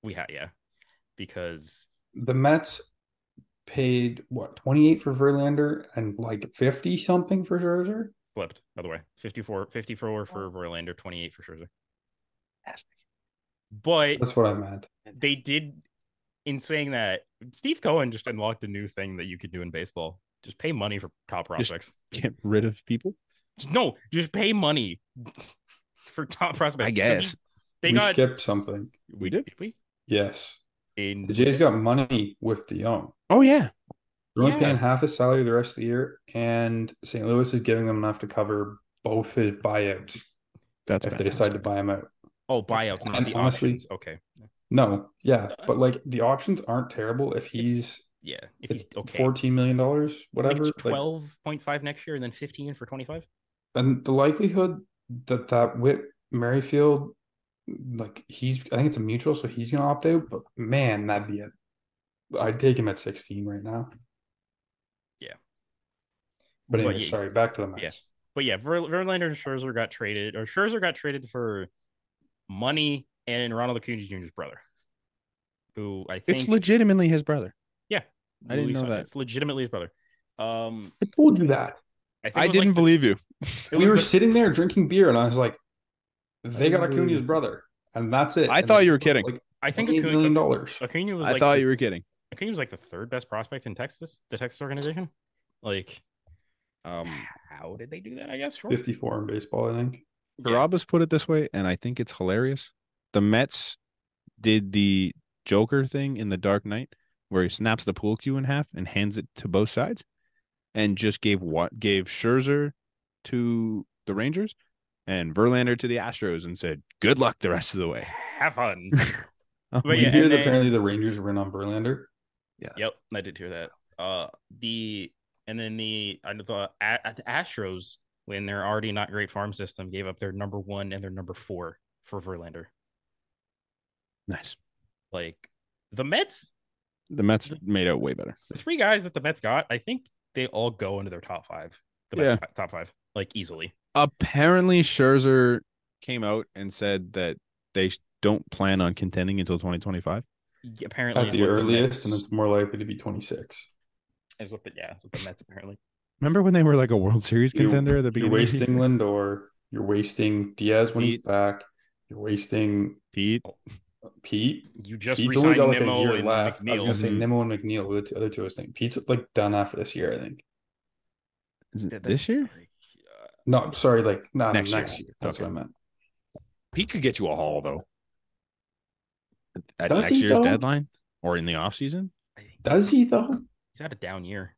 Speaker 3: We had, yeah, because
Speaker 2: the Mets paid what 28 for Verlander and like 50 something for Scherzer.
Speaker 3: flipped. By the way, 54,
Speaker 2: Oh.
Speaker 3: 54 for Verlander, twenty eight for Scherzer. But
Speaker 2: That's what I meant.
Speaker 3: they did in saying that Steve Cohen just unlocked a new thing that you could do in baseball. Just pay money for top prospects.
Speaker 1: Get rid of people.
Speaker 3: no, just pay money for top prospects. 'cause
Speaker 1: guess.
Speaker 3: you- they
Speaker 2: we
Speaker 3: got
Speaker 2: skipped something.
Speaker 1: We did.
Speaker 3: did we?
Speaker 2: Yes.
Speaker 3: In
Speaker 2: The Jays got money with DeYoung.
Speaker 1: Oh yeah,
Speaker 2: They're only
Speaker 3: Yeah.
Speaker 2: paying half his salary the rest of the year, and St. Louis is giving them enough to cover both his buyouts
Speaker 1: that's
Speaker 2: if they decide to buy him out.
Speaker 3: oh buyouts, not
Speaker 2: And
Speaker 3: the
Speaker 2: honestly-
Speaker 3: options. Okay,
Speaker 2: No, yeah, but like the options aren't terrible if he's
Speaker 3: yeah, if
Speaker 2: it's
Speaker 3: he's okay.
Speaker 2: 14 million dollars,
Speaker 3: I think
Speaker 2: whatever.
Speaker 3: it's
Speaker 2: like-
Speaker 3: 12.5 next year and then 15 for 25
Speaker 2: and the likelihood that that Whit Merrifield, like he's, I think it's a mutual, so he's gonna opt out. But man, that'd be it. I'd take him at sixteen right now.
Speaker 3: Yeah.
Speaker 2: But
Speaker 3: But
Speaker 2: anyway,
Speaker 3: yeah.
Speaker 2: sorry, back to the Mets.
Speaker 3: Yeah. but yeah Ver- verlander and scherzer got traded or scherzer got traded for money and ronald acuna jr's brother who i think
Speaker 1: It's legitimately his brother. I didn't
Speaker 3: Luis-
Speaker 1: know that.
Speaker 3: it's legitimately his brother um
Speaker 2: I told you that.
Speaker 3: i, think
Speaker 1: I
Speaker 3: it was
Speaker 1: didn't
Speaker 3: like the-
Speaker 1: believe you.
Speaker 3: it
Speaker 2: we
Speaker 3: was
Speaker 2: were
Speaker 3: the-
Speaker 2: sitting there drinking beer, and I was like, "They got
Speaker 1: didn't believe
Speaker 2: Acuna's
Speaker 1: it.
Speaker 2: brother, and that's it."
Speaker 1: I
Speaker 2: And
Speaker 1: thought
Speaker 2: they-
Speaker 1: you were kidding.
Speaker 2: Like
Speaker 3: i think
Speaker 2: eight million
Speaker 3: acuna,
Speaker 2: dollars.
Speaker 3: acuna was
Speaker 1: I
Speaker 3: like
Speaker 1: thought
Speaker 3: the,
Speaker 1: you were kidding.
Speaker 3: acuna was like the third best prospect in texas the texas organization like
Speaker 1: Um,
Speaker 3: how did they do that i guess sure.
Speaker 2: Fifty-four in baseball, I think.
Speaker 1: Garabas put it this way, and I think it's hilarious. The Mets did the Joker thing in The Dark Knight, where he snaps the pool cue in half and hands it to both sides, and just gave what gave Scherzer to the Rangers and Verlander to the Astros and said, "Good luck the rest of the way."
Speaker 3: Have fun.
Speaker 1: Oh,
Speaker 3: But
Speaker 2: We
Speaker 3: yeah,
Speaker 2: hear
Speaker 3: and
Speaker 2: that
Speaker 3: they-
Speaker 2: apparently the Rangers were in on Verlander.
Speaker 3: Yep, I did hear that. Uh, the and then the I thought a- at the Astros when their already not great farm system gave up their number one and their number four for Verlander.
Speaker 1: nice.
Speaker 3: Like the Mets,
Speaker 1: The Mets made out way better.
Speaker 3: the three guys that the Mets got, I think they all go into their top five. The
Speaker 1: Yeah.
Speaker 3: Mets fi- top five, like easily.
Speaker 1: Apparently, Scherzer came out and said that they sh- don't plan on contending until 2025.
Speaker 3: Y- Apparently,
Speaker 2: At
Speaker 3: is
Speaker 2: the
Speaker 3: what
Speaker 2: earliest, and
Speaker 3: Mets-
Speaker 2: it's more likely to be 26.
Speaker 3: is what the, yeah, is what the Mets apparently.
Speaker 1: Remember when they were like a World Series
Speaker 2: You're-
Speaker 1: contender at the
Speaker 2: You're
Speaker 1: beginning? of the
Speaker 2: wasting
Speaker 1: season?
Speaker 2: Lindor. You're wasting Diaz when he's
Speaker 1: Pete.
Speaker 2: back. You're wasting
Speaker 1: Pete.
Speaker 3: Oh,
Speaker 2: Pete.
Speaker 3: You just
Speaker 2: Pete's only
Speaker 3: resigned
Speaker 2: got like a
Speaker 3: Nimmo
Speaker 2: year
Speaker 3: and
Speaker 2: left. I was
Speaker 3: McNeil.
Speaker 2: gonna say
Speaker 1: Mhm.
Speaker 2: Nimmo and McNeil were the two- other two I was thinking. Pete's like done after this year, I think.
Speaker 1: Is
Speaker 3: Th-
Speaker 1: it
Speaker 3: th-
Speaker 1: this year?
Speaker 3: like, uh,
Speaker 2: No, I'm sorry, like not
Speaker 1: Next
Speaker 2: next,
Speaker 1: year.
Speaker 2: year. That's
Speaker 1: Okay.
Speaker 2: what I meant.
Speaker 1: Pete could get you a haul though. At
Speaker 2: Does
Speaker 1: next
Speaker 2: he,
Speaker 1: year's
Speaker 2: though?
Speaker 1: deadline or in the offseason?
Speaker 3: I think
Speaker 2: Does he though?
Speaker 3: he's had a down year.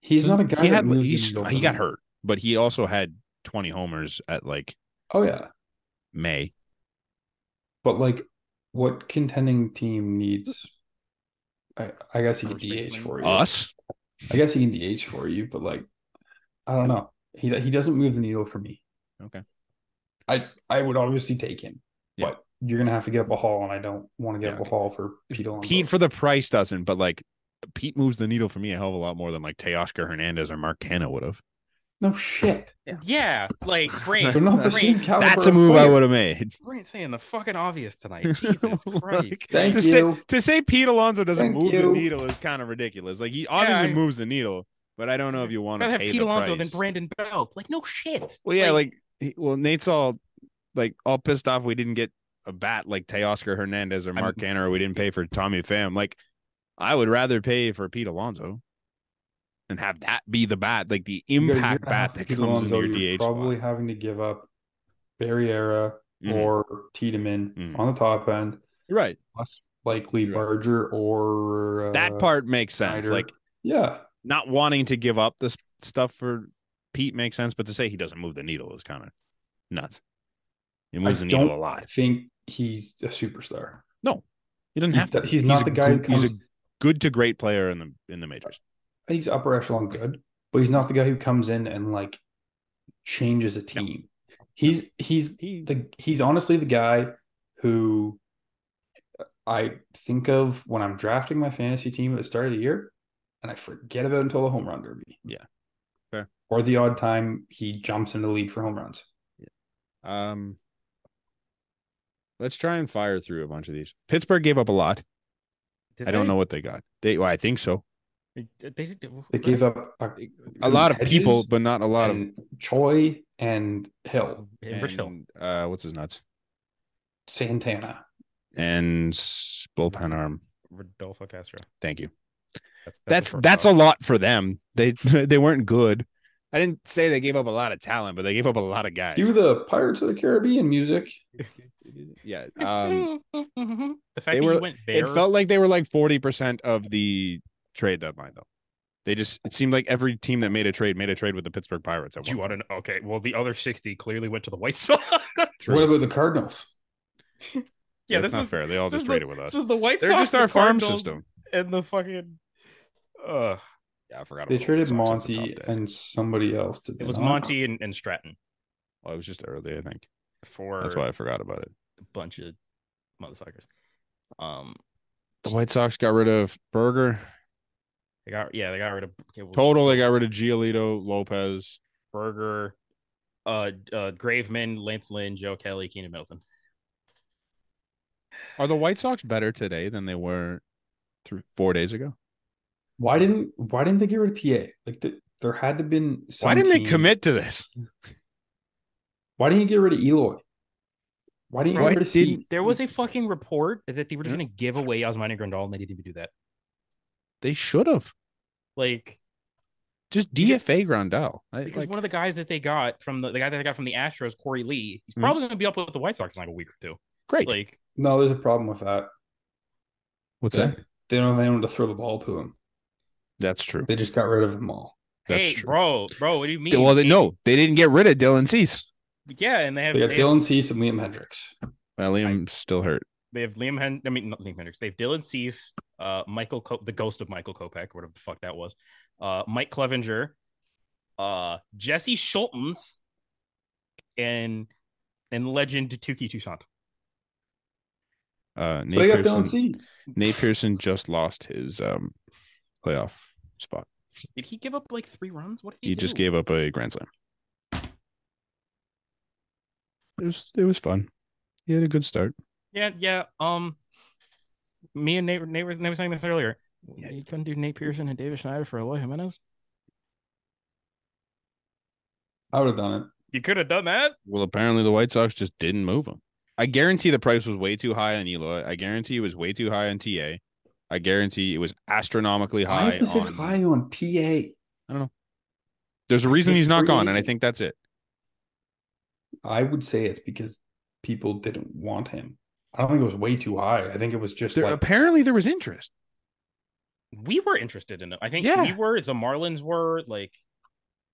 Speaker 2: He's not a guy.
Speaker 1: He
Speaker 2: that
Speaker 1: had
Speaker 2: moves
Speaker 1: he's-
Speaker 2: the needle
Speaker 1: he
Speaker 2: for
Speaker 1: got
Speaker 2: me.
Speaker 1: hurt, but he also had 20 homers at like
Speaker 2: Oh yeah,
Speaker 1: May.
Speaker 2: but like, what contending team needs? I, I guess he can
Speaker 3: First
Speaker 2: DH
Speaker 3: baseman.
Speaker 2: for you.
Speaker 1: Us?
Speaker 2: I guess he can DH for you, but like, I don't know. He he doesn't move the needle for me.
Speaker 1: Okay.
Speaker 2: I I would obviously take him,
Speaker 1: Yeah.
Speaker 2: but you're gonna have to get up a haul, and I don't want to get
Speaker 1: Yeah,
Speaker 2: up a haul for Pete. Alonso.
Speaker 1: Pete for the price doesn't, but like Pete moves the needle for me a hell of a lot more than like Teoscar Hernandez or Mark Canna would have.
Speaker 2: no shit.
Speaker 3: Yeah, like brain.
Speaker 2: They're not the
Speaker 3: brain.
Speaker 2: same caliber.
Speaker 1: That's a
Speaker 2: of
Speaker 1: move I
Speaker 2: Oh, player.
Speaker 1: would have made.
Speaker 3: We're saying the fucking obvious tonight. Jesus
Speaker 1: Like,
Speaker 3: Christ.
Speaker 2: Thank
Speaker 1: to
Speaker 2: you.
Speaker 1: Say, to say Pete Alonso doesn't
Speaker 2: Thank
Speaker 1: move the
Speaker 2: you.
Speaker 1: needle is kind of ridiculous. Like he obviously
Speaker 3: I-
Speaker 1: moves the needle, but I don't know if you
Speaker 3: I'd
Speaker 1: want to
Speaker 3: rather have
Speaker 1: pay
Speaker 3: Pete
Speaker 1: the
Speaker 3: Alonso
Speaker 1: price.
Speaker 3: than Brandon Belt. Like, no shit.
Speaker 1: Well, yeah, like, he, well, Nate's all like all pissed off we didn't get a bat like Teoscar Hernandez or Mark Canner, or we didn't pay for Tommy Pham. Like, I would rather pay for Pete Alonso and have that be the bat, like the
Speaker 2: You gotta-
Speaker 1: impact
Speaker 2: you're gonna have
Speaker 1: bat
Speaker 2: to
Speaker 1: that
Speaker 2: Pete
Speaker 1: comes in
Speaker 2: Alonso,
Speaker 1: your
Speaker 2: you're
Speaker 1: DH
Speaker 2: Probably
Speaker 1: spot.
Speaker 2: having to give up Barriera
Speaker 1: Mhm.
Speaker 2: or Tiedemann
Speaker 1: Mhm.
Speaker 2: on the top end,
Speaker 1: Right.
Speaker 2: plus likely
Speaker 1: Right.
Speaker 2: Barger or uh,
Speaker 1: That part makes sense.
Speaker 2: Snyder.
Speaker 1: Like
Speaker 2: Yeah,
Speaker 1: not wanting to give up this stuff for Pete makes sense, but to say he doesn't move the needle is kind of nuts. He moves the needle
Speaker 2: don't
Speaker 1: a
Speaker 2: I
Speaker 1: lot.
Speaker 2: think he's a superstar.
Speaker 1: He doesn't
Speaker 2: He's,
Speaker 1: have to.
Speaker 2: he's
Speaker 1: be.
Speaker 2: not
Speaker 1: a
Speaker 2: the guy who
Speaker 1: good- he's
Speaker 2: comes.
Speaker 1: a good to great player in the in the majors.
Speaker 2: he's upper echelon good, but he's not the guy who comes in and like changes a team. He's he's
Speaker 1: He
Speaker 2: the he's honestly the guy who I think of when I'm drafting my fantasy team at the start of the year, and I forget about until the home run derby.
Speaker 1: Yeah. Fair.
Speaker 2: Or the odd time he jumps into the lead for home runs.
Speaker 1: Um, let's try and fire through a bunch of these. Pittsburgh gave up a lot. I don't know what they got. They, well, I think so.
Speaker 3: They, they, did-
Speaker 2: They gave up a,
Speaker 1: A lot of
Speaker 2: Hedges
Speaker 1: people, but not a lot of.
Speaker 2: and Choi and Hill,
Speaker 3: Yeah, Rich Hill.
Speaker 1: and, uh, what's his nuts?
Speaker 2: Santana.
Speaker 1: And s- bullpen arm.
Speaker 3: Rodolfo Castro.
Speaker 1: Thank you.
Speaker 3: That's
Speaker 1: That's
Speaker 3: the
Speaker 1: that's a
Speaker 3: shortstop.
Speaker 1: lot for them. They they weren't good. I didn't say they gave up a lot of talent, but they gave up a lot of guys.
Speaker 2: Cue the Pirates of the Caribbean music.
Speaker 1: Yeah. Um,
Speaker 3: the fact
Speaker 1: they
Speaker 3: that
Speaker 1: were-
Speaker 3: you went there.
Speaker 1: it felt like they were like forty percent of the trade deadline, though. They just it seemed like every team that made a trade made a trade with the Pittsburgh Pirates. At
Speaker 3: Do you
Speaker 1: one
Speaker 3: want to know? Okay, well, the other 60 clearly went to the White Sox.
Speaker 2: What about the Cardinals?
Speaker 3: yeah,
Speaker 1: that's
Speaker 3: this
Speaker 1: not
Speaker 3: is,
Speaker 1: fair. They all
Speaker 3: this is
Speaker 1: just
Speaker 3: the-
Speaker 1: traded with
Speaker 3: This
Speaker 1: us.
Speaker 3: is the White
Speaker 1: They're
Speaker 3: Sox.
Speaker 1: just
Speaker 3: the
Speaker 1: our farm
Speaker 3: Cardinals,
Speaker 1: system.
Speaker 3: And the fucking. Uh,
Speaker 1: Yeah, I forgot.
Speaker 2: They
Speaker 1: about the White Sox.
Speaker 2: traded
Speaker 1: That's a
Speaker 2: Monty
Speaker 1: Oh, tough day.
Speaker 2: and somebody else. Did
Speaker 3: it
Speaker 2: they
Speaker 3: was
Speaker 2: not?
Speaker 3: Monty and, and Stratton
Speaker 1: Well, it was just early, I think.
Speaker 3: for
Speaker 1: That's why I forgot about it.
Speaker 3: a bunch of motherfuckers. Um,
Speaker 1: The White Sox got rid of Berger.
Speaker 3: They got yeah, they got rid of okay, well,
Speaker 1: Total, they got rid of Giolito, Lopez.
Speaker 3: Berger, uh, uh, Graveman, Lance Lynn, Joe Kelly, Keenan Middleton.
Speaker 1: Are the White Sox better today than they were three, four days ago?
Speaker 2: Why didn't Why didn't they get rid of TA? Like th- there had to been.
Speaker 1: Why
Speaker 2: some
Speaker 1: didn't they
Speaker 2: team-
Speaker 1: commit to this?
Speaker 2: Why didn't you get rid of Eloy? Why didn't you
Speaker 1: Why
Speaker 2: get rid of C?
Speaker 1: didn't-
Speaker 3: There was a fucking report that they were just
Speaker 1: Mm. Yeah.
Speaker 3: gonna give away Osmani Grandal, and they didn't even do that.
Speaker 1: They should have
Speaker 3: Like
Speaker 1: just
Speaker 3: Because-
Speaker 1: DFA Grandal. I,
Speaker 3: because
Speaker 1: like,
Speaker 3: one of the guys that they got from the, the guy that they got from the Astros, Corey Lee, he's
Speaker 1: Mhm.
Speaker 3: probably gonna be up with the White Sox in like a week or two.
Speaker 1: great.
Speaker 3: Like
Speaker 2: No, there's a problem with that.
Speaker 1: What's that?
Speaker 2: They don't have anyone to throw the ball to him.
Speaker 1: That's true.
Speaker 2: They just got rid of them all.
Speaker 1: That's
Speaker 3: hey,
Speaker 1: true.
Speaker 3: bro, bro, what do you mean?
Speaker 1: well, they, no, they didn't get rid of Dylan Cease.
Speaker 3: Yeah, and they have
Speaker 2: They got
Speaker 3: they-
Speaker 2: Dylan Cease and Liam Hendricks.
Speaker 1: Well, Liam's still hurt.
Speaker 3: They have Liam Hen- I mean, not Liam Hendricks. They have Dylan Cease, uh, Michael, Co- the ghost of Michael Kopeck, whatever the fuck that was, uh, Mike Clevenger, uh, Jesse Schultz, and and legend Tuki Toussaint.
Speaker 1: Uh,
Speaker 2: So
Speaker 1: Nate,
Speaker 2: they got Dylan
Speaker 1: Pearson,
Speaker 2: Cease.
Speaker 1: Nate Pearson just lost his um, playoff spot.
Speaker 3: Did he give up like three runs? What did he,
Speaker 1: He just
Speaker 3: do?
Speaker 1: gave up a grand slam. It was it was fun. He had a good start.
Speaker 3: Yeah, yeah. Um, me and Nate, were- Nate was, Nate was saying this earlier. You couldn't do Nate Pearson and David Schneider for Eloy Jimenez.
Speaker 2: I would have done it.
Speaker 3: You could have done that.
Speaker 1: Well, apparently the White Sox just didn't move him. I guarantee the price was way too high on Eloy. I guarantee it was way too high on TA. I guarantee it was astronomically
Speaker 2: Why
Speaker 1: high.
Speaker 2: was it
Speaker 1: On...
Speaker 2: high on TA?
Speaker 1: There's a reason
Speaker 2: He's
Speaker 1: he's not
Speaker 2: free
Speaker 1: gone, and I
Speaker 2: agent.
Speaker 1: think that's it.
Speaker 2: I would say it's because people didn't want him. I don't think it was way too high. I think it was just
Speaker 1: There,
Speaker 2: like
Speaker 1: apparently there was interest.
Speaker 3: We were interested in it. I think we
Speaker 1: Yeah.
Speaker 3: were. The Marlins were like.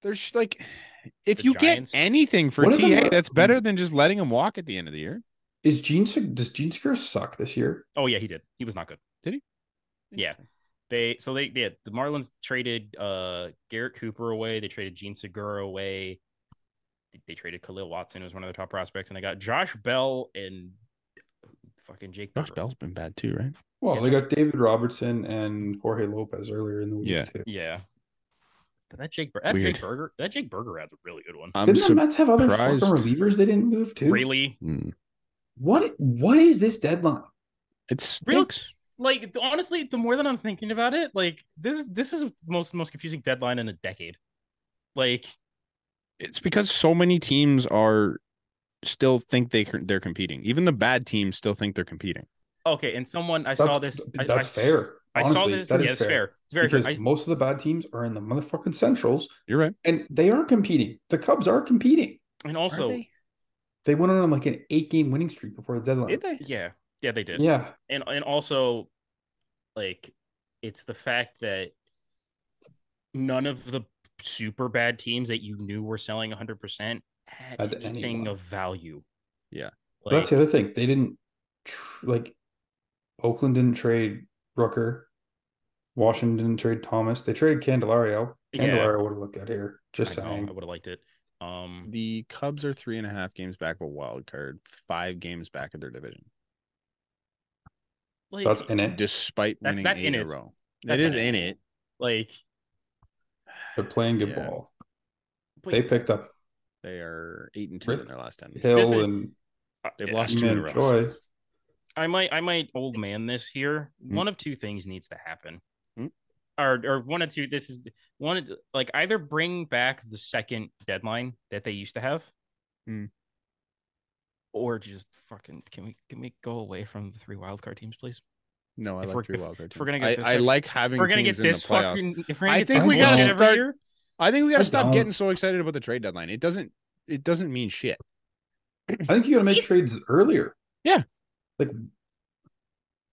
Speaker 1: There's like, if
Speaker 3: The
Speaker 1: you
Speaker 3: Giants.
Speaker 1: get anything for
Speaker 2: What are the Mm.
Speaker 1: TA,
Speaker 2: Mar-
Speaker 1: that's better than just letting him walk at the end of the year.
Speaker 2: is Gene Sec- does Gene Segura suck this year?
Speaker 3: Oh yeah, he did. He was not good. Yeah. They so they yeah, the Marlins traded uh Garrett Cooper away, they traded Gene Segura away, they traded Khalil Watson, who was one of their top prospects, and they got Josh Bell and fucking Jake
Speaker 1: Josh
Speaker 3: Berger.
Speaker 1: Bell's been bad too, right?
Speaker 2: Well,
Speaker 3: Yeah,
Speaker 2: they got David Robertson and Jorge Lopez earlier in the week
Speaker 1: Yeah.
Speaker 2: too.
Speaker 3: Yeah. But that Jake Ber- that
Speaker 1: Weird.
Speaker 3: Jake Berger that Jake Berger ad's a really good one.
Speaker 1: I'm
Speaker 2: Didn't the Mets have other fucking
Speaker 1: surprised.
Speaker 2: relievers they didn't move to?
Speaker 3: Really?
Speaker 1: Hmm.
Speaker 2: What what is this deadline?
Speaker 1: It
Speaker 3: Real-
Speaker 1: stinks.
Speaker 3: Like honestly, the more that I'm thinking about it, like this is this is the most most confusing deadline in a decade. Like
Speaker 1: It's because so many teams are still think they c- they're competing. Even the bad teams still think they're competing.
Speaker 3: okay, and someone I
Speaker 2: That's,
Speaker 3: saw this I-
Speaker 2: That's
Speaker 3: I-
Speaker 2: fair.
Speaker 3: I saw
Speaker 2: Honestly,
Speaker 3: this.
Speaker 2: that is
Speaker 3: yeah, it's fair. It's very
Speaker 2: because
Speaker 3: fair. I-
Speaker 2: most of the bad teams are in the motherfucking centrals,
Speaker 1: You're right.
Speaker 2: and they are competing. The Cubs are competing.
Speaker 3: and also,
Speaker 2: They went on like an eight-game winning streak before the deadline.
Speaker 1: did they?
Speaker 3: yeah, yeah, they did.
Speaker 2: Yeah,
Speaker 3: and and also like it's the fact that none of the super bad teams that you knew were selling 100% had
Speaker 2: Had
Speaker 3: anything
Speaker 2: anyone.
Speaker 3: of value
Speaker 1: Yeah.
Speaker 2: But that's the other thing. They didn't tr- like Oakland didn't trade Rooker. Washington didn't trade Thomas. They traded Candelario.
Speaker 3: Yeah.
Speaker 2: Candelario would have looked good here. Just
Speaker 3: I,
Speaker 2: saying.
Speaker 3: would have liked it um
Speaker 1: The Cubs are three and a half games back of a wild card, five games back of their division,
Speaker 3: like,
Speaker 2: That's in it.
Speaker 1: despite
Speaker 3: That's-
Speaker 1: winning
Speaker 3: that's
Speaker 1: eight
Speaker 3: in
Speaker 1: in,
Speaker 3: it.
Speaker 1: a row.
Speaker 3: That's
Speaker 1: it
Speaker 3: in
Speaker 1: is
Speaker 3: it.
Speaker 1: in it.
Speaker 3: like
Speaker 2: They're playing good
Speaker 1: Yeah.
Speaker 2: ball.
Speaker 3: but
Speaker 2: They picked up
Speaker 1: They are eight and two
Speaker 2: Rip-
Speaker 1: in their last ten.
Speaker 2: Hill
Speaker 3: Listen,
Speaker 2: and
Speaker 1: They've
Speaker 3: I-
Speaker 1: lost two in a
Speaker 2: Keenan
Speaker 1: row.
Speaker 2: Joy.
Speaker 3: I might I might old man this here.
Speaker 1: Hmm.
Speaker 3: One of two things needs to happen.
Speaker 1: Hmm.
Speaker 3: Or or one of two this is one of- like either bring back the second deadline that they used to have.
Speaker 1: Hmm.
Speaker 3: Or just fucking can we can we go away from the three wildcard teams, please?
Speaker 1: No, I
Speaker 3: If we're-
Speaker 1: like three
Speaker 3: if-
Speaker 1: wild card
Speaker 3: if
Speaker 1: teams.
Speaker 3: we're gonna get
Speaker 1: I,
Speaker 3: this
Speaker 1: I
Speaker 3: type-
Speaker 1: like having.
Speaker 3: We're gonna
Speaker 1: teams
Speaker 3: get
Speaker 1: in the
Speaker 3: this
Speaker 1: playoffs.
Speaker 3: fucking if we're gonna
Speaker 1: I
Speaker 3: get
Speaker 1: think
Speaker 3: this
Speaker 2: we gotta
Speaker 3: bullshit every
Speaker 1: start-
Speaker 3: year.
Speaker 1: I think we got
Speaker 2: I
Speaker 1: to stop
Speaker 2: don't.
Speaker 1: getting so excited about the trade deadline. It doesn't. It doesn't mean shit.
Speaker 2: I think you got to make trades earlier.
Speaker 1: Yeah.
Speaker 2: Like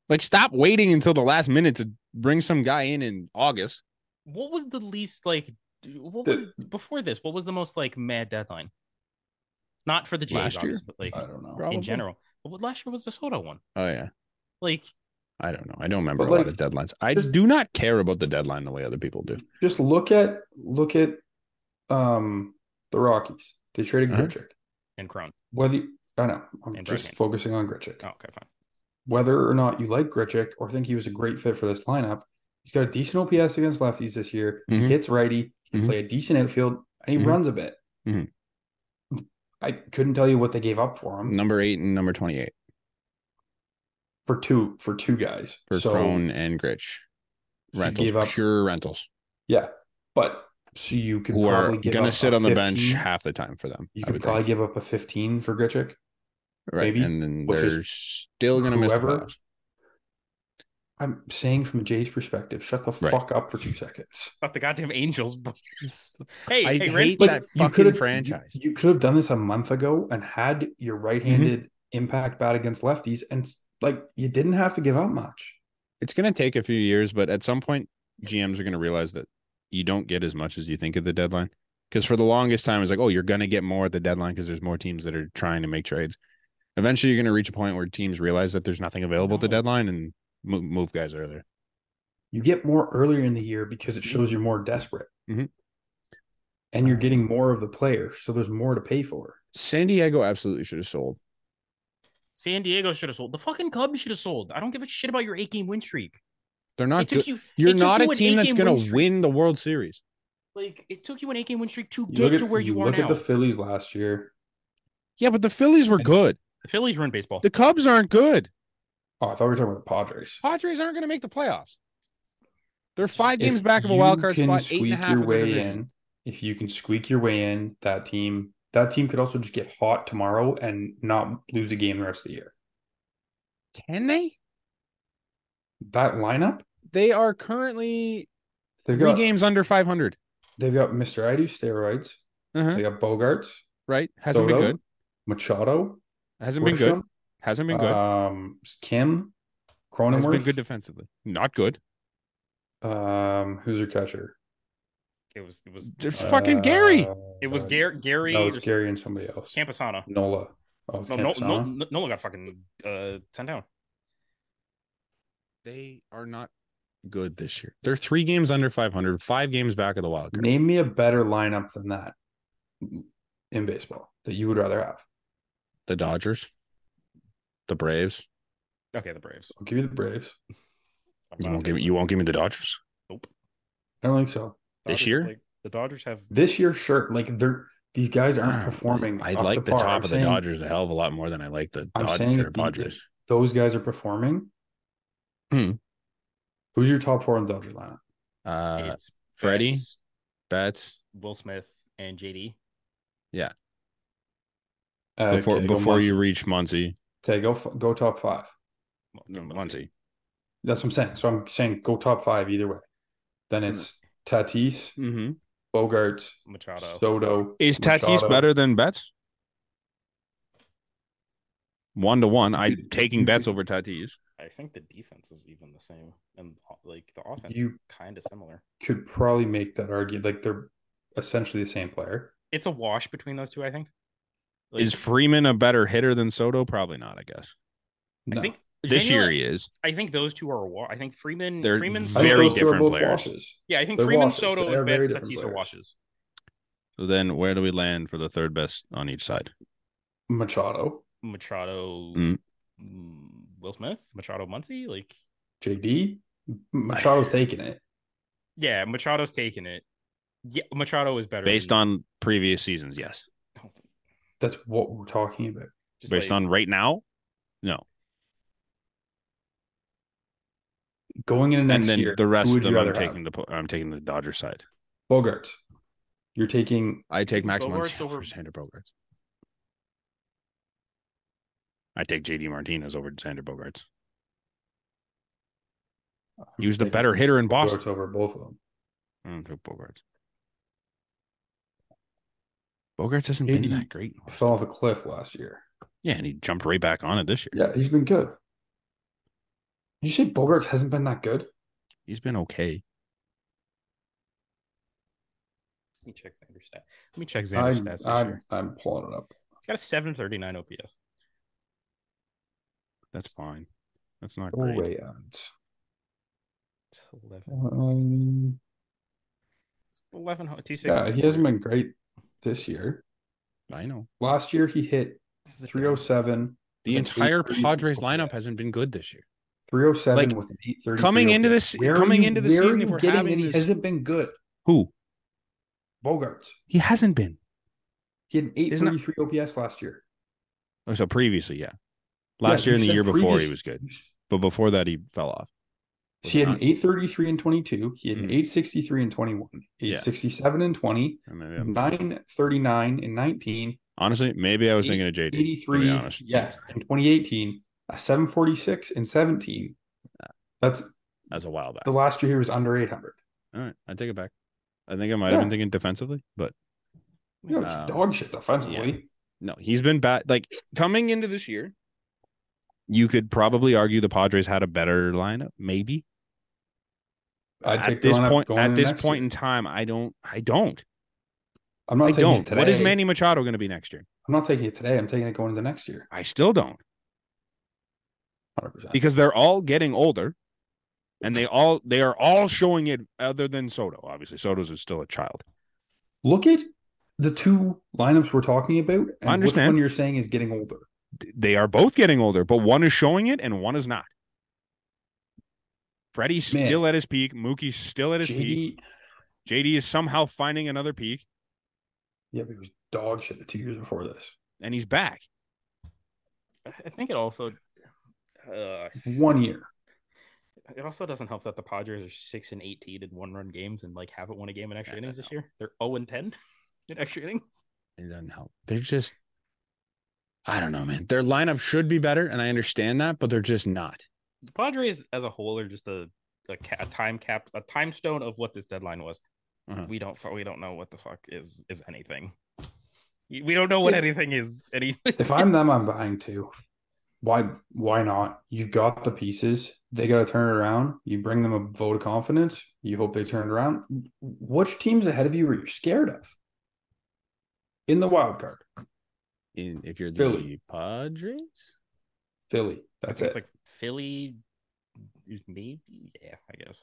Speaker 1: Like, stop waiting until the last minute to bring some guy in in August.
Speaker 3: What was the least like what was
Speaker 2: The-
Speaker 3: before this? What was the most like mad deadline? Not for the Jays,
Speaker 1: Last year? Uh,
Speaker 3: obviously, but like
Speaker 2: I don't know.
Speaker 1: Probably.
Speaker 3: in general. But what last year was the Soto one?
Speaker 1: Oh yeah,
Speaker 3: Like
Speaker 1: I don't know. I don't remember
Speaker 2: But,
Speaker 1: a
Speaker 2: like,
Speaker 1: lot of deadlines. I
Speaker 2: just-
Speaker 1: do not care about the deadline the way other people do.
Speaker 2: Just look at look at um the Rockies. They traded
Speaker 1: Uh-huh.
Speaker 2: Grichuk.
Speaker 3: and Crone.
Speaker 2: Whether you, I know I'm
Speaker 3: And
Speaker 2: just
Speaker 3: Bregman.
Speaker 2: focusing on Grichuk.
Speaker 3: Oh, okay, fine.
Speaker 2: whether or not you like Grichuk or think he was a great fit for this lineup, he's got a decent OPS against lefties this year. He
Speaker 1: Mhm.
Speaker 2: hits righty, he can
Speaker 1: Mhm.
Speaker 2: play a decent outfield, and he
Speaker 1: Mhm.
Speaker 2: runs a bit.
Speaker 1: Mhm.
Speaker 2: I couldn't tell you what they gave up for him
Speaker 1: Number eight and number twenty-eight
Speaker 2: for two for two guys.
Speaker 1: for Crone and Gritch.
Speaker 2: so you
Speaker 1: Rentals,
Speaker 2: gave up-
Speaker 1: pure rentals,
Speaker 2: yeah, but so you could
Speaker 1: who are
Speaker 2: probably give
Speaker 1: going to
Speaker 2: up
Speaker 1: sit
Speaker 2: a
Speaker 1: on the bench
Speaker 2: 15.
Speaker 1: half the time for them.
Speaker 2: You
Speaker 1: I
Speaker 2: could
Speaker 1: would
Speaker 2: probably
Speaker 1: think.
Speaker 2: give up a 15 for Grichuk.
Speaker 1: right,
Speaker 2: maybe,
Speaker 1: and then
Speaker 2: which is
Speaker 1: they're still going to miss the
Speaker 2: whoever-
Speaker 1: playoffs.
Speaker 2: I'm saying from a Jay's perspective, shut the
Speaker 1: Right.
Speaker 2: fuck up for two seconds.
Speaker 3: Not the goddamn Angels. But... Hey,
Speaker 1: I
Speaker 3: hey,
Speaker 1: hate
Speaker 3: Red,
Speaker 1: that
Speaker 2: you
Speaker 1: fucking
Speaker 2: could've-
Speaker 1: franchise.
Speaker 2: You, could have done this a month ago and had
Speaker 1: Mm-hmm.
Speaker 2: your right-handed impact bat against lefties, and s- like you didn't have to give up much.
Speaker 1: it's going to take a few years, but at some point, GMs are going to realize that you don't get as much as you think at the deadline. Because for the longest time, it's like, oh, you're going to get more at the deadline because there's more teams that are trying to make trades. Eventually, you're going to reach a point where teams realize that there's nothing available at the
Speaker 2: No.
Speaker 1: deadline and mo- move guys earlier.
Speaker 2: You get more earlier in the year because it shows you're more desperate.
Speaker 1: Mhm.
Speaker 2: And you're getting more of the player, so there's more to pay for.
Speaker 1: San Diego absolutely should have sold.
Speaker 3: San Diego should have sold. The fucking Cubs should have sold. I don't give a shit about your eight game win streak.
Speaker 1: They're not
Speaker 3: it took
Speaker 1: good.
Speaker 3: you.
Speaker 1: You're
Speaker 3: it took
Speaker 1: not
Speaker 3: you
Speaker 1: a
Speaker 3: an
Speaker 1: team that's
Speaker 3: eight-game
Speaker 1: going
Speaker 3: win
Speaker 1: to
Speaker 3: streak.
Speaker 1: win the World Series.
Speaker 3: Like it took you an eight game win streak to
Speaker 2: You
Speaker 3: get
Speaker 2: look
Speaker 3: to
Speaker 2: at-
Speaker 3: where you,
Speaker 2: you
Speaker 3: are
Speaker 2: look
Speaker 3: now.
Speaker 2: at the Phillies last year.
Speaker 1: Yeah, but the Phillies were good.
Speaker 3: The Phillies were in baseball.
Speaker 1: The Cubs aren't good.
Speaker 2: Oh, I thought we were talking about the Padres.
Speaker 1: Padres aren't going to make the playoffs. They're five games
Speaker 2: If
Speaker 1: back of a
Speaker 2: you
Speaker 1: wild card
Speaker 2: can
Speaker 1: spot, eight and a
Speaker 2: squeak
Speaker 1: half
Speaker 2: your
Speaker 1: of their
Speaker 2: way
Speaker 1: division.
Speaker 2: in, if you can squeak your way in, that team that team could also just get hot tomorrow and not lose a game the rest of the year.
Speaker 1: Can they?
Speaker 2: That lineup,
Speaker 1: They are currently
Speaker 2: they've
Speaker 1: three
Speaker 2: got
Speaker 1: games under 500.
Speaker 2: they've got Mr. I do steroids,
Speaker 1: Uh-huh.
Speaker 2: they got Bogarts,
Speaker 1: Right? Hasn't been
Speaker 2: Soto,
Speaker 1: good.
Speaker 2: Machado,
Speaker 1: Hasn't been good.
Speaker 2: Grisham,
Speaker 1: Hasn't been good.
Speaker 2: um Kim,
Speaker 1: Has been
Speaker 2: Cronenworth,
Speaker 1: good defensively. Not good.
Speaker 2: um who's your catcher?
Speaker 3: It was it was
Speaker 1: Just
Speaker 3: uh,
Speaker 1: fucking Gary.
Speaker 3: it was
Speaker 2: uh,
Speaker 3: Gar- Gary
Speaker 2: No, it's
Speaker 3: or
Speaker 2: Gary and somebody else.
Speaker 3: Camposano.
Speaker 2: Nola. Oh, it's
Speaker 3: No, no, no,
Speaker 2: Campusano?
Speaker 3: no, Nolan got fucking uh, sent down.
Speaker 1: They are not good this year. They're three games under 500, five games back of the wild card.
Speaker 2: Name me a better lineup than that in baseball that you would rather have.
Speaker 1: The Dodgers, the Braves.
Speaker 3: Okay, the Braves.
Speaker 2: I'll give you the Braves.
Speaker 3: I'm
Speaker 1: You
Speaker 3: not
Speaker 1: won't
Speaker 3: okay
Speaker 1: give me,
Speaker 3: with
Speaker 1: you
Speaker 3: it.
Speaker 1: won't give me the Dodgers.
Speaker 2: I don't think so.
Speaker 1: this
Speaker 3: Dodgers,
Speaker 1: year?
Speaker 3: like, the Dodgers have
Speaker 2: This year, sure. Like they're these guys aren't performing.
Speaker 1: I
Speaker 2: up
Speaker 1: like
Speaker 2: to
Speaker 1: the
Speaker 2: par.
Speaker 1: top
Speaker 2: I'm
Speaker 1: of
Speaker 2: saying
Speaker 1: the Dodgers a hell of a lot more than I like the
Speaker 2: I'm saying
Speaker 1: Dodger
Speaker 2: if the-
Speaker 1: Padres.
Speaker 2: Those guys are performing.
Speaker 1: Hmm.
Speaker 2: Who's your top four in the Dodgers lineup?
Speaker 1: Uh,
Speaker 3: it's
Speaker 1: Freddie?
Speaker 3: Betts,
Speaker 1: Betts.
Speaker 3: Will Smith, and JD.
Speaker 2: Uh,
Speaker 1: Before
Speaker 2: okay, go
Speaker 1: before you
Speaker 2: Muncy.
Speaker 1: reach Muncie,
Speaker 2: okay, go f- go top five.
Speaker 3: Well,
Speaker 1: Muncie.
Speaker 2: That's what I'm saying. So I'm saying go top five either way. Then
Speaker 1: Hmm.
Speaker 2: it's Tatis,
Speaker 1: Mm-hmm.
Speaker 2: Bogarts,
Speaker 3: Machado.
Speaker 2: Soto.
Speaker 1: Is Tatis
Speaker 2: Machado.
Speaker 1: better than Betts? One to one. I
Speaker 2: You-
Speaker 1: taking
Speaker 2: you
Speaker 1: Betts
Speaker 2: could-
Speaker 1: over Tatis.
Speaker 3: I think the defense is even the same, and like the offense is
Speaker 2: You-
Speaker 3: kind of similar.
Speaker 2: Could probably make that argument. Like they're essentially the same player.
Speaker 3: It's a wash between those two, I think. Like,
Speaker 1: Is Freeman a better hitter than Soto? Probably not. I guess
Speaker 3: I
Speaker 2: No.
Speaker 3: think
Speaker 1: this year
Speaker 3: genuinely,
Speaker 1: he is.
Speaker 3: I think those two are a wash. I think Freeman,
Speaker 1: They're
Speaker 3: Freeman's
Speaker 2: I think
Speaker 1: very
Speaker 2: those two are
Speaker 1: different
Speaker 2: both
Speaker 1: players.
Speaker 2: washes.
Speaker 3: Yeah, I think
Speaker 2: they're
Speaker 3: Freeman,
Speaker 2: washes. They
Speaker 3: Soto,
Speaker 2: are
Speaker 3: and
Speaker 2: very
Speaker 3: Betts,
Speaker 2: different
Speaker 3: Tatis are
Speaker 2: players.
Speaker 3: washes.
Speaker 1: So then, where do we land for the third best on each side?
Speaker 2: Machado,
Speaker 3: Machado,
Speaker 1: Mm.
Speaker 3: mm, Will Smith, Machado, Muncy. Like,
Speaker 2: JD, Machado's taking it.
Speaker 3: yeah, Machado's taking it. Yeah, Machado is better
Speaker 1: Based
Speaker 3: than-
Speaker 1: on previous seasons, yes.
Speaker 2: That's what we're talking about.
Speaker 3: just
Speaker 1: Based
Speaker 3: like-
Speaker 1: on right now, no.
Speaker 2: Going into next
Speaker 1: and then
Speaker 2: year,
Speaker 1: the rest
Speaker 2: who
Speaker 1: of
Speaker 2: would
Speaker 1: them,
Speaker 2: you
Speaker 1: I'm
Speaker 2: rather
Speaker 1: taking
Speaker 2: have?
Speaker 1: the I'm taking the Dodger side.
Speaker 2: Bogarts. You're taking
Speaker 1: I take Max
Speaker 3: Bogarts
Speaker 1: Muncy over
Speaker 3: over-
Speaker 1: Sander Bogarts. I take JD Martinez over Sander Bogarts. He was the
Speaker 2: taking
Speaker 1: better hitter in Boston.
Speaker 2: Bogarts over both of them.
Speaker 1: I don't take Bogarts. Bogarts hasn't
Speaker 2: JD
Speaker 1: been that great. in Boston.
Speaker 2: Fell off a cliff last year.
Speaker 1: Yeah, and he jumped right back on it this year.
Speaker 2: Yeah, he's been good. You say Bogarts hasn't been that good?
Speaker 1: He's been okay.
Speaker 3: Let me check Xander's stat. Let me check
Speaker 2: I'm,
Speaker 3: Xander's stats this
Speaker 2: I'm,
Speaker 3: year.
Speaker 2: I'm pulling it up.
Speaker 3: He's got a 739 OPS.
Speaker 1: That's fine. That's not
Speaker 2: Go
Speaker 1: great.
Speaker 2: away, Adams.
Speaker 3: It's 11.
Speaker 2: Uh, Um,
Speaker 3: 11
Speaker 2: yeah, he hasn't been great this year.
Speaker 1: I know.
Speaker 2: Last year, he hit 307,
Speaker 1: The
Speaker 2: Like
Speaker 1: entire
Speaker 2: 830
Speaker 1: Padres
Speaker 2: OPS.
Speaker 1: lineup hasn't been good this year.
Speaker 2: 307
Speaker 1: Like,
Speaker 2: with an 830.
Speaker 1: coming into this- coming into the season, if we're having
Speaker 2: any,
Speaker 1: this-
Speaker 2: hasn't been good.
Speaker 1: Who?
Speaker 2: Bogarts.
Speaker 1: He hasn't been.
Speaker 2: He had an
Speaker 1: Isn't it-
Speaker 2: 833 OPS last year.
Speaker 1: Oh, so previously, yeah. Last year
Speaker 2: Yeah, you
Speaker 1: and the
Speaker 2: said
Speaker 1: year before, he
Speaker 2: previous-
Speaker 1: was good. But before that, he fell off. Was
Speaker 2: He had an
Speaker 1: not-
Speaker 2: 833 and 22. He had an
Speaker 1: Mhm.
Speaker 2: 863 and 21,
Speaker 1: Yeah.
Speaker 2: 867 and 20,
Speaker 1: I mean, I'm-
Speaker 2: 939 and 19,
Speaker 1: honestly, maybe I was
Speaker 2: Eight-
Speaker 1: thinking of JD. To
Speaker 2: 83.
Speaker 1: be honest,
Speaker 2: Yes, in 2018, a 746 and 17. That's
Speaker 1: that's a while back.
Speaker 2: the last year he was under 800.
Speaker 1: All right, I take it back. I think I might have been
Speaker 2: Yeah.
Speaker 1: thinking defensively, but
Speaker 2: You know, it's
Speaker 1: Um,
Speaker 2: dog shit defensively.
Speaker 1: no, he's been bad. Like coming into this year, You could probably argue the Padres had a better lineup, maybe.
Speaker 2: I'd take
Speaker 1: at
Speaker 2: the
Speaker 1: this
Speaker 2: lineup
Speaker 1: point,
Speaker 2: going
Speaker 1: at
Speaker 2: into
Speaker 1: this
Speaker 2: next
Speaker 1: point
Speaker 2: year.
Speaker 1: in time, I don't, I don't,
Speaker 2: I'm not
Speaker 1: I
Speaker 2: taking it
Speaker 1: don't.
Speaker 2: today.
Speaker 1: What is Manny Machado going to be next year?
Speaker 2: I'm not taking it today. I'm taking it going into next year.
Speaker 1: I still don't
Speaker 2: 100%.
Speaker 1: because they're all getting older, and they all they are all showing it. Other than Soto, obviously, Soto's is still a child.
Speaker 2: look at the two lineups we're talking about, and
Speaker 1: understand.
Speaker 2: which one you're saying is getting older.
Speaker 1: They are both getting older, but one is showing it and one is not. Freddie's
Speaker 2: Man.
Speaker 1: still at his peak. Mookie's still at his peak.
Speaker 2: JD,
Speaker 1: JD is somehow finding another peak,
Speaker 2: yeah, but he was dog shit the two years before this.
Speaker 1: and he's back.
Speaker 3: I- I think it also uh,
Speaker 2: One year.
Speaker 3: it also doesn't help that the Padres are six and eighteen in one run games and like haven't won a game in extra innings this year. They're zero and ten in extra innings.
Speaker 6: It doesn't help. They're just, I don't know, man. Their lineup should be better, and I understand that, but they're just not.
Speaker 3: The Padres as a whole are just a a, ca- a time cap a time stone of what this deadline was.
Speaker 2: Mm-hmm.
Speaker 6: Uh-huh.
Speaker 3: We don't fu- we don't know what the fuck is is anything. We we don't know what
Speaker 2: Yeah.
Speaker 3: anything is. Anything.
Speaker 2: If I'm them, I'm buying two. Why? Why not? You've got the pieces. They got to turn it around. You bring them a vote of confidence. You hope they turn it around. Which teams ahead of you are you scared of? In the wild card,
Speaker 6: In if you're
Speaker 2: Philly.
Speaker 6: the Padres,
Speaker 2: Philly.
Speaker 3: I
Speaker 2: That's
Speaker 3: think
Speaker 2: it.
Speaker 3: it's like Philly, maybe yeah, I guess.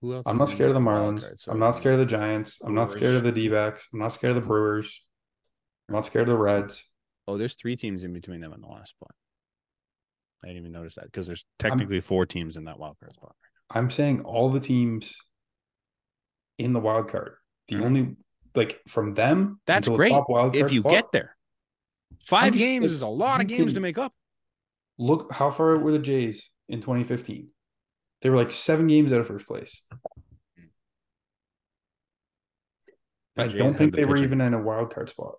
Speaker 6: who else?
Speaker 2: I'm
Speaker 6: is
Speaker 2: not
Speaker 6: in
Speaker 2: scared of the
Speaker 6: wild
Speaker 2: Marlins.
Speaker 6: card?
Speaker 2: I'm
Speaker 6: Sorry,
Speaker 2: not
Speaker 6: man.
Speaker 2: scared of the Giants. I'm not scared of the D backs. I'm not scared of the Brewers. I'm not scared of the Reds.
Speaker 6: Oh, there's three teams in between them in the last spot. I didn't even notice that because there's
Speaker 2: I'm-
Speaker 6: technically four teams in that wild card spot.
Speaker 2: I'm saying all the teams in the wild card. The
Speaker 6: Mhm.
Speaker 2: only like from them.
Speaker 1: Mm-hmm. That's
Speaker 2: until the
Speaker 1: great
Speaker 2: top wild
Speaker 1: If
Speaker 2: card
Speaker 1: you
Speaker 2: spot,
Speaker 1: get there, 5
Speaker 2: just-
Speaker 1: games
Speaker 2: like,
Speaker 1: is a lot of
Speaker 2: you
Speaker 1: games to
Speaker 2: can-
Speaker 1: make up.
Speaker 2: look how far out were the Jays in 2015? They were like seven games out of first place.
Speaker 1: The
Speaker 2: I
Speaker 1: Jays
Speaker 2: don't
Speaker 1: had
Speaker 2: think
Speaker 1: the
Speaker 2: they were
Speaker 1: pitching.
Speaker 2: even in a wild card spot.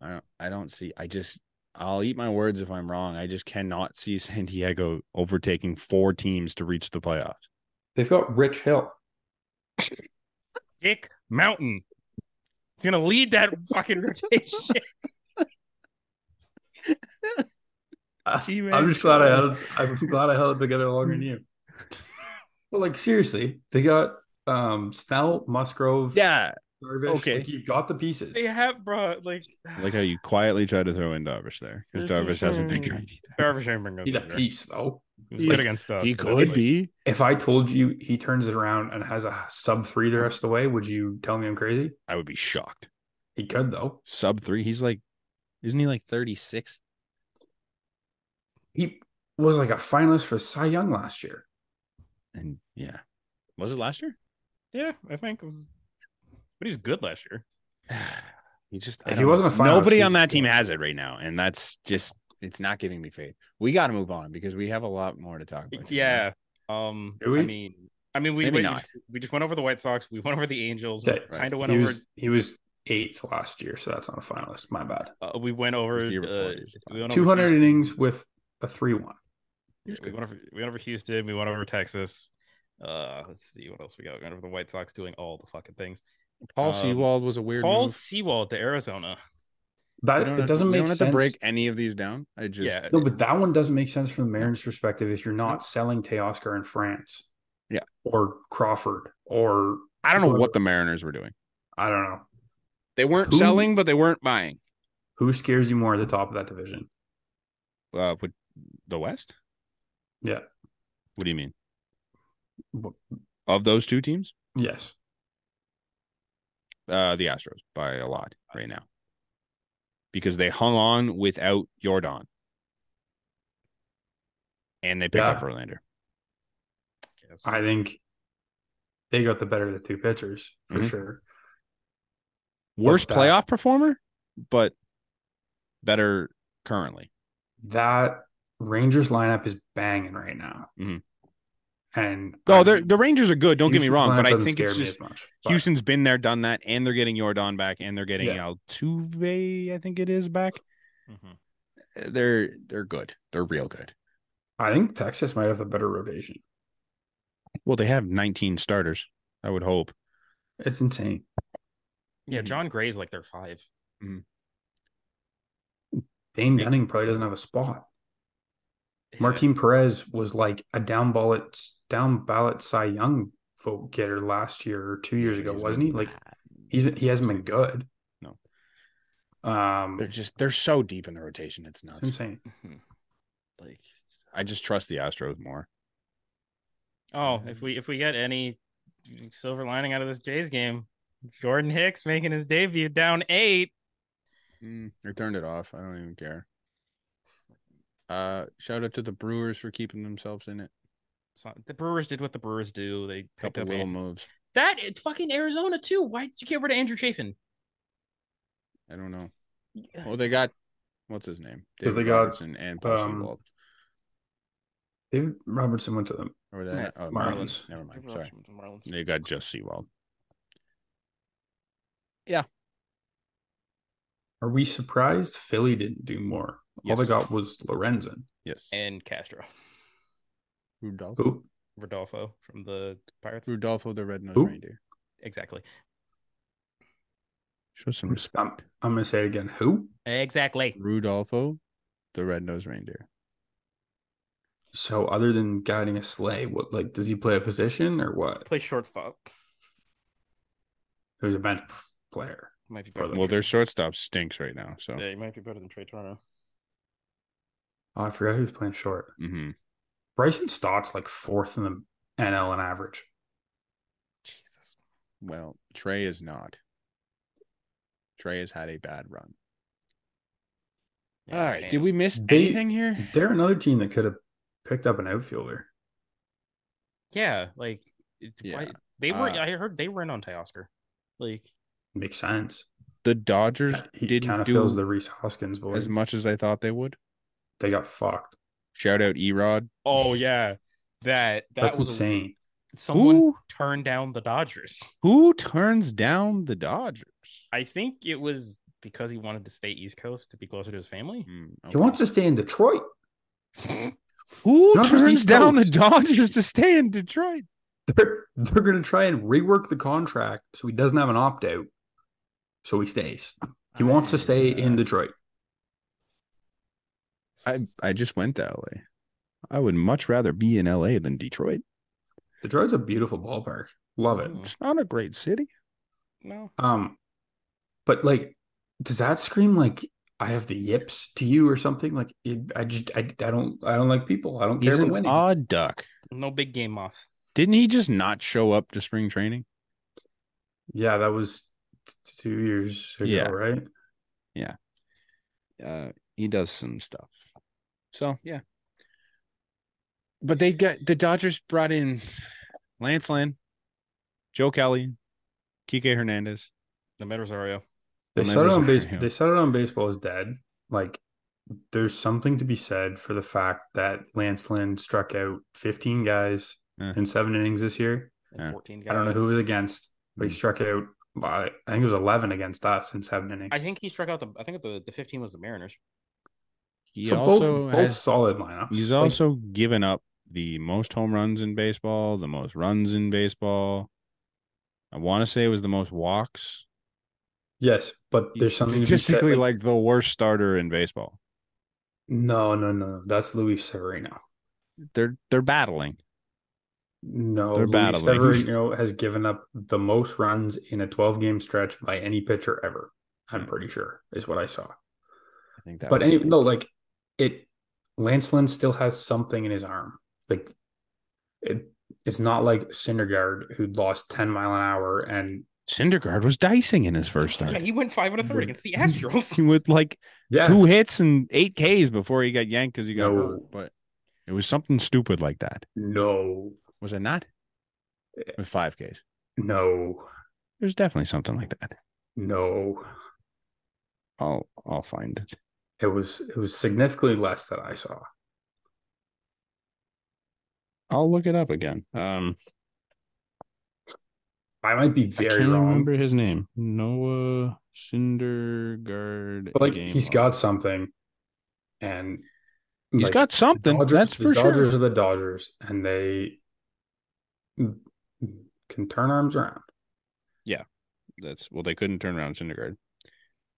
Speaker 6: I don't I don't see I just I'll eat my words if I'm wrong. I just cannot see San Diego overtaking four teams to reach the playoffs.
Speaker 2: They've got Rich Hill.
Speaker 3: Dick Mountain. He's gonna lead that fucking rotation.
Speaker 2: I'm just glad I held. I'm glad I held it together longer than you. Well, like seriously, they got um Snell, Musgrove,
Speaker 1: Yeah,
Speaker 2: Darvish.
Speaker 1: okay.
Speaker 2: like, you got the pieces.
Speaker 3: They have bro, like
Speaker 6: I like how you quietly try to throw in Darvish there because
Speaker 3: That's
Speaker 6: Darvish hasn't been
Speaker 3: true.
Speaker 6: great either.
Speaker 3: Darvish ain't bringing
Speaker 2: He's a
Speaker 3: us either.
Speaker 2: piece, though.
Speaker 3: He was
Speaker 6: He's-
Speaker 3: good against uh, us.
Speaker 6: He
Speaker 3: but that's
Speaker 6: could
Speaker 3: like-
Speaker 6: be.
Speaker 2: If I told you he turns it around and has a sub three the rest of the way, would you tell me I'm crazy?
Speaker 6: I would be shocked.
Speaker 2: He could though.
Speaker 6: Sub three. He's like, isn't he like 36?
Speaker 2: He was like a finalist for Cy Young last year.
Speaker 6: And yeah. Was it last year?
Speaker 3: Yeah, I think it was but he was good last year.
Speaker 6: he just I
Speaker 2: If he
Speaker 6: don't know.
Speaker 2: wasn't a finalist,
Speaker 6: nobody
Speaker 2: he-
Speaker 6: on that team has it right now. And that's just it's not giving me faith. We gotta move on because we have a lot more to talk about. here, man.
Speaker 3: Yeah. Um
Speaker 2: Do we?
Speaker 3: I mean I mean we
Speaker 6: Maybe
Speaker 3: we,
Speaker 6: not.
Speaker 3: we just went over the White Sox, we went over the Angels,
Speaker 2: Okay.
Speaker 3: we kind of went
Speaker 2: He
Speaker 3: over
Speaker 2: was he was eighth last year, so that's not a finalist. My bad.
Speaker 3: uh, we went over
Speaker 6: It was the year before,
Speaker 3: uh,
Speaker 6: it was the
Speaker 3: we went over
Speaker 2: Two hundred
Speaker 3: Houston.
Speaker 2: innings with a three one.
Speaker 3: Yeah, we went over we went over Houston, we went over Texas. Uh let's see what else we got. We went over the White Sox doing all the fucking things.
Speaker 6: Paul
Speaker 3: Um,
Speaker 6: Seawald was a weird
Speaker 3: Paul
Speaker 6: move.
Speaker 3: Seawald to Arizona.
Speaker 6: We
Speaker 2: That
Speaker 6: don't
Speaker 2: it
Speaker 6: have-
Speaker 2: doesn't
Speaker 6: we
Speaker 2: make
Speaker 6: don't have
Speaker 2: sense.
Speaker 6: to break any of these down. I just
Speaker 3: Yeah.
Speaker 2: No, but that one doesn't make sense from the Mariners' perspective if you're not selling Teoscar in France.
Speaker 6: Yeah.
Speaker 2: Or Crawford or
Speaker 6: I don't know what the Mariners were doing.
Speaker 2: I don't know.
Speaker 1: they weren't
Speaker 2: Who-
Speaker 1: selling, but they weren't buying.
Speaker 2: Who scares you more at the top of that division?
Speaker 1: Uh, with the West,
Speaker 2: Yeah.
Speaker 1: what do you mean?
Speaker 2: W-
Speaker 1: Of those two teams,
Speaker 2: Yes.
Speaker 1: uh, the Astros by a lot right now because they hung on without Jordan, and they picked
Speaker 2: Yeah.
Speaker 1: up Verlander.
Speaker 3: Yes.
Speaker 2: I think they got the better of the two pitchers for
Speaker 1: Mhm.
Speaker 2: sure.
Speaker 1: Worst
Speaker 2: that-
Speaker 1: playoff performer, but better currently.
Speaker 2: That Rangers lineup is banging right now.
Speaker 1: Mhm.
Speaker 2: And
Speaker 1: No,
Speaker 2: I-
Speaker 1: Oh, they're the Rangers are good. Don't get me
Speaker 2: Houston's
Speaker 1: wrong,
Speaker 2: lineup
Speaker 1: but I
Speaker 2: doesn't
Speaker 1: think
Speaker 2: scare
Speaker 1: it's
Speaker 2: me
Speaker 1: just
Speaker 2: as much. but
Speaker 1: Houston's been there, done that, and they're getting Jordan back, and they're getting
Speaker 2: Yeah.
Speaker 1: Altuve, I think it is back.
Speaker 3: Mhm.
Speaker 1: Uh,
Speaker 6: They're they're good. They're real good.
Speaker 2: I think Texas might have the better rotation.
Speaker 1: Well, they have 19 starters. I would hope.
Speaker 2: It's insane.
Speaker 3: Yeah,
Speaker 6: Mhm.
Speaker 3: John Gray's like their five.
Speaker 2: Dane Dunning probably doesn't have a spot. Martin Perez was like a down ballot, down ballot Cy Young vote getter last year or two years ago,
Speaker 1: He's
Speaker 2: wasn't he?
Speaker 1: been
Speaker 2: Like
Speaker 1: bad.
Speaker 2: he's been, he hasn't been good.
Speaker 1: No.
Speaker 2: um,
Speaker 1: they're just they're so deep in the rotation. It's
Speaker 2: it's
Speaker 1: nuts.
Speaker 2: insane.
Speaker 1: Mm-hmm.
Speaker 3: Mhm. like
Speaker 1: I just trust the Astros more.
Speaker 3: oh, if we if we get any silver lining out of this Jays game, Jordan Hicks making his debut down eight.
Speaker 1: Mm, I turned it off. I don't even care. Uh, shout out to the Brewers for keeping themselves in it.
Speaker 3: It's not- the Brewers did what the Brewers do. They picked
Speaker 1: Couple
Speaker 3: up
Speaker 1: little
Speaker 3: a,
Speaker 1: moves.
Speaker 3: that. It's fucking Arizona too. Why did you get rid of Andrew Chafin?
Speaker 1: I don't know. Well, they got what's his name?
Speaker 2: 'Cause they
Speaker 1: David
Speaker 2: got,
Speaker 1: Robertson and Paul
Speaker 2: um,
Speaker 1: Sewald.
Speaker 2: David Robertson went to them.
Speaker 1: Or that-
Speaker 3: That's
Speaker 1: oh,
Speaker 2: Marlins. Oh,
Speaker 1: never mind. Never mind. Sorry,
Speaker 3: Marlins.
Speaker 1: they got just Seawald.
Speaker 2: Are we surprised Philly didn't do more? All
Speaker 1: Yes.
Speaker 2: they got was Lorenzen.
Speaker 1: Yes,
Speaker 3: and Castro,
Speaker 1: Rudolph.
Speaker 2: Who?
Speaker 3: Rodolfo from the Pirates.
Speaker 1: Rudolfo the Red-Nosed
Speaker 2: Who?
Speaker 1: Reindeer.
Speaker 3: Exactly.
Speaker 1: Show some respect.
Speaker 2: I'm, I'm gonna say it again. Who?
Speaker 3: Exactly.
Speaker 1: Rudolfo the Red-Nosed Reindeer.
Speaker 2: So other than guiding a sleigh, what like does he play a position or what?
Speaker 3: Play shortstop.
Speaker 2: Who's a bench player?
Speaker 3: Might be
Speaker 2: better
Speaker 3: better.
Speaker 2: than
Speaker 1: Well, their shortstop stinks right now. So
Speaker 3: yeah, he might be better than Trey Turner.
Speaker 2: Oh, I forgot he was playing short.
Speaker 1: hmm
Speaker 2: Bryson Stott's like fourth in the NL in average.
Speaker 3: Jesus.
Speaker 1: well, Trey is not. Trey has had a bad run. All right. Did we miss
Speaker 2: They-
Speaker 1: anything here?
Speaker 2: They're another team that could have picked up an outfielder.
Speaker 3: Yeah, like it,
Speaker 1: Yeah,
Speaker 3: why, they were.
Speaker 1: uh,
Speaker 3: I heard they were in on Teoscar. Like
Speaker 2: Makes sense.
Speaker 1: The Dodgers
Speaker 2: He kind
Speaker 1: didn't
Speaker 2: of fills
Speaker 1: do
Speaker 2: the Reese Hoskins void.
Speaker 1: as much as I thought they would.
Speaker 2: They got fucked.
Speaker 1: Shout out Erod.
Speaker 3: oh yeah, that that
Speaker 2: That's
Speaker 3: was
Speaker 2: insane.
Speaker 3: Someone
Speaker 1: Who?
Speaker 3: turned down the Dodgers.
Speaker 1: Who turns down the Dodgers?
Speaker 3: I think it was because he wanted to stay East Coast to be closer to his family.
Speaker 1: Hmm,
Speaker 2: He
Speaker 1: okay.
Speaker 2: wants to stay in Detroit.
Speaker 1: Who
Speaker 2: Not just
Speaker 1: turns
Speaker 2: East
Speaker 1: down the
Speaker 2: Coast.
Speaker 1: Dodgers to stay in Detroit?
Speaker 2: They're, they're going to try and rework the contract so he doesn't have an opt out. So he stays. He wants to stay in Detroit.
Speaker 1: I I just went to LA. I would much rather be in LA than Detroit.
Speaker 2: Detroit's a beautiful ballpark. Love it.
Speaker 3: Mm,
Speaker 1: It's not a great city.
Speaker 3: No,
Speaker 2: Um, but like, does that scream like I have the yips to you or something? Like, it, I just I, I don't I don't like people. I don't care
Speaker 1: He's
Speaker 2: about
Speaker 1: an
Speaker 2: winning.
Speaker 1: odd duck.
Speaker 3: no big game moss.
Speaker 1: Didn't he just not show up to spring training?
Speaker 2: yeah, that was t- two years ago,
Speaker 1: Yeah.
Speaker 2: right?
Speaker 1: uh he does some stuff. So yeah. But they got the Dodgers brought in Lance Lynn, Joe Kelly, Kike Hernandez.
Speaker 3: The Met Rosario.
Speaker 2: They
Speaker 1: Well,
Speaker 2: started
Speaker 1: maybe
Speaker 2: on
Speaker 1: it's
Speaker 2: base.
Speaker 1: okay, yeah.
Speaker 2: They started on baseball is dead. Like, there's something to be said for the fact that Lance Lynn struck out 15 guys
Speaker 1: Yeah.
Speaker 2: in seven innings this year.
Speaker 3: and
Speaker 1: Yeah.
Speaker 3: 14
Speaker 2: I don't know who
Speaker 3: guys.
Speaker 2: he was against, but he
Speaker 1: Mm.
Speaker 2: struck out. By, I think it was 11 against us in seven innings.
Speaker 3: I think he struck out the. I think the, the 15 was the Mariners.
Speaker 1: He
Speaker 2: so
Speaker 1: also
Speaker 2: both, both
Speaker 1: has,
Speaker 2: solid lineups.
Speaker 1: he's
Speaker 2: Like,
Speaker 1: also given up the most home runs in baseball, the most runs in baseball. I want to say it was the most walks.
Speaker 2: yes, but
Speaker 1: He's
Speaker 2: there's something to be said.
Speaker 1: statistically
Speaker 2: like-
Speaker 1: like the worst starter in baseball.
Speaker 2: No, no, no. That's Luis Severino.
Speaker 1: They're they're battling.
Speaker 2: No,
Speaker 1: They're
Speaker 2: Luis
Speaker 1: battling.
Speaker 2: Severino has given up the most runs in a 12 game stretch by any pitcher ever.
Speaker 1: Hmm.
Speaker 2: I'm pretty sure is what I saw.
Speaker 1: I think that
Speaker 2: But
Speaker 1: was
Speaker 2: any, no, like it, Lance Lynn still has something in his arm. Like it, it's not like Syndergaard who lost 10 mile an hour and
Speaker 1: Syndergaard was dicing in his first
Speaker 3: Yeah,
Speaker 1: start.
Speaker 3: he went five and a third
Speaker 2: Would-
Speaker 3: against the
Speaker 1: He
Speaker 3: Astros.
Speaker 1: would like
Speaker 2: yeah,
Speaker 1: two hits and eight Ks before he got yanked because he got
Speaker 2: No.
Speaker 1: hurt. But it was something stupid like that.
Speaker 2: no,
Speaker 1: Was it not?
Speaker 2: Eh.
Speaker 1: With five Ks.
Speaker 2: no,
Speaker 1: There's definitely something like that.
Speaker 2: no.
Speaker 1: I'll I'll find it.
Speaker 2: It was it was significantly less that I saw.
Speaker 1: I'll look it up again. Um
Speaker 2: I might be
Speaker 1: I
Speaker 2: very
Speaker 1: can't
Speaker 2: wrong.
Speaker 1: remember his name. Noah Syndergaard.
Speaker 2: But like
Speaker 1: he's
Speaker 2: he's got something, and
Speaker 1: he's
Speaker 2: like,
Speaker 1: got something,
Speaker 2: Dodgers-
Speaker 1: that's
Speaker 2: the
Speaker 1: for
Speaker 2: Dodgers
Speaker 1: sure.
Speaker 2: are the Dodgers, and they can turn arms around.
Speaker 1: That's well, they couldn't turn around Syndergaard.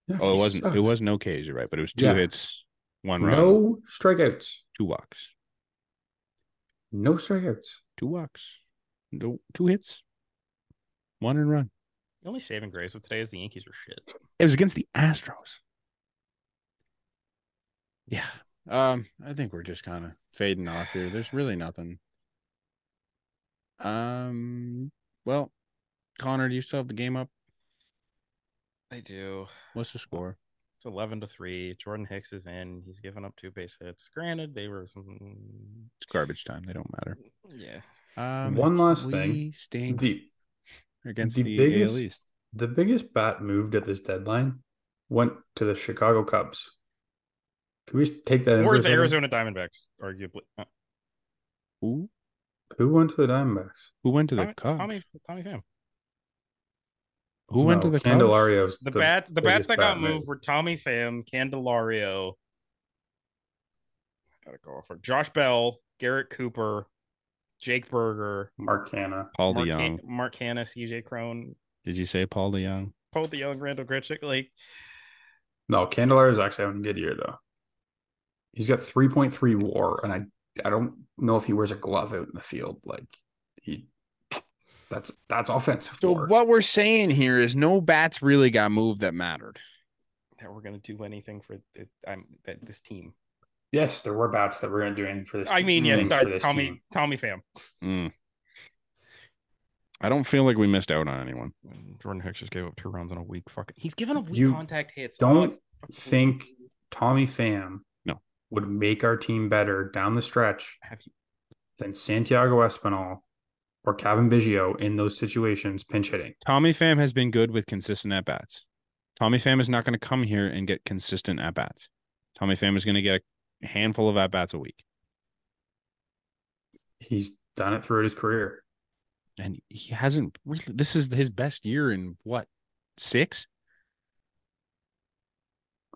Speaker 2: Yeah,
Speaker 1: Oh, it
Speaker 2: he
Speaker 1: wasn't
Speaker 2: sucks.
Speaker 1: it was no Ks, you're right, but it was two
Speaker 2: Yeah.
Speaker 1: hits, one run,
Speaker 2: no strikeouts.
Speaker 1: two walks.
Speaker 2: No strikeouts.
Speaker 1: Two walks. No, two hits. One and run.
Speaker 3: The only saving grace of today is the Yankees are shit.
Speaker 1: It was against the Astros.
Speaker 6: Yeah. Um, I think we're just kind of fading off here. There's really nothing. Um, well, Connor, do you still have the game up?
Speaker 3: They do.
Speaker 6: What's the score?
Speaker 3: It's eleven to three. Jordan Hicks is in. He's given up two base hits. Granted, they were some.
Speaker 1: It's garbage time. They don't matter.
Speaker 3: Yeah,
Speaker 6: Um,
Speaker 2: One last
Speaker 6: we
Speaker 2: thing.
Speaker 6: Stink
Speaker 2: The
Speaker 6: against
Speaker 2: the
Speaker 6: the,
Speaker 2: biggest-
Speaker 6: AL East.
Speaker 2: the biggest bat moved at this deadline went to the Chicago Cubs. Can we take that? in for
Speaker 3: or
Speaker 2: a
Speaker 3: the
Speaker 2: second?
Speaker 3: Arizona Diamondbacks, arguably. Uh,
Speaker 1: Who
Speaker 2: Who went to the Diamondbacks?
Speaker 1: who went to the
Speaker 3: Tommy,
Speaker 1: Cubs?
Speaker 3: Tommy, Tommy Pham.
Speaker 1: who went to
Speaker 2: No,
Speaker 1: the Cubs?
Speaker 2: Candelario's
Speaker 3: The, bats, the bats
Speaker 2: biggest
Speaker 3: that got
Speaker 2: bat move.
Speaker 3: moved were Tommy Pham, Candelario. I gotta go for Josh Bell, Garrett Cooper, Jake Berger,
Speaker 2: Mark Hanna.
Speaker 1: Paul
Speaker 3: Mark,
Speaker 1: DeYoung.
Speaker 3: Han- Mark Hanna, CJ Crone,
Speaker 1: Did you say Paul DeYoung?
Speaker 3: Paul DeYoung, Randall Gritchick. Like,
Speaker 2: No, Candelario is actually having a good year though. He's got 3.3 WAR, and I I don't know if he wears a glove out in the field. Like he, that's that's offensive.
Speaker 6: So
Speaker 2: WAR.
Speaker 6: what we're saying here is no bats really got moved that mattered.
Speaker 3: that we're gonna do anything for th- I'm, that this team.
Speaker 2: Yes, there were bats that were going to do anything for this.
Speaker 3: I mean, yes,
Speaker 2: anything for
Speaker 3: sorry,
Speaker 2: this
Speaker 3: Tommy,
Speaker 2: team.
Speaker 3: Tommy Pham.
Speaker 6: Mm. I don't feel like we missed out on anyone.
Speaker 3: Mm, Jordan Hicks just gave up two runs on a weak fucking. He's given up weak
Speaker 2: You
Speaker 3: contact hits.
Speaker 2: don't
Speaker 3: Like, fucking-
Speaker 2: think Tommy Pham
Speaker 1: No.
Speaker 2: would make our team better down the stretch
Speaker 3: Have you?
Speaker 2: than Santiago Espinal or Kevin Biggio in those situations pinch hitting.
Speaker 1: Tommy Pham has been good with consistent at bats. Tommy Pham is not going to come here and get consistent at bats. Tommy Pham is going to get a handful of at bats a week,
Speaker 2: He's done it throughout his career.
Speaker 1: and he hasn't really. This is his best year in what six?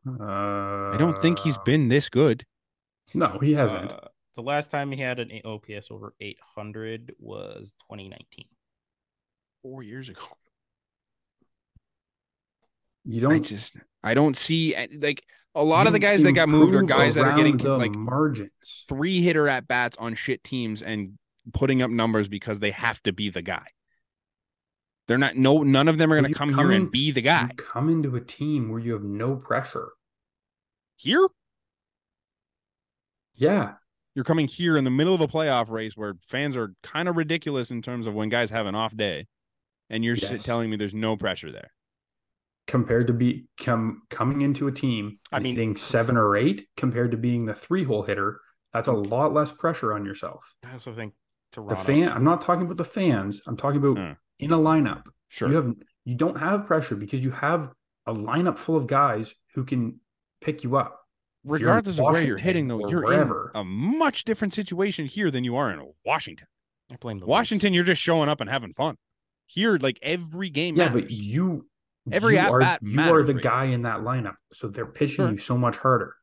Speaker 2: Uh,
Speaker 1: I don't think he's been this good.
Speaker 2: No, he hasn't.
Speaker 3: Uh, the last time he had an OPS over 800 was 2019.
Speaker 6: Four years ago.
Speaker 2: you
Speaker 6: I
Speaker 2: don't
Speaker 6: Uh, just I don't see
Speaker 1: eh,
Speaker 6: like a lot of the
Speaker 2: You
Speaker 6: guys that got moved are
Speaker 2: improve
Speaker 6: guys that are getting
Speaker 2: around the
Speaker 6: like
Speaker 2: margins.
Speaker 6: three hitter at bats on shit teams and putting up numbers because they have to be the guy. They're not no none of them are
Speaker 2: Well,
Speaker 6: going to
Speaker 2: you
Speaker 6: come,
Speaker 2: come
Speaker 6: here
Speaker 2: in-
Speaker 6: and be the guy.
Speaker 2: You come into a team where you have no pressure.
Speaker 6: Here?
Speaker 2: Yeah,
Speaker 1: You're coming here in the middle of a playoff race where fans are kind of ridiculous in terms of when guys have an off day, and you're sit
Speaker 2: Yes.
Speaker 1: telling me there's no pressure there.
Speaker 2: compared to be com, coming into a team
Speaker 3: I
Speaker 2: and
Speaker 3: mean-
Speaker 2: hitting seven or eight compared to being the three hole hitter, that's
Speaker 6: Mm.
Speaker 2: a lot less pressure on yourself.
Speaker 3: I also think Toronto.
Speaker 2: The fan, I'm not talking about the fans. I'm talking about
Speaker 1: Mm.
Speaker 2: in a lineup.
Speaker 1: Sure,
Speaker 2: You have you don't have pressure because you have a lineup full of guys who can pick you up. If you're in
Speaker 1: regardless of where you're
Speaker 2: Washington
Speaker 1: hitting, though,
Speaker 2: or
Speaker 1: you're
Speaker 2: wherever.
Speaker 1: in a much different situation here than you are in Washington.
Speaker 3: I blame the Leafs.
Speaker 1: Washington, you're just showing up and having fun. Here, like every game,
Speaker 2: Yeah, but
Speaker 1: matters.
Speaker 2: you
Speaker 1: Every
Speaker 2: you
Speaker 1: at
Speaker 2: are
Speaker 1: bat
Speaker 2: you are
Speaker 1: matters,
Speaker 2: the
Speaker 1: right?
Speaker 2: guy in that lineup, so they're pitching
Speaker 1: Sure.
Speaker 2: you so much harder.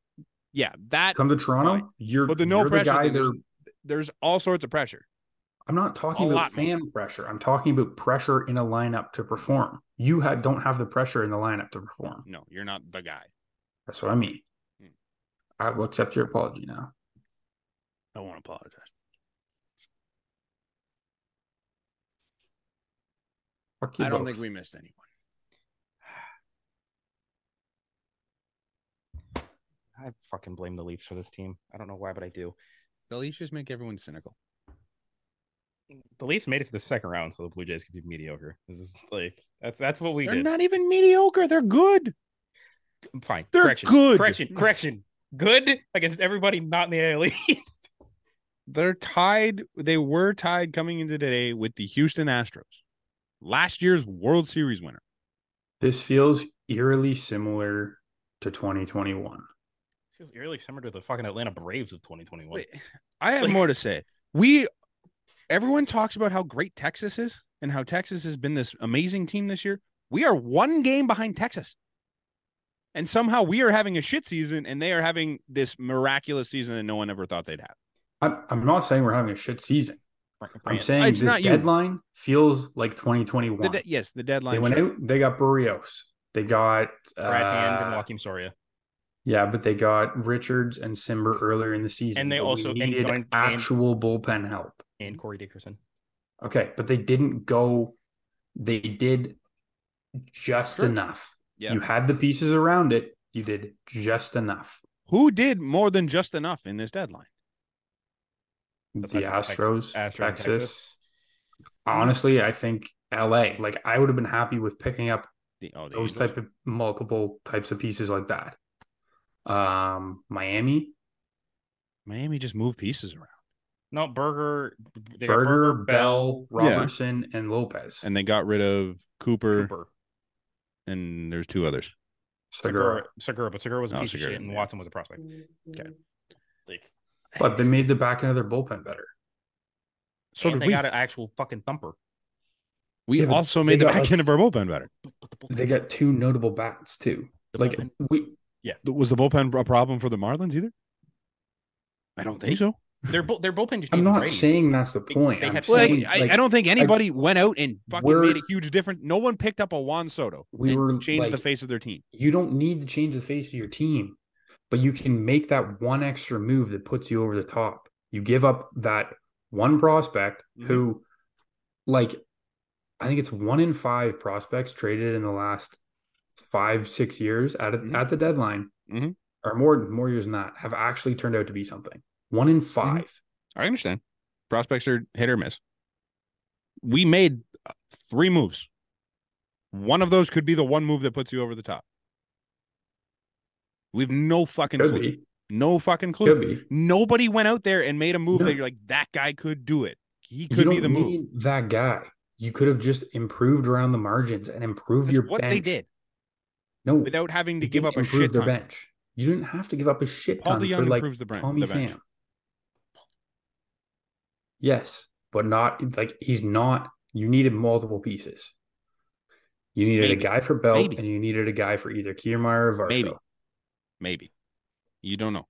Speaker 1: yeah, that.
Speaker 2: Come to Toronto,
Speaker 1: fine.
Speaker 2: you're
Speaker 1: But the no
Speaker 2: you're
Speaker 1: pressure.
Speaker 2: guy
Speaker 1: thing, there's,
Speaker 2: they're-
Speaker 1: there's all sorts of pressure.
Speaker 2: I'm not talking
Speaker 1: a
Speaker 2: about
Speaker 1: lot more.
Speaker 2: fan pressure. I'm talking about pressure in a lineup to perform. You ha- don't have the pressure in the lineup to perform.
Speaker 1: No, you're not the guy.
Speaker 2: That's what I mean.
Speaker 1: Hmm.
Speaker 2: I will accept your apology now.
Speaker 1: I won't apologize.
Speaker 2: Fuck you
Speaker 6: I don't
Speaker 2: both.
Speaker 6: think we missed anyone.
Speaker 3: I fucking blame the Leafs for this team. I don't know why, but I do.
Speaker 6: The Leafs just make everyone cynical.
Speaker 3: The Leafs made it to the second round, so the Blue Jays could be mediocre. This is like that's that's what we
Speaker 6: They're
Speaker 3: did.
Speaker 6: not even mediocre. They're good.
Speaker 3: Fine.
Speaker 1: They're
Speaker 3: correction.
Speaker 1: good.
Speaker 3: Correction. Correction. Good against everybody not in the AL East.
Speaker 1: They're tied. They were tied coming into today with the Houston Astros, last year's World Series winner.
Speaker 2: This feels eerily similar to 2021.
Speaker 3: Feels eerily similar to the fucking Atlanta Braves of 2021.
Speaker 6: Wait,
Speaker 1: I have
Speaker 3: Like-
Speaker 1: more to say. We, everyone talks about how great Texas is and how Texas has been this amazing team this year. We are one game behind Texas. And somehow we are having a shit season and they are having this miraculous season that no one ever thought they'd have.
Speaker 2: I'm, I'm not saying we're having a shit season. I'm
Speaker 3: Brand-
Speaker 2: saying
Speaker 1: It's
Speaker 2: this
Speaker 1: not you.
Speaker 2: deadline feels like
Speaker 1: The
Speaker 2: 2021.
Speaker 1: de- yes, the
Speaker 2: They
Speaker 1: deadline.
Speaker 2: went
Speaker 1: sure.
Speaker 2: out. They got Barrios. They got
Speaker 3: Brad Hand and
Speaker 2: uh,
Speaker 3: Joaquin Soria.
Speaker 2: Yeah, but they got Richards and Simber earlier in the season.
Speaker 3: And they
Speaker 2: but we
Speaker 3: also- and
Speaker 2: needed
Speaker 3: going- and-
Speaker 2: actual bullpen help.
Speaker 3: and Corey Dickerson.
Speaker 2: Okay, but they didn't go. They did just
Speaker 1: Sure.
Speaker 2: enough.
Speaker 1: Yeah.
Speaker 2: You had the pieces around it. You did just enough.
Speaker 1: Who did more than just enough in this deadline?
Speaker 2: the
Speaker 3: Aside from
Speaker 2: Astros,
Speaker 3: Tex- Astros and
Speaker 2: Texas.
Speaker 3: Texas.
Speaker 2: Honestly, I think LA. Like I would have been happy with picking up
Speaker 1: The, oh, the
Speaker 2: those
Speaker 1: Angels.
Speaker 2: type of multiple types of pieces like that. Um, Miami,
Speaker 1: Miami just moved pieces around,
Speaker 3: No, Burger, they got
Speaker 2: Berger,
Speaker 3: Burger,
Speaker 2: Bell,
Speaker 1: Yeah.
Speaker 2: Robertson, and Lopez.
Speaker 1: and they got rid of Cooper,
Speaker 3: Cooper,
Speaker 1: and there's two others.
Speaker 2: Segura.
Speaker 3: Segura, Segura, but Segura was a
Speaker 1: No,
Speaker 3: piece
Speaker 1: Oh, Segura,
Speaker 3: of shit, and
Speaker 1: yeah.
Speaker 3: Watson was a prospect. Okay, Like,
Speaker 2: But they made the back end of their bullpen better.
Speaker 1: So
Speaker 3: and
Speaker 1: did
Speaker 3: they
Speaker 1: we.
Speaker 3: got an actual fucking thumper.
Speaker 1: we
Speaker 2: Yeah, but
Speaker 1: also
Speaker 2: they
Speaker 1: made the
Speaker 2: got,
Speaker 1: back
Speaker 2: like,
Speaker 1: end of our bullpen better.
Speaker 3: But the bullpen-
Speaker 2: They got two notable bats too.
Speaker 3: the
Speaker 2: like
Speaker 3: bullpen-
Speaker 2: we
Speaker 1: Was the bullpen a problem for the Marlins either? I don't think so.
Speaker 3: their bull, their bullpen. Just
Speaker 2: I'm
Speaker 3: needs
Speaker 2: not
Speaker 3: ratings.
Speaker 2: saying that's the point.
Speaker 3: they
Speaker 2: I'm
Speaker 3: had-
Speaker 1: Well,
Speaker 2: saying,
Speaker 1: I,
Speaker 2: like,
Speaker 1: I don't think anybody went out and fucking
Speaker 2: We're-
Speaker 1: made a huge difference. No one picked up a Juan Soto.
Speaker 2: We
Speaker 1: and
Speaker 2: were,
Speaker 1: changed the
Speaker 2: like-
Speaker 1: face of their team.
Speaker 2: you don't need to change the face of your team, but you can make that one extra move that puts you over the top. You give up that one prospect
Speaker 1: Mm-hmm.
Speaker 2: who, like, I think it's one in five prospects traded in the last five, six years at,
Speaker 1: Mhm.
Speaker 2: at the deadline,
Speaker 1: Mhm.
Speaker 2: or more, more years than that, have actually turned out to be something. One
Speaker 1: Mm-hmm.
Speaker 2: in 5
Speaker 1: I understand. Prospects are hit or miss. We made uh, three moves. One of those could be the one move that puts you over the top. We've no fucking
Speaker 2: Could
Speaker 1: clue.
Speaker 2: be.
Speaker 1: No fucking clue.
Speaker 2: Could be.
Speaker 1: Nobody went out there and made a move
Speaker 2: No.
Speaker 1: that you're like, that guy could do it. He
Speaker 2: You
Speaker 1: could be
Speaker 2: don't
Speaker 1: the move.
Speaker 2: need that guy. You could have just improved around the margins and improved
Speaker 1: That's
Speaker 2: your
Speaker 1: what
Speaker 2: bench.
Speaker 1: they did
Speaker 2: No,
Speaker 1: without having to
Speaker 2: You
Speaker 1: give
Speaker 2: didn't
Speaker 1: up a
Speaker 2: improve
Speaker 1: shit
Speaker 2: their
Speaker 1: ton.
Speaker 2: bench. You didn't have to give up a shit
Speaker 1: Paul
Speaker 2: ton
Speaker 1: DeYoung
Speaker 2: for like
Speaker 1: improves the bran-
Speaker 2: Tommy
Speaker 1: the bench.
Speaker 2: Pham. Yes, but not like he's not. You needed multiple pieces. You needed
Speaker 1: Maybe.
Speaker 2: a guy for Belt,
Speaker 1: Maybe.
Speaker 2: and you needed a guy for either Kiermaier or Varsho.
Speaker 1: Maybe. Maybe. You don't know.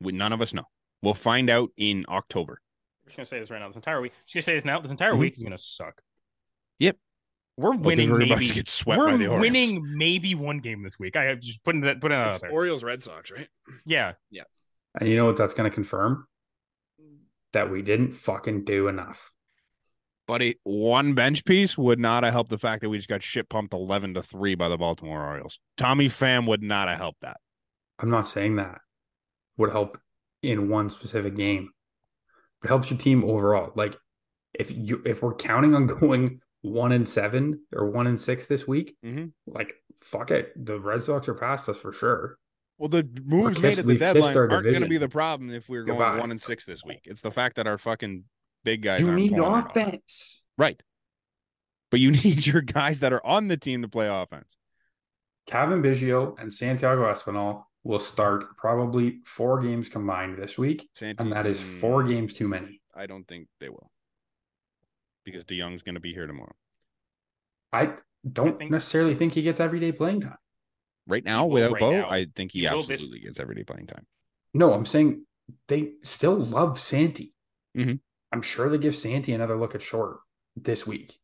Speaker 1: We, none of us know. We'll find out in October.
Speaker 3: I'm just gonna say this right now. This entire week, I'm just gonna say this now. This entire
Speaker 2: Mm-hmm.
Speaker 1: Mhm.
Speaker 3: week is gonna suck.
Speaker 1: Yep.
Speaker 3: we're
Speaker 1: Well, 'cause
Speaker 3: winning.
Speaker 1: we're
Speaker 3: maybe
Speaker 1: about to get swept by
Speaker 3: we're
Speaker 1: the Orioles.
Speaker 3: winning maybe one game this week. I have just putting that putting that out there.
Speaker 1: Orioles Red Sox, right?
Speaker 3: yeah,
Speaker 2: And you know what that's going to confirm? That we didn't fucking do enough.
Speaker 1: Buddy, one bench piece would not have helped the fact that we just got shit pumped eleven to three by the Baltimore Orioles. Tommy Pham would not have helped that.
Speaker 2: I'm not saying that would help in one specific game. It helps your team overall. Like if you if we're counting on going one and seven or one and six this week,
Speaker 1: Mhm.
Speaker 2: like fuck it, the Red Sox are past us for sure.
Speaker 1: Well, the moves
Speaker 2: kissed-
Speaker 1: made at the
Speaker 2: we've kissed
Speaker 1: deadline
Speaker 2: our
Speaker 1: aren't going to
Speaker 2: division.
Speaker 1: be the problem if we're going
Speaker 2: Goodbye.
Speaker 1: one and six this week. It's the fact that our fucking big guys
Speaker 2: You
Speaker 1: aren't
Speaker 2: need
Speaker 1: pulling it off.
Speaker 2: offense.
Speaker 1: right? But you need your guys that are on the team to play offense.
Speaker 2: Kevin Biggio and Santiago Espinal will start probably four games combined this week,
Speaker 1: Santi,
Speaker 2: and that is
Speaker 1: mm,
Speaker 2: four games too many.
Speaker 1: I don't think they will because DeYoung's going to be here tomorrow.
Speaker 2: I don't
Speaker 3: think-
Speaker 2: necessarily think he gets everyday playing time.
Speaker 1: Right now,
Speaker 3: will
Speaker 1: without
Speaker 3: right
Speaker 1: Bo,
Speaker 3: now.
Speaker 1: I think he,
Speaker 3: He will this-
Speaker 1: absolutely gets everyday playing time.
Speaker 2: No, I'm saying they still love Santi.
Speaker 1: Mhm.
Speaker 2: I'm sure they give Santi another look at short this week.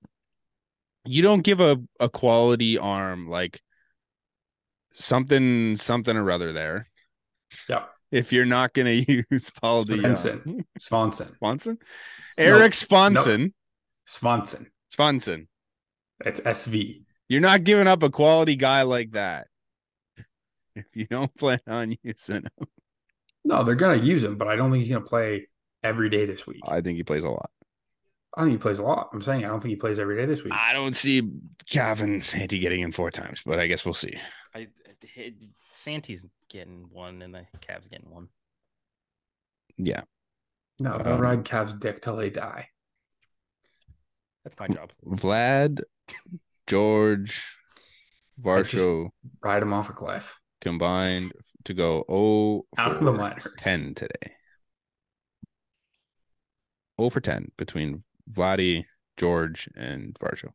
Speaker 1: you don't give a, a quality arm like something something or other there
Speaker 2: Yeah.
Speaker 1: if you're not gonna use Paul DeYoung.
Speaker 2: Swanson. Swanson.
Speaker 1: Swanson?
Speaker 2: No,
Speaker 1: Eric Swanson.
Speaker 2: Swanson.
Speaker 1: Swanson.
Speaker 2: It's SV.
Speaker 1: You're not giving up a quality guy like that. If you don't plan on using him.
Speaker 2: No, they're gonna use him, but I don't think he's gonna play every day this week. I,
Speaker 1: I think he plays a lot.
Speaker 2: think he plays a lot. I'm saying I don't think he plays every day this week.
Speaker 1: I don't see Calvin Santi getting in four times, but I guess we'll see.
Speaker 3: I, it- Santee's getting one, and the Cavs getting one.
Speaker 1: Yeah.
Speaker 2: no, they'll
Speaker 1: um,
Speaker 2: ride Cavs dick till they die.
Speaker 3: That's my job.
Speaker 1: Vlad, George,
Speaker 2: just-
Speaker 1: Varsho
Speaker 2: Ride him off a cliff.
Speaker 1: combined to go oh
Speaker 2: Out of the minors.
Speaker 1: 10 today. 0 for 10 between Vladdy, George, and Varsho.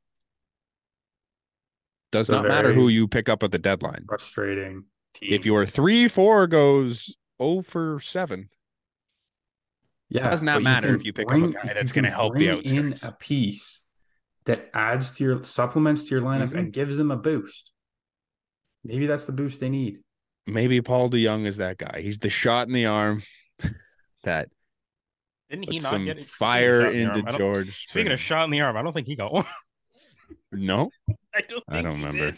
Speaker 1: Does
Speaker 2: So
Speaker 1: not matter who
Speaker 2: very-
Speaker 1: you pick up at the deadline.
Speaker 2: Frustrating. Team.
Speaker 1: If your 3 4 goes 0 for 7,
Speaker 2: Yeah,
Speaker 1: Does not
Speaker 2: but
Speaker 1: matter
Speaker 2: can
Speaker 1: if you pick up a guy that's
Speaker 2: can
Speaker 1: gonna help the
Speaker 2: bring in
Speaker 1: outskirts.
Speaker 2: a piece that adds to your supplements to your lineup
Speaker 1: Mhm.
Speaker 2: and gives them a boost. Maybe that's the boost they need.
Speaker 1: maybe Paul DeYoung is that guy. He's the shot in the arm that
Speaker 3: Didn't he
Speaker 1: put
Speaker 3: not
Speaker 1: some
Speaker 3: get
Speaker 1: fire
Speaker 3: speaking of shot in the
Speaker 1: into
Speaker 3: arm, I don't-
Speaker 1: George.
Speaker 3: Speaking
Speaker 1: Springer.
Speaker 3: of shot in the arm, I don't think he got one.
Speaker 1: no,
Speaker 3: I don't. Think
Speaker 1: I don't
Speaker 3: he
Speaker 1: remember.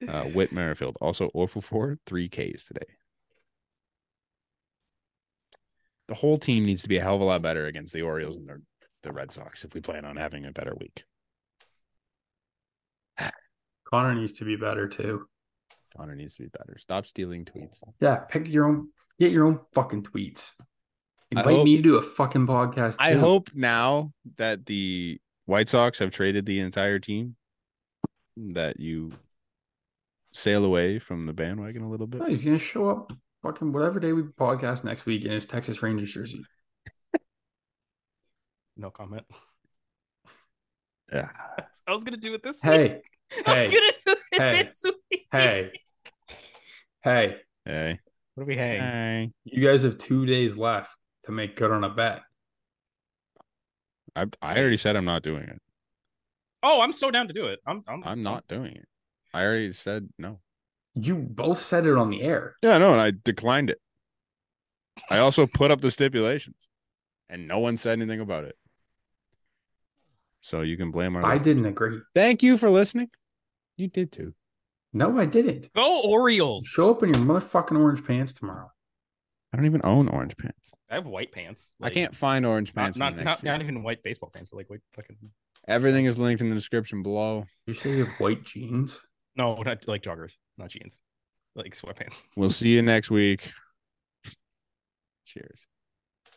Speaker 3: did.
Speaker 1: uh, Whit Merrifield also 0 for 4, three Ks today. The whole team needs to be a hell of a lot better against the Orioles and the, the Red Sox if we plan on having a better week.
Speaker 2: Connor needs to be better too.
Speaker 1: Connor needs to be better. Stop stealing tweets.
Speaker 2: Yeah, pick your own, get your own fucking tweets.
Speaker 1: I
Speaker 2: Invite
Speaker 1: hope-
Speaker 2: me to do a fucking podcast.
Speaker 1: I
Speaker 2: too.
Speaker 1: hope now that the White Sox have traded the entire team that you sail away from the bandwagon a little
Speaker 2: No,
Speaker 1: bit.
Speaker 2: he's gonna show up fucking whatever day we podcast next week in his Texas Rangers jersey.
Speaker 3: No comment.
Speaker 1: Yeah.
Speaker 3: I was gonna do it this week.
Speaker 2: Hey,
Speaker 3: I was
Speaker 2: hey,
Speaker 3: gonna do it
Speaker 2: hey,
Speaker 3: this week.
Speaker 2: hey, hey!
Speaker 1: Hey.
Speaker 3: What are we hang?
Speaker 1: Hey.
Speaker 2: You guys have two days left to make good on a bet.
Speaker 1: I, I already said I'm not doing it.
Speaker 3: Oh, I'm so down to do it. I'm. I'm,
Speaker 1: I'm not doing it. I already said no.
Speaker 2: You both said it on the air.
Speaker 1: Yeah, no, and I declined it. I also put up the stipulations and no one said anything about it. So you can blame our
Speaker 2: I
Speaker 1: listeners.
Speaker 2: didn't agree.
Speaker 1: Thank you for listening. You did too.
Speaker 2: No, I didn't.
Speaker 3: Go Orioles.
Speaker 2: Show up in your motherfucking orange pants tomorrow.
Speaker 1: I don't even own orange pants.
Speaker 3: I have white pants.
Speaker 1: I
Speaker 3: like,
Speaker 1: can't find orange
Speaker 3: Not
Speaker 1: pants. in
Speaker 3: not
Speaker 1: the
Speaker 3: not,
Speaker 1: next
Speaker 3: not
Speaker 1: feed.
Speaker 3: even white baseball pants, but like white fucking.
Speaker 1: Everything is linked in the description below.
Speaker 2: You say you have white jeans.
Speaker 3: No, not like joggers, not jeans, like sweatpants.
Speaker 1: We'll see you next week. Cheers.